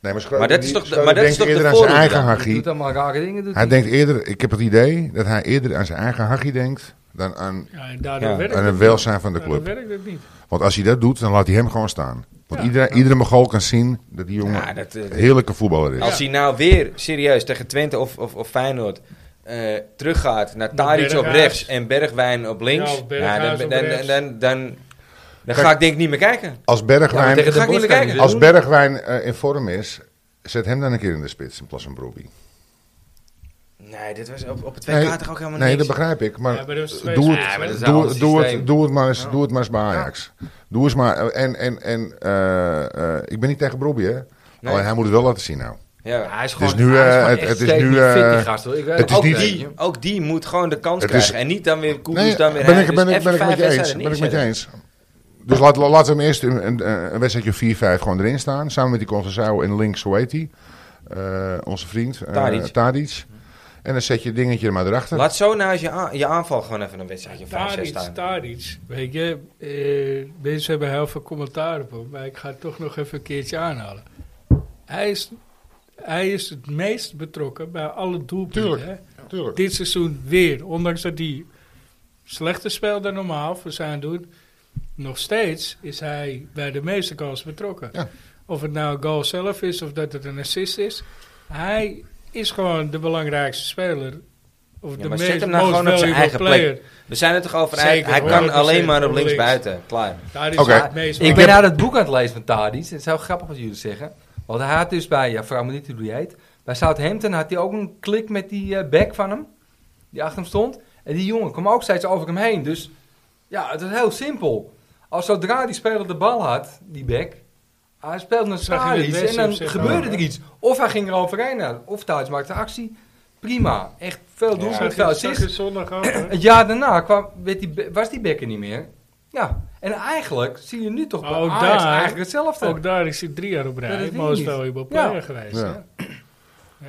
Speaker 3: Nee, maar, Schreuder-
Speaker 2: Maar dat is
Speaker 3: die-
Speaker 2: toch de-
Speaker 3: Schreuder
Speaker 2: maar dat is
Speaker 3: denkt
Speaker 2: toch de
Speaker 3: eerder aan zijn
Speaker 2: voorhoede
Speaker 3: eigen
Speaker 2: dan?
Speaker 4: Die
Speaker 3: hachie.
Speaker 4: doet allemaal rare dingen. Doet
Speaker 3: Hij
Speaker 4: die.
Speaker 3: denkt eerder, ik heb het idee dat hij eerder aan zijn eigen hachie denkt dan aan,
Speaker 1: Ja, en daardoor
Speaker 2: Ja.
Speaker 1: werkt
Speaker 3: aan
Speaker 1: het
Speaker 3: het welzijn van de
Speaker 1: niet.
Speaker 3: club.
Speaker 1: Daardoor werkt het niet.
Speaker 3: Want als hij dat doet, dan laat hij hem gewoon staan. Want
Speaker 1: Ja.
Speaker 3: iedere, iedere Mogol kan zien dat die jongen
Speaker 2: Ja, dat, eh,
Speaker 3: een heerlijke voetballer is.
Speaker 2: Als hij nou weer serieus tegen Twente of, of, of Feyenoord eh, teruggaat naar Tadic op
Speaker 1: Berghuis.
Speaker 2: rechts en Bergwijn op links, nou,
Speaker 1: Ja, of Berghuis
Speaker 2: dan,
Speaker 1: op
Speaker 2: dan, dan,
Speaker 1: rechts.
Speaker 2: dan, dan
Speaker 3: Kijk.
Speaker 2: ga ik denk ik niet meer kijken.
Speaker 3: Als
Speaker 4: Ja, maar
Speaker 3: Bergwijn,
Speaker 4: tegen
Speaker 2: ga ik
Speaker 4: Den
Speaker 2: niet
Speaker 4: Bosch
Speaker 2: meer
Speaker 4: kan
Speaker 2: kijken.
Speaker 4: je
Speaker 3: als
Speaker 4: dit
Speaker 3: Bergwijn eh, in vorm is, zet hem dan een keer in de spits in plaats van Brobbey.
Speaker 2: Nee, dit was op, op het WK
Speaker 3: Nee,
Speaker 2: toch ook helemaal
Speaker 3: Nee,
Speaker 2: niks.
Speaker 3: dat begrijp ik. Maar
Speaker 1: Ja, maar dat is twee- Ja,
Speaker 3: doe
Speaker 1: maar
Speaker 4: dat
Speaker 3: het-
Speaker 4: is
Speaker 3: doe-
Speaker 4: een
Speaker 3: doe
Speaker 4: systeem.
Speaker 3: het- doe het maar eens- doe het maar eens bij
Speaker 4: Ja.
Speaker 3: Ajax. Doe eens maar. eh, En, en, en eh, eh, ik ben niet tegen Brobbey, hè.
Speaker 2: Nee.
Speaker 3: Alleen hij moet het wel laten zien nou.
Speaker 4: doen?
Speaker 2: Ja.
Speaker 4: Hij is
Speaker 3: is
Speaker 4: gewoon,
Speaker 3: nu,
Speaker 4: hij
Speaker 3: eh,
Speaker 4: is gewoon
Speaker 3: het-
Speaker 4: echt
Speaker 3: het is
Speaker 4: steeds
Speaker 3: nu,
Speaker 4: niet fit, die
Speaker 3: eh,
Speaker 4: gast. hoor. Ik weet
Speaker 3: het is
Speaker 2: Ook
Speaker 4: ook
Speaker 3: niet-
Speaker 2: die, ook die moet gewoon de kans
Speaker 3: Het is-
Speaker 2: krijgen. en niet dan weer Koeders,
Speaker 3: Nee,
Speaker 2: dan weer
Speaker 3: ben
Speaker 2: hij.
Speaker 3: ik,
Speaker 2: Dus
Speaker 3: ben, ik,
Speaker 2: even
Speaker 3: ben, ik
Speaker 2: vijf
Speaker 3: met je eens.
Speaker 2: wedstrijden
Speaker 3: ben ik met je
Speaker 2: neerzetten.
Speaker 3: eens. Dus laat, la- laat hem eerst een, een, een wedstrijdje 4-5 gewoon erin staan. Samen met die Concezao en links, hoe heet die? Eh, onze vriend. eh,
Speaker 2: Tadic.
Speaker 3: Tadic. En dan zet je dingetje er maar erachter.
Speaker 2: Laat zo nou eens je, aan- je aanval gewoon even een wedstrijdje 5-6
Speaker 1: Tadic,
Speaker 2: staan.
Speaker 1: Tadic. Weet je, eh, mensen hebben heel veel commentaar op hem, maar ik ga het toch nog even een keertje aanhalen. Hij is, hij is het meest betrokken bij alle doelpunten.
Speaker 3: Tuurlijk.
Speaker 1: hè.
Speaker 3: Tuurlijk.
Speaker 1: Dit seizoen weer, ondanks dat hij slechter speelt dan normaal voor zijn doen, nog steeds is hij bij de meeste goals betrokken.
Speaker 3: Ja.
Speaker 1: Of het nou een goal zelf is of dat het een assist is, hij is gewoon de belangrijkste speler. Of
Speaker 2: Ja,
Speaker 1: de
Speaker 2: maar
Speaker 1: meest
Speaker 2: zet hem nou
Speaker 1: most
Speaker 2: gewoon op zijn
Speaker 1: valuable
Speaker 2: eigen plek.
Speaker 1: player.
Speaker 2: We zijn er toch over uit.
Speaker 1: Zeker,
Speaker 2: Hij kan
Speaker 1: 100%
Speaker 2: alleen maar op
Speaker 1: op
Speaker 2: links
Speaker 1: links.
Speaker 2: buiten. Klaar.
Speaker 1: Daar is
Speaker 3: Oké.
Speaker 1: hij het meest
Speaker 4: Ik
Speaker 1: waard.
Speaker 4: ben naar het boek aan het lezen van Tadic. Het is heel grappig wat jullie zeggen. Want hij had dus bij, ja, vraag me niet hoe die heet. Bij Southampton had hij ook een klik met die eh back van hem. Die achter hem stond. En die jongen kwam ook steeds over hem heen. Dus ja, het is heel simpel. Als zodra die speler de bal had, die back. Hij speelde een
Speaker 1: Zag je het
Speaker 4: Tadic en
Speaker 1: Wesley
Speaker 4: dan
Speaker 1: op zich
Speaker 4: gebeurde
Speaker 1: wel, hè?
Speaker 4: er iets. Of hij ging er overheen. uit, Of Tadic maakte actie. Prima. Echt veel doels
Speaker 1: Zag
Speaker 4: met
Speaker 1: je-
Speaker 4: veel
Speaker 1: zag
Speaker 4: assists.
Speaker 1: je zondag ook, hè?
Speaker 4: Het jaar daarna kwam, werd die, be- was die bekken niet meer. Ja, en eigenlijk zie je nu toch bij
Speaker 1: Ook
Speaker 4: Ajax
Speaker 1: daar-
Speaker 4: eigenlijk hetzelfde.
Speaker 1: Ook daar is hij drie jaar op
Speaker 4: Ja,
Speaker 1: rij.
Speaker 4: dat
Speaker 1: Most
Speaker 4: weet ik
Speaker 1: valuable
Speaker 4: niet.
Speaker 1: player geweest.
Speaker 3: Ja.
Speaker 1: hè?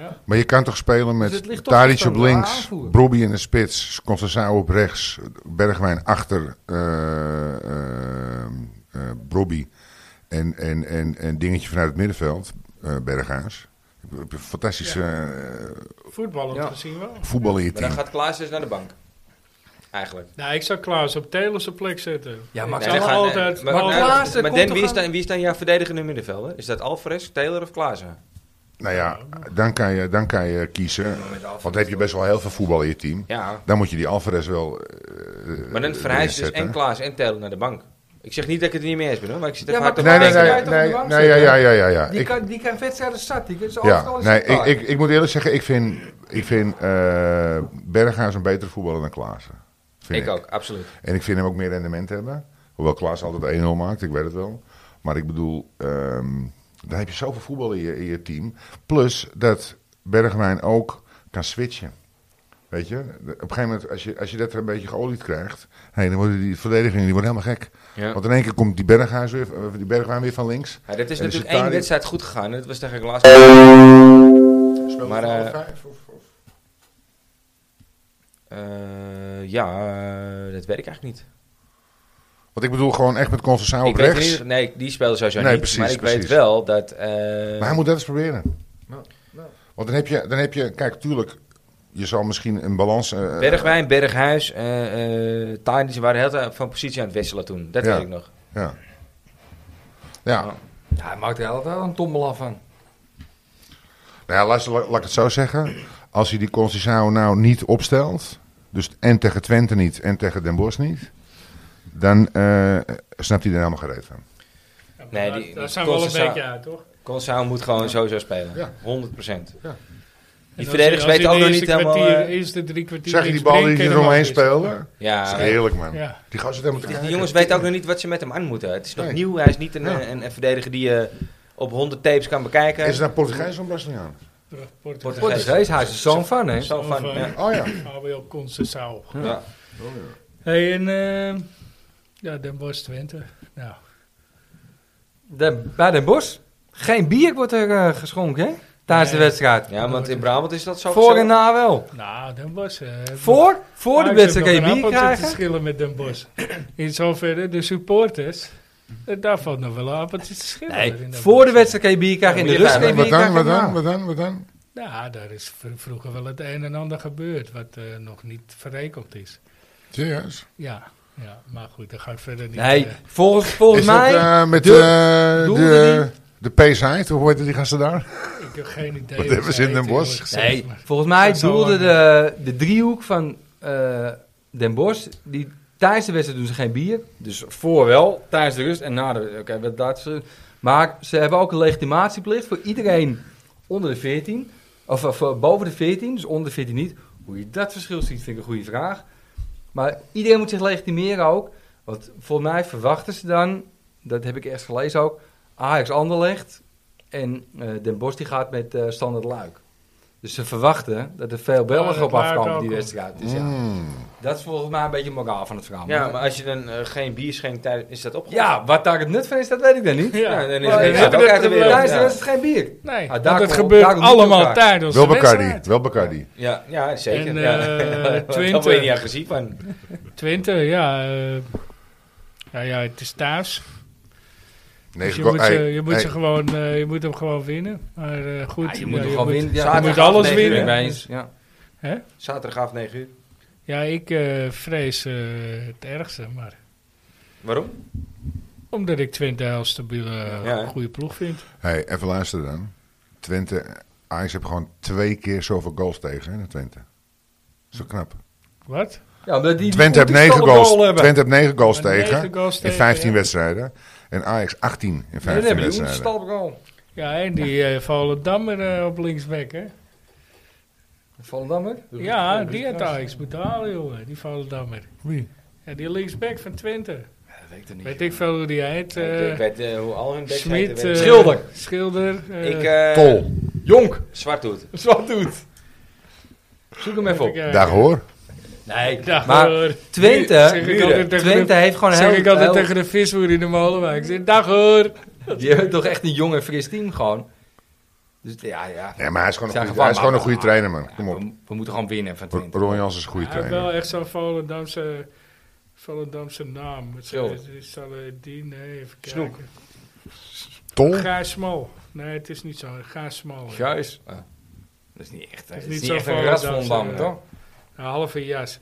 Speaker 1: Ja.
Speaker 3: Maar je kan toch spelen
Speaker 4: Dus het
Speaker 3: met
Speaker 4: ligt toch
Speaker 3: Tadic
Speaker 4: echt
Speaker 3: op
Speaker 4: aan de
Speaker 3: links,
Speaker 4: aanvoer.
Speaker 3: Brobbey in de spits, Concezao op rechts, Bergwijn achter eh eh, eh, Brobbey en, en, en, en dingetje vanuit het middenveld, eh Berghuis. Heb je Fantastisch eh,
Speaker 1: Voetballend
Speaker 4: Ja.
Speaker 1: gezien wel.
Speaker 3: voetbal in je
Speaker 2: Maar dan
Speaker 3: team.
Speaker 2: gaat Klaas dus naar de bank. Eigenlijk.
Speaker 1: Nou, ik zou Klaas op Telers op plek zetten.
Speaker 4: Ja,
Speaker 1: Ik
Speaker 4: maar
Speaker 1: zou
Speaker 4: dan
Speaker 2: gaan-
Speaker 1: altijd...
Speaker 2: maar,
Speaker 4: maar
Speaker 1: altijd-
Speaker 2: maar-
Speaker 4: Klaassen
Speaker 2: maar
Speaker 4: komt
Speaker 2: Dan,
Speaker 4: toch
Speaker 2: wie is
Speaker 4: aan-
Speaker 2: dan, wie is dan jouw verdedigende middenvelder? Is dat Alvarez, Taylor of Klaassen?
Speaker 3: Nou ja, dan kan je, dan kan je kiezen. Want dan heb je best wel heel veel voetbal in je team.
Speaker 2: Ja.
Speaker 3: Dan moet je die Alvarez wel. eh,
Speaker 2: Maar dan
Speaker 3: eh,
Speaker 2: verhuist
Speaker 3: erin
Speaker 2: dus en
Speaker 3: zetten.
Speaker 2: Klaas en Taylor naar de bank. Ik zeg niet dat ik het er niet mee eens ben, hoor, maar ik zit
Speaker 4: Ja,
Speaker 2: even
Speaker 4: maar
Speaker 2: hard op
Speaker 4: kan
Speaker 3: Nee,
Speaker 2: te
Speaker 3: nee,
Speaker 4: Alvarez
Speaker 2: denken.
Speaker 3: nee,
Speaker 4: eruit op de
Speaker 3: nee,
Speaker 4: bank
Speaker 3: nee, ja,
Speaker 4: zetten.
Speaker 3: ja, ja, ja, ja.
Speaker 4: Die,
Speaker 3: Ik-
Speaker 4: kan, die kan wedstrijden start. Die kan ze
Speaker 3: Ja,
Speaker 4: overal eens
Speaker 3: nee, ik,
Speaker 4: starten.
Speaker 3: ik, ik moet eerlijk zeggen, ik vind, ik vind eh, Berghuis een betere voetballer dan Klaassen. Vind
Speaker 2: Ik ook, absoluut.
Speaker 3: En ik vind hem ook meer rendement hebben. Hoewel Klaas altijd 1-0 maakt, ik weet het wel. Maar ik bedoel, ehm, dan heb je zoveel voetbal in je, in je team. Plus dat Bergwijn ook kan switchen. Weet je, op een gegeven moment, als je, als je dat er een beetje geolied krijgt, hey, dan worden die verdedigingen die worden helemaal gek.
Speaker 2: Ja.
Speaker 3: Want in één keer komt die, Berghuis weer, eh, die Bergwijn weer van links.
Speaker 2: Ja, dit is
Speaker 3: En dus
Speaker 2: natuurlijk
Speaker 3: het
Speaker 2: één
Speaker 3: daar-
Speaker 2: wedstrijd goed gegaan. en Dat was tegen Klaas. Maar,
Speaker 3: Speelt het
Speaker 2: eh,
Speaker 3: alle vijf, of- of-
Speaker 2: Eh, ja, eh, dat weet ik eigenlijk niet.
Speaker 3: Want ik bedoel gewoon echt met Constanzao op
Speaker 2: ik weet
Speaker 3: Oh, rechts.
Speaker 2: niet, nee, die speelde sowieso
Speaker 3: Nee,
Speaker 2: niet.
Speaker 3: precies,
Speaker 2: maar ik weet
Speaker 3: precies.
Speaker 2: wel dat... eh,
Speaker 3: Maar hij moet dat eens proberen.
Speaker 4: Nou, nou.
Speaker 3: Want dan heb, je, dan heb je, kijk, tuurlijk, je zal misschien een balans... eh,
Speaker 2: Bergwijn, Berghuis, eh eh Tadic, ze waren heel van positie aan het wisselen toen. Dat
Speaker 3: Ja.
Speaker 2: weet ik nog.
Speaker 3: Ja. Ja.
Speaker 4: Ja, hij maakt er altijd wel een tombela van.
Speaker 3: Nou ja, luister, la- laat ik het zo zeggen. Als hij die Concisao nou niet opstelt, dus en tegen Twente niet en tegen Den Bosch niet, dan eh, snapt hij er helemaal gereed van.
Speaker 2: Nee,
Speaker 1: Ja,
Speaker 2: die-
Speaker 1: daar
Speaker 2: die
Speaker 1: zijn we wel een
Speaker 2: kosten
Speaker 1: beetje
Speaker 2: zou-
Speaker 1: uit, toch?
Speaker 2: Consao moet gewoon sowieso spelen.
Speaker 3: Ja.
Speaker 2: 100
Speaker 3: Ja.
Speaker 2: Die verdedigers weten ook nog niet helemaal...
Speaker 1: De
Speaker 2: eh,
Speaker 1: eerste drie kwartier.
Speaker 3: Zeg je die
Speaker 1: niks
Speaker 3: bal
Speaker 1: brengt,
Speaker 3: die
Speaker 1: ken
Speaker 3: er
Speaker 1: hem al
Speaker 3: omheen
Speaker 1: eens.
Speaker 3: speelde?
Speaker 2: ja,
Speaker 3: Dat is heerlijk, man.
Speaker 1: Ja.
Speaker 3: Die gozer
Speaker 2: die,
Speaker 3: helemaal te
Speaker 2: die
Speaker 3: kijken.
Speaker 2: jongens weten ook nog niet wat ze met hem aan moeten. Het is nog
Speaker 3: Nee.
Speaker 2: nieuw. Hij is niet een,
Speaker 3: Ja.
Speaker 2: eh, een, een verdediger die je op 100 tapes kan bekijken.
Speaker 3: Is het nou Portugees of Braziliaan?
Speaker 1: Portugees.
Speaker 2: Portugees.
Speaker 4: Portugees, hij is er zo'n fan, hè?
Speaker 2: Zo van,
Speaker 1: Of, eh,
Speaker 2: ja.
Speaker 3: Oh ja.
Speaker 1: ABL Concessao.
Speaker 2: Ja.
Speaker 1: Hey, en ehm, ja, Den Bosch Twente. Nou,
Speaker 4: De, bij Den Bosch, geen bier wordt er eh, geschonken, hè? Tijdens de
Speaker 1: Nee.
Speaker 4: wedstrijd.
Speaker 2: ja, want in Brabant is dat zo.
Speaker 4: Voor
Speaker 2: zo-
Speaker 4: en na wel.
Speaker 1: nou Den Bosch. eh,
Speaker 4: Voor? Voor de
Speaker 1: Ajax
Speaker 4: wedstrijd kan
Speaker 1: heeft
Speaker 4: je
Speaker 1: nog een appeltje
Speaker 4: bier
Speaker 1: te
Speaker 4: krijgen.
Speaker 1: schillen met Den Bosch. In zoverre de supporters. eh, Daar valt nog wel een appeltje te schillen. in
Speaker 4: Nee,
Speaker 1: Den
Speaker 4: voor de
Speaker 1: Bosch.
Speaker 4: wedstrijd kan je bier krijgen. In de
Speaker 2: Ja,
Speaker 4: rust
Speaker 2: maar
Speaker 4: kan je bier
Speaker 3: Wat dan,
Speaker 4: krijgen.
Speaker 3: wat dan,
Speaker 4: maar-
Speaker 3: wat dan, wat dan?
Speaker 1: Nou, daar is v- vroeger wel het een en ander gebeurd. Wat eh, nog niet verrekeld is.
Speaker 3: Serieus?
Speaker 1: Ja, ja, maar goed, daar ga ik verder niet...
Speaker 4: Nee,
Speaker 1: eh,
Speaker 4: volgens, volgens
Speaker 3: Is dat
Speaker 4: mij...
Speaker 3: eh, met
Speaker 4: de-
Speaker 3: eh,
Speaker 4: doen
Speaker 3: de, eh, de P-site? Hoe heet die gasten daar?
Speaker 1: ik heb geen idee.
Speaker 3: Wat hebben ze in Den Bosch?
Speaker 4: Nee, volgens mij
Speaker 1: Dat zou
Speaker 4: doelde
Speaker 1: lang
Speaker 4: de, de driehoek van eh, Den Bosch. Die, tijdens de wedstrijd doen ze geen bier. Dus voor wel, tijdens de rust en na de... Oké, wat daar is- maar ze hebben ook een legitimatieplicht voor iedereen onder de 14. Of, of, eh, boven de 14, dus onder de 14 niet. Hoe je dat verschil ziet, vind ik een goede vraag. Maar iedereen moet zich legitimeren ook. Want volgens mij verwachten ze dan, dat heb ik eerst gelezen ook, Ajax Anderlecht en eh, Den Bosch die gaat met eh, Standard Luik. Dus ze verwachten dat er veel Belgen
Speaker 1: dat
Speaker 4: op
Speaker 1: Luik
Speaker 4: afkomen
Speaker 1: ook
Speaker 4: die
Speaker 1: komt.
Speaker 4: wedstrijd. Dus ja,
Speaker 3: Mm.
Speaker 4: dat is volgens mij een beetje het moraal van het verhaal.
Speaker 2: Ja, maar als je dan eh, geen bier schenkt, tijdens- is dat opgelost.
Speaker 4: Ja, wat daar het nut van is, dat weet ik dan niet.
Speaker 1: Ja,
Speaker 2: Ja, dan is
Speaker 4: Maar
Speaker 2: het
Speaker 4: ja,
Speaker 2: ook uit de
Speaker 1: dat-
Speaker 2: wereld.
Speaker 4: Daar is
Speaker 2: ja.
Speaker 4: er is het geen bier.
Speaker 1: Nee,
Speaker 4: Ah, daar
Speaker 1: want het
Speaker 4: komt-
Speaker 1: gebeurt
Speaker 4: daar komt het
Speaker 1: allemaal
Speaker 4: elkaar.
Speaker 1: tijdens
Speaker 3: Wel
Speaker 1: de
Speaker 3: Bacardi,
Speaker 1: wedstrijd.
Speaker 3: wel Bacardi.
Speaker 2: Ja, ja, zeker.
Speaker 1: En,
Speaker 2: ja. *laughs*
Speaker 1: eh,
Speaker 2: Daar
Speaker 1: Twente.
Speaker 2: ben je niet agressief van.
Speaker 1: Twente, ja. eh, nou ja, het is thuis.
Speaker 3: Nee,
Speaker 1: Dus je,
Speaker 3: go-
Speaker 1: moet,
Speaker 3: hey,
Speaker 1: ze- je, moet
Speaker 3: hey.
Speaker 1: ze gewoon, eh, je moet hem gewoon winnen. Maar eh, goed.
Speaker 4: Ja, Ah, je moet
Speaker 1: ja,
Speaker 4: hem gewoon winnen. Ja,
Speaker 1: je moet
Speaker 2: Zaterdag
Speaker 1: alles
Speaker 2: negen uur,
Speaker 1: winnen.
Speaker 2: hè?
Speaker 4: Ja.
Speaker 1: Hè?
Speaker 2: Zaterdagavond 9 uur.
Speaker 1: Ja, ik eh, vrees eh, het ergste. Maar
Speaker 2: Waarom?
Speaker 1: omdat ik Twente een heel stabiele, eh,
Speaker 2: Ja, hè?
Speaker 1: goede ploeg vind.
Speaker 3: Hey, even luisteren dan. Twente, Ajax heeft gewoon twee keer zoveel goals tegen hè, naar Twente. Zo knap.
Speaker 1: Wat?
Speaker 4: Ja, omdat die- die
Speaker 3: Twente heeft negen
Speaker 4: ontoetelde
Speaker 3: goals,
Speaker 4: goal hebben.
Speaker 3: Twente heeft negen goals
Speaker 1: Maar negen
Speaker 3: tegen
Speaker 1: goals
Speaker 3: in
Speaker 1: tegen,
Speaker 3: 15
Speaker 1: ja.
Speaker 3: wedstrijden. En Ajax 18 in
Speaker 4: Ja, dan
Speaker 3: 15
Speaker 4: hebben die
Speaker 3: wedstrijden.
Speaker 4: ontoetelde goal.
Speaker 1: Ja, en die eh, Volendammer eh, op linksback, hè?
Speaker 4: Volendammer?
Speaker 1: Ja, die had Ajax moeten halen, jongen. Die Volendammer.
Speaker 3: Wie?
Speaker 1: Ja, die linksback van Twente.
Speaker 4: Ja, weet ik er niet.
Speaker 1: Weet ik veel hoe die heet.
Speaker 2: ik, ik
Speaker 1: eh
Speaker 2: weet eh, hoe al hun backs
Speaker 1: Smit.
Speaker 2: heten.
Speaker 1: eh,
Speaker 4: Schilder.
Speaker 1: Schilder. eh,
Speaker 2: ik, eh
Speaker 3: Tol,
Speaker 4: Jonk, *laughs*
Speaker 2: Zwart doet.
Speaker 4: wat doet? Zoek hem even op.
Speaker 1: ik, eh,
Speaker 3: daar hoor.
Speaker 4: Nee,
Speaker 1: Dag,
Speaker 4: maar
Speaker 1: hoor. Zeg
Speaker 4: Twente,
Speaker 1: ik altijd tegen
Speaker 4: Twente
Speaker 1: de-
Speaker 4: heeft gewoon een
Speaker 1: Zeg
Speaker 4: heel...
Speaker 1: ik altijd
Speaker 4: heel-
Speaker 1: tegen de visboer in de molenwijk. Ik zeg, dag hoor.
Speaker 4: Die hebben toch echt een jong en fris team gewoon. Dus ja, ja.
Speaker 3: Ja, maar hij is gewoon een
Speaker 4: Zijn
Speaker 3: goede, hij is
Speaker 4: gevangen.
Speaker 3: gewoon een goede trainer, man.
Speaker 4: Ja,
Speaker 3: Kom op.
Speaker 4: We, we moeten gewoon winnen van
Speaker 3: R-
Speaker 4: Twente.
Speaker 3: Ron Jans is een goede
Speaker 1: Hij heeft wel
Speaker 3: trainer.
Speaker 1: echt zo'n Volendamse, Volendamse naam. Het
Speaker 4: Schilder.
Speaker 1: is- het is Saladin, nee, even kijken.
Speaker 2: Snoek.
Speaker 3: Tol?
Speaker 1: Gaas Smal. Nee, het is niet zo. Gaas Smal.
Speaker 4: Juist. Ah. Dat is niet echt, dat is
Speaker 1: niet
Speaker 4: niet
Speaker 1: zo
Speaker 4: echt een
Speaker 1: van
Speaker 4: ras
Speaker 1: dat
Speaker 4: van
Speaker 1: ze-
Speaker 4: Dam, toch?
Speaker 1: Een halve jas.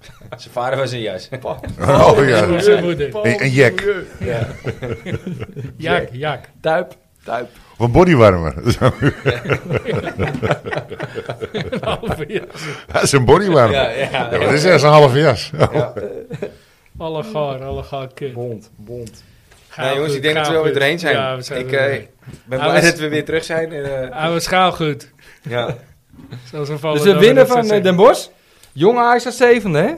Speaker 1: eh,
Speaker 2: Zijn vader was een jas.
Speaker 3: Oh ja.
Speaker 1: Zijn moeder.
Speaker 3: Een, een jack.
Speaker 1: Jak, jak.
Speaker 4: Tuip, tuip.
Speaker 3: Of een bodywarmer. *laughs*
Speaker 1: Een halve jas.
Speaker 3: Hij is een bodywarmer.
Speaker 2: *laughs* Ja,
Speaker 3: Ja,
Speaker 2: ja.
Speaker 3: maar dat is echt een halve jas. *laughs*
Speaker 1: Allegaar, allegaar kind.
Speaker 4: Bond, bond.
Speaker 1: Ga
Speaker 2: Nou jongens,
Speaker 1: goed,
Speaker 2: ik denk
Speaker 1: ga
Speaker 2: dat we wel weer
Speaker 1: goed.
Speaker 2: erheen zijn.
Speaker 1: Ja, we zijn Nou,
Speaker 2: ik
Speaker 1: er
Speaker 2: eh,
Speaker 1: doorheen.
Speaker 2: ben
Speaker 1: Hij
Speaker 2: blij
Speaker 1: was-
Speaker 2: dat we weer terug zijn. En, eh,
Speaker 1: Hij was gauw goed.
Speaker 2: ja.
Speaker 1: Zoals een
Speaker 4: Dus
Speaker 1: Volendammer
Speaker 4: we winnen
Speaker 1: dat
Speaker 4: van
Speaker 1: zou
Speaker 4: eh, Den
Speaker 1: zeggen.
Speaker 4: Bosch. Jong Ajax staat zevende, hè?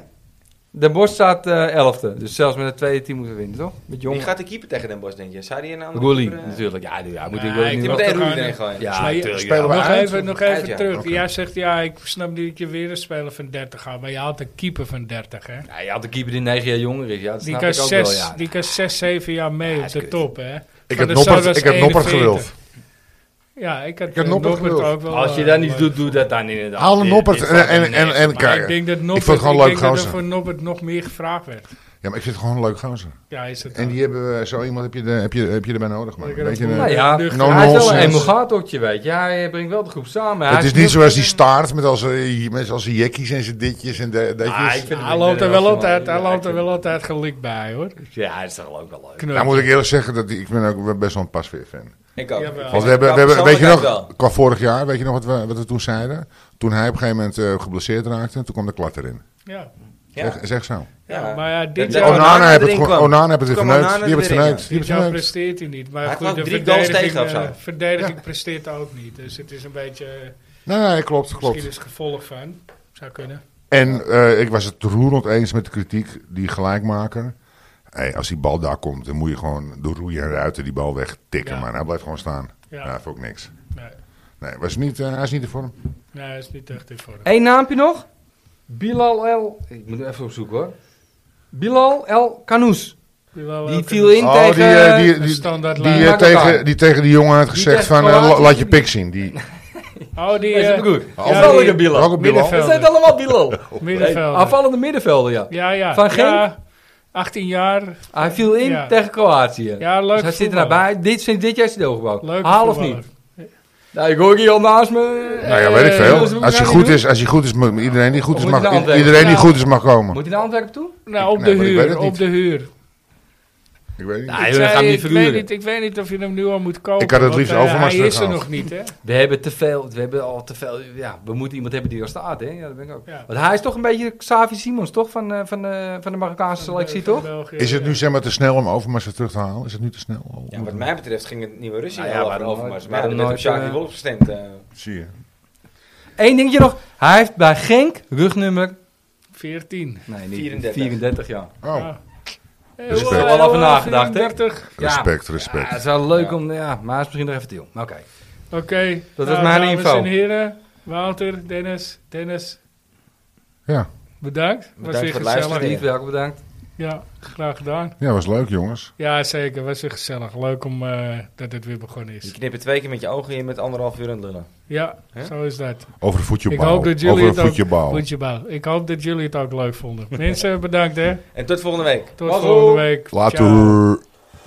Speaker 4: Den Bosch staat eh, elfde. Dus zelfs met het tweede team moeten we winnen, toch? Met
Speaker 2: Wie
Speaker 4: Jong.
Speaker 2: gaat de keeper tegen Den Bosch, denk je? Zou die een andere
Speaker 4: Roelie,
Speaker 2: keeper, eh,
Speaker 4: natuurlijk. Ja, die- ja moet ik
Speaker 1: Nee, ik
Speaker 4: wel niet
Speaker 2: Die
Speaker 1: denk
Speaker 2: moet
Speaker 1: dat-
Speaker 2: echt Roelie erin gooien.
Speaker 4: Ja,
Speaker 1: Maar je-
Speaker 4: tuurlijk,
Speaker 3: spelen we
Speaker 4: ja.
Speaker 1: nog
Speaker 3: uit,
Speaker 1: even, nog
Speaker 2: Uit,
Speaker 1: even
Speaker 2: ja.
Speaker 1: terug.
Speaker 3: Oké.
Speaker 1: Jij zegt, ja, ik snap niet dat je weer een speler van 30 haalt. Maar je haalt een keeper van 30, hè?
Speaker 4: Ja, je had een keeper die negen jaar jonger is. Ja, dat
Speaker 1: Die
Speaker 4: snap
Speaker 1: kan,
Speaker 4: ik ook
Speaker 1: zes,
Speaker 4: wel, ja.
Speaker 1: die kan zes, zeven jaar mee op
Speaker 4: is
Speaker 1: de
Speaker 4: kut.
Speaker 1: top, hè?
Speaker 3: Ik
Speaker 1: Van
Speaker 3: heb
Speaker 1: de
Speaker 3: Noppert,
Speaker 1: Sar
Speaker 3: ik
Speaker 1: was
Speaker 3: heb Noppert
Speaker 1: 41.
Speaker 3: gewild.
Speaker 1: Ja, ik had
Speaker 3: Ik had
Speaker 1: eh,
Speaker 3: Noppert
Speaker 1: Noppert
Speaker 3: gewild.
Speaker 1: ook wel...
Speaker 4: Als je
Speaker 1: eh,
Speaker 4: dan iets
Speaker 1: leuk
Speaker 4: doet,
Speaker 1: vond.
Speaker 4: doe dat dan inderdaad.
Speaker 3: Haal een
Speaker 4: Dit-
Speaker 3: Noppert
Speaker 4: dit
Speaker 3: en,
Speaker 4: valt
Speaker 3: en,
Speaker 4: niks.
Speaker 3: en, en
Speaker 1: Maar ik
Speaker 3: kijk.
Speaker 1: denk dat Noppert,
Speaker 3: het gewoon
Speaker 1: ik
Speaker 3: leuk
Speaker 1: denk dat er
Speaker 3: gozer.
Speaker 1: voor Noppert nog meer gevraagd werd.
Speaker 3: Ja, maar ik vind het gewoon een leuk gozer.
Speaker 1: Ja, is het
Speaker 3: En die hebben, eh, zo iemand heb je, de, heb je, heb je erbij nodig, man.
Speaker 1: Lekker
Speaker 3: Weet je,
Speaker 1: dat
Speaker 3: eh,
Speaker 1: voelen.
Speaker 4: Nou ja,
Speaker 1: Nuchter.
Speaker 3: No
Speaker 4: hij is wel een
Speaker 3: nonsense.
Speaker 4: emulgatortje, weet je. Hij brengt wel de groep samen.
Speaker 3: het
Speaker 4: Hij
Speaker 3: is niet zoals die staart met al zijn met al zijn jekkies en zijn ditjes en de, datjes.
Speaker 4: Ah, ik vind-
Speaker 1: Hij loopt er wel
Speaker 4: Ja,
Speaker 1: altijd, hij
Speaker 4: ja,
Speaker 1: loopt er
Speaker 4: ik-
Speaker 1: wel altijd gelikt bij, hoor.
Speaker 4: Ja, dat is toch ook wel leuk.
Speaker 1: Knul.
Speaker 3: nou moet ik eerlijk zeggen, dat, ik ben ook best wel een pasveer fan.
Speaker 2: Ik ook.
Speaker 1: Jawel.
Speaker 2: Ik vind
Speaker 3: Want
Speaker 2: het
Speaker 3: we hebben, we hebben,
Speaker 2: qua
Speaker 3: weet je nog,
Speaker 2: persoonlijkheid
Speaker 3: qua vorig jaar, weet je nog wat we, wat we toen zeiden? Toen hij op een gegeven moment eh, geblesseerd raakte, toen kwam de klat erin.
Speaker 1: Ja.
Speaker 2: wel. Ja.
Speaker 3: Zeg, zeg zo.
Speaker 1: Ja,
Speaker 2: Ja.
Speaker 1: maar ja, dit
Speaker 2: Dat-
Speaker 1: jaar,
Speaker 2: Onana
Speaker 3: Onana heeft het,
Speaker 2: erin
Speaker 3: gewoon-
Speaker 2: kwam.
Speaker 3: Onana heeft het weer
Speaker 2: Toen kwam
Speaker 3: verneukt.
Speaker 2: Onana
Speaker 3: Die hebben het
Speaker 2: erin, ja.
Speaker 3: verneukt. Die
Speaker 1: dit
Speaker 3: hebben het
Speaker 1: jaar
Speaker 3: verneukt.
Speaker 1: presteert hij niet. Maar
Speaker 2: Hij
Speaker 1: goed,
Speaker 2: kwam
Speaker 1: de
Speaker 2: drie goals
Speaker 1: verdediging,
Speaker 2: tegen of zo.
Speaker 1: eh, verdediging presteert ook niet. Dus het is een beetje, eh,
Speaker 3: Nee, nee, klopt, klopt.
Speaker 1: misschien is het gevolg van. Zou kunnen.
Speaker 3: En eh, ik was het roerend eens met de kritiek, die gelijkmaker. Hey, als die bal daar komt, dan moet je gewoon door roeien en ruiten die bal wegtikken.
Speaker 1: Ja.
Speaker 3: Maar hij blijft gewoon staan.
Speaker 1: Ja,
Speaker 3: Ja, dat vond ik niks.
Speaker 1: nee.
Speaker 3: Nee, was niet, eh, hij is niet de vorm.
Speaker 1: Nee, dat is niet echt in vorm.
Speaker 4: Eén naampje nog. Bilal El... Ik moet hem even opzoeken, hoor. Bilal El Kanous. Die viel in
Speaker 3: Oh,
Speaker 4: tegen...
Speaker 3: die, eh, die,
Speaker 1: een
Speaker 3: die,
Speaker 1: standaard
Speaker 3: die,
Speaker 1: lijn.
Speaker 3: eh,
Speaker 4: Maakt elkaar.
Speaker 3: tegen, die tegen die jongen had gezegd
Speaker 4: tegen
Speaker 3: van, eh,
Speaker 4: Kroatië.
Speaker 3: la- laat je pik zien. Die,
Speaker 1: Oh, die
Speaker 4: Is het
Speaker 1: eh
Speaker 4: goed?
Speaker 3: Ja,
Speaker 4: Dat is
Speaker 1: die-
Speaker 4: wel weer een Bilal.
Speaker 3: ook een Bilal.
Speaker 1: middenveld.
Speaker 4: Dat zijn allemaal Bilal.
Speaker 1: *laughs* middenvelder.
Speaker 4: Afvallende middenvelden, ja.
Speaker 1: ja, ja.
Speaker 4: Van Genk?
Speaker 1: Ja, 18 jaar.
Speaker 4: Hij viel in
Speaker 1: Ja.
Speaker 4: tegen Kroatië.
Speaker 1: Ja, leuk
Speaker 4: Dus hij zit er
Speaker 1: voetballer.
Speaker 4: naar bij. Dit, sinds dit jaar is hij doorgebouwd.
Speaker 1: Leuk
Speaker 4: Haal of
Speaker 1: voetballer.
Speaker 4: niet? Nou, ik hoor hier al naast me.
Speaker 3: nou ja,
Speaker 4: Eh,
Speaker 3: weet ik
Speaker 4: zullen ze
Speaker 3: veel.
Speaker 4: hem
Speaker 3: Als hij
Speaker 4: gaan
Speaker 3: goed
Speaker 4: doen?
Speaker 3: is, als hij goed is, moet iedereen die goed
Speaker 4: Of
Speaker 3: is,
Speaker 4: moet
Speaker 3: mag,
Speaker 4: hij naar Antwerpen?
Speaker 3: iedereen die
Speaker 1: Ja.
Speaker 3: goed is mag komen.
Speaker 4: Moet hij naar Antwerpen toe?
Speaker 1: Nou, op
Speaker 3: Nee,
Speaker 1: de
Speaker 3: maar ik weet
Speaker 1: huur.
Speaker 3: het niet.
Speaker 1: Op de huur.
Speaker 3: Ik weet niet.
Speaker 4: Nee,
Speaker 1: Ik
Speaker 4: we
Speaker 1: zei,
Speaker 4: Ah, gaan hem niet
Speaker 1: ik, weet
Speaker 4: verhuren.
Speaker 1: niet, ik weet niet of je hem nu al moet kopen.
Speaker 3: Ik had het liefst
Speaker 1: want, eh,
Speaker 3: Overmars
Speaker 1: Hij is er
Speaker 3: teruggehaald.
Speaker 1: nog niet, hè?
Speaker 4: We hebben te veel, we hebben al te veel, ja, we moeten iemand hebben die er staat, hè? Ja, dat ben ik ook.
Speaker 1: Ja.
Speaker 4: Want hij is toch een beetje Xavi Simons, toch? Van, eh, van, eh, van de Marokkaanse selectie, toch?
Speaker 3: Is
Speaker 1: eh,
Speaker 3: het nu zeg maar te snel om Overmars weer terug te halen? Is het nu te snel? Om-
Speaker 2: Ja, wat mij betreft ging het nieuwe Russisch
Speaker 4: Nou ja,
Speaker 2: al
Speaker 4: waarom
Speaker 2: over, maar
Speaker 4: nooit-
Speaker 2: mij
Speaker 4: waarom
Speaker 2: betreft op
Speaker 4: nooit,
Speaker 2: Sjaak die
Speaker 4: eh,
Speaker 2: Wolf gestemd. eh.
Speaker 3: Zie je.
Speaker 4: Eén dingetje nog, hij heeft bij Genk rugnummer,
Speaker 1: 14.
Speaker 4: nee, niet,
Speaker 2: 34.
Speaker 4: 34, ja.
Speaker 3: Oh,
Speaker 1: Hey,
Speaker 3: Dus ik
Speaker 1: hoera,
Speaker 3: heb
Speaker 4: er wel over
Speaker 1: hoera,
Speaker 4: nagedacht, hè?
Speaker 1: 34.
Speaker 3: respect,
Speaker 4: Ja, het
Speaker 3: respect.
Speaker 4: is wel leuk
Speaker 2: Ja.
Speaker 4: om, ja, maar hij is misschien nog even te jong. Maar Oké.
Speaker 1: Oké. Nou,
Speaker 4: was mijn
Speaker 1: dames
Speaker 4: info.
Speaker 1: en heren, Wouter, Dennis, Dennis,
Speaker 3: Ja,
Speaker 1: bedankt.
Speaker 2: Bedankt
Speaker 1: was weer
Speaker 2: voor het
Speaker 1: gezellig.
Speaker 2: luisteren.
Speaker 4: Lief, welkom, bedankt.
Speaker 1: Ja, graag gedaan.
Speaker 3: ja, was leuk jongens.
Speaker 1: Ja, zeker. Was weer gezellig. Leuk om eh, dat het weer begonnen
Speaker 2: Dus Je
Speaker 1: is.
Speaker 2: knippen twee keer met je ogen in met anderhalf uur aan het lullen.
Speaker 1: Ja,
Speaker 2: Hè?
Speaker 1: zo is dat.
Speaker 3: Over de voetjebal.
Speaker 1: Ik hoop dat jullie
Speaker 3: Over
Speaker 1: het
Speaker 3: de
Speaker 1: ook-
Speaker 3: voetjebal.
Speaker 1: Goed je bal. Ik hoop dat jullie het ook leuk vonden. Mensen, bedankt hè.
Speaker 2: En tot volgende week.
Speaker 1: Tot volgende week.
Speaker 3: Later.
Speaker 1: Ciao.